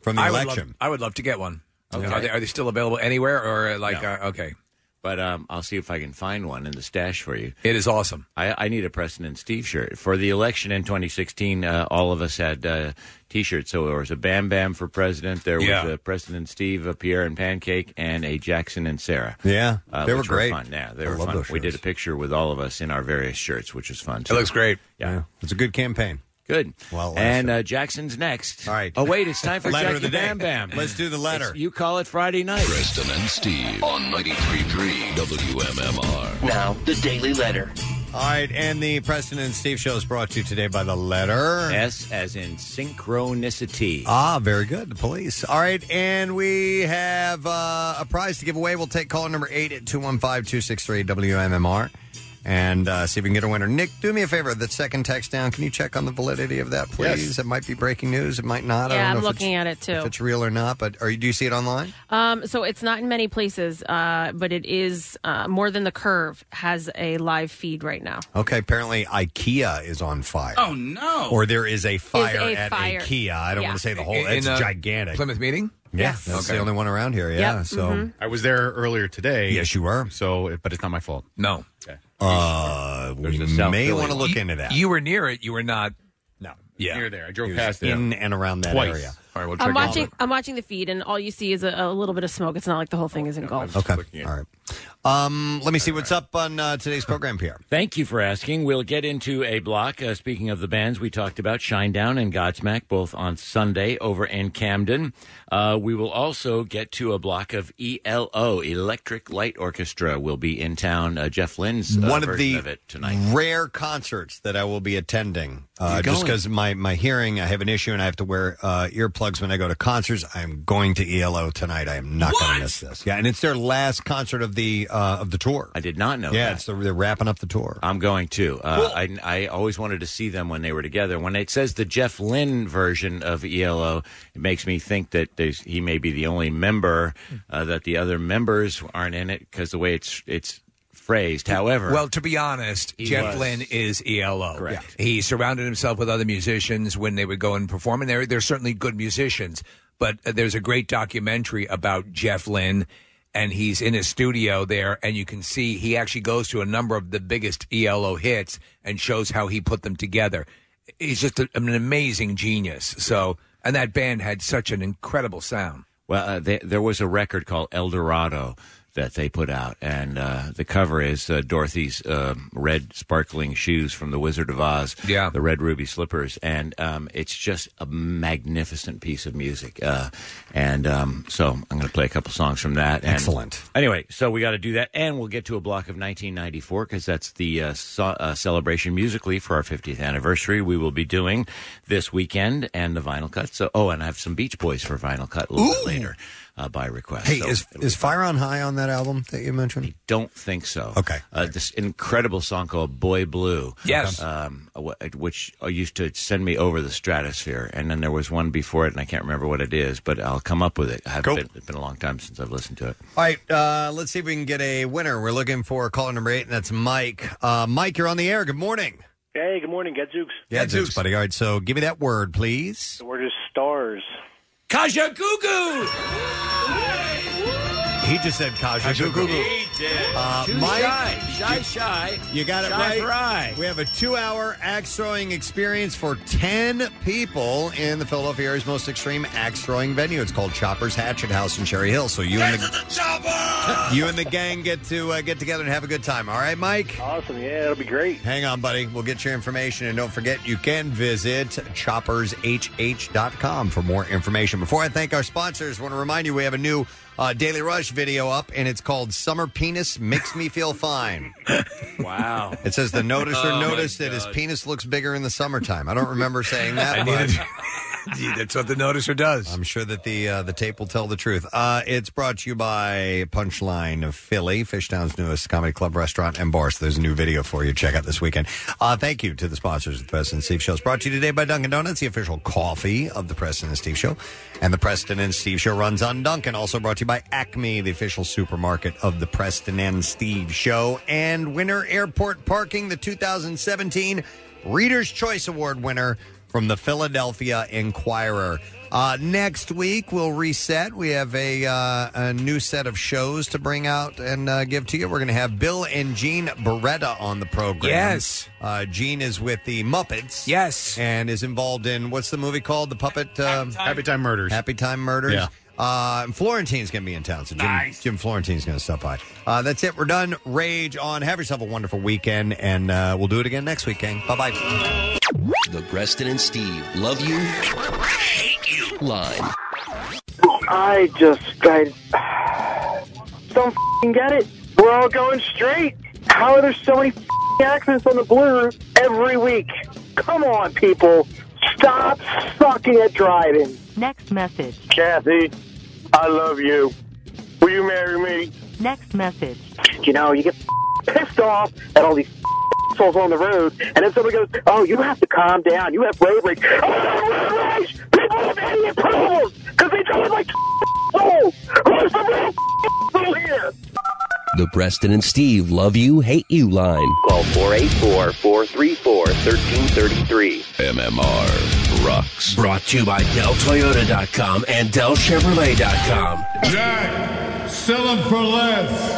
from the
I would
election.
love- I would love to get one.
Okay.
Are, they, are they still available anywhere or uh, like
No.
uh, okay?
But um, I'll see if I can find one in the stash for you.
It is awesome.
I, I need a Preston and Steve shirt for the election in 2016. Uh, all of us had uh, T-shirts, so there was a Bam Bam for president. There
Yeah.
was a Preston and Steve, a Pierre and Pancake, and a Jackson and Sarah.
Yeah,
uh,
they were
which
great.
fun. Yeah, they
I
were
love
fun.
those
We did a picture with all of us in our various shirts, which was fun. Too.
looks great.
Yeah,
it's a good campaign.
Good.
Well,
and uh, Jackson's next. All right. Oh wait, it's
(laughs)
time for
Letter of
Jackie
the day.
Bam Bam.
Let's do the letter.
It's- you call it Friday night.
Preston and Steve on 93.3 WMMR.
Now, the Daily Letter. All right, and the Preston and Steve show is brought to you today by the letter
S as in synchronicity.
Ah, very good. The police. All right, and we have uh, a prize to give away. We'll take caller number eight at 215 263 WMMR and uh, see if we can get a winner. Nick, do me a favor. The second text down, can you check on the validity of that, please? It might be breaking news. It might not. I don't
Yeah,
know
I'm
if it's-
looking at it too.
If it's real or not, but are you, do you see it online?
Um, so it's not in many places, uh, but it is uh, more than the curve has a live feed right now.
Okay, apparently IKEA is on fire.
Oh no!
Or there is a fire
a
at
fire.
IKEA. I don't
Yeah.
want to say the whole.
In-
It's
in, uh,
Oh, gigantic.
Plymouth meeting.
Yeah, that's the only one around here. Yeah, so
I was there earlier today. Yes,
you were.
So, but it's not my fault.
No.
Okay.
Uh, we
There's a South
may
Philly
want to
one.
look
You-
into that.
You were near it. You were not.
No.
Yeah.
Near there. I drove
He was
past it.
in and around that
Twice.
area.
All right. We'll
I'm watching. I'm watching the feed, and all you see is a, a little bit of smoke. It's not like the whole thing is engulfed.
Okay. All right. Um, let me see what's up on uh, today's program, Pierre.
Thank you for asking. We'll get into a block. Uh, speaking of the bands we talked about, Shinedown and Godsmack, both on Sunday over in Camden. Uh, we will also get to a block of ELO, Electric Light Orchestra, will be in town. Uh, Jeff Lynn's uh,
One of
version
the
of it tonight.
rare concerts that I will be attending. Uh,
You're
just
going.
because my, my hearing, I have an issue and I have to wear uh, earplugs when I go to concerts. I'm going to ELO tonight. I am not going to miss this. Yeah, and it's their last concert of the uh, of the tour.
I did not know
Yeah,
that.
it's the, they're wrapping up the tour.
I'm going to. Uh, I, I always wanted to see them when they were together. When it says the Jeff Lynne version of ELO, it makes me think that there's- he may be the only member uh, that the other members aren't in it because the way it's it's phrased. However,
Well, to be honest,
He
Jeff
was.
Lynne is E ELO.
Correct.
He surrounded himself with other musicians when they would go and perform, and they're, they're certainly good musicians. But uh, there's a great documentary about Jeff Lynne, and he's in his studio there, and you can see he actually goes to a number of the biggest ELO hits and shows how he put them together. He's just a, an amazing genius. So, and that band had such an incredible sound.
Well, uh, they, there was a record called El Dorado that they put out, and uh, the cover is uh, Dorothy's um red sparkling shoes from The Wizard of Oz. Yeah, the red ruby slippers, and um, it's just a magnificent piece of music. Uh, and um, so I'm going to play a couple songs from that. And
Excellent.
Anyway, so we got to do that, and we'll get to a block of 1994 because that's the uh, so- uh, celebration musically for our 50th anniversary. We will be doing this weekend and the vinyl cut. So, oh, and I have some Beach Boys for vinyl cut a little bit later uh, by request.
Hey,
So
is is Fire on High on that album that you mentioned?
don't think so. Okay. Uh, this incredible song called Boy Blue.
Yes.
Um, wh- which used to send me over the stratosphere. And then there was one before it, and I can't remember what it is, but I'll come up with it. I have
Cool.
been, it's been a long time since I've listened to it.
All right, uh, let's see if we can get a winner. We're looking for caller number eight, and that's Mike. Uh, Mike, you're on the air. Good morning.
Hey, good morning, Gadzooks.
Yeah, Zeus, buddy. All right, so give me that word, please.
The word is stars.
Kaja Gugu!
He just said Kaja Gugu. Uh,
Too
Mike,
shy, shy, shy.
You got it
Shy
right.
fry.
We have a two-hour axe throwing experience for ten people in the Philadelphia area's most extreme axe throwing venue. It's called Chopper's Hatchet House in Cherry Hill. So you and the you and the gang get to uh, get together and have a good time. All right, Mike.
Awesome. Yeah, it'll be great.
Hang on, buddy. We'll get your information. And don't forget, you can visit choppershh.com for more information. Before I thank our sponsors, I want to remind you we have a new uh, Daily Rush video up, and it's called Summer Penis Makes Me Feel
(laughs)
Fine.
Wow.
It says the noticer
Oh, my
noticed that his
God.
penis looks bigger in the summertime. I don't remember saying that.
(laughs) I needed- (laughs)
but... That's what the noticer does. I'm sure that the uh, the tape will tell the truth. Uh, it's brought to you by Punchline of Philly, Fishtown's newest comedy club, restaurant, and bar. So there's a new video for you. to Check out this weekend. Uh, thank you to the sponsors of the Preston and Steve Show. It's brought to you today by Dunkin' Donuts, the official coffee of the Preston and Steve Show. And the Preston and Steve Show runs on Dunkin'. Also brought to you by Acme, the official supermarket of the Preston and Steve Show. And Winter Airport Parking, the 2017 Reader's Choice Award winner from the Philadelphia Inquirer. Uh, next week we'll reset. We have a uh, a new set of shows to bring out and uh, give to you. We're going to have Bill and Gene Beretta on the program.
Yes.
uh, Gene is with the Muppets.
Yes,
and is involved in what's the movie called? The puppet um,
Happy Time Murders.
Happy Time Murders.
Yeah.
Uh, and Florentine's going to be in town, so Jim, Jim Florentine's going to stop by. Uh, that's it. We're done. Rage on. Have yourself a wonderful weekend, and uh, we'll do it again next weekend. Bye bye.
The Preston and Steve love you, hate you line.
I just, I don't fing get it. We're all going straight. How are there so many fing accidents on the blue route every week? Come on, people. Stop sucking at driving.
Next message.
Kathy, I love you. Will you marry me?
Next message.
You know, you get pissed off at all these assholes on the road, and then somebody goes, "Oh, you have to calm down. You have road rage." Oh, road rage! People have idiot problems because they drive like assholes. Who's the real asshole here?
The Preston and Steve love you, hate you line.
Call 484 434 1333.
MMR rocks.
Brought to you by DellToyota.com and DellChevrolet.com.
Jack, sell them for less.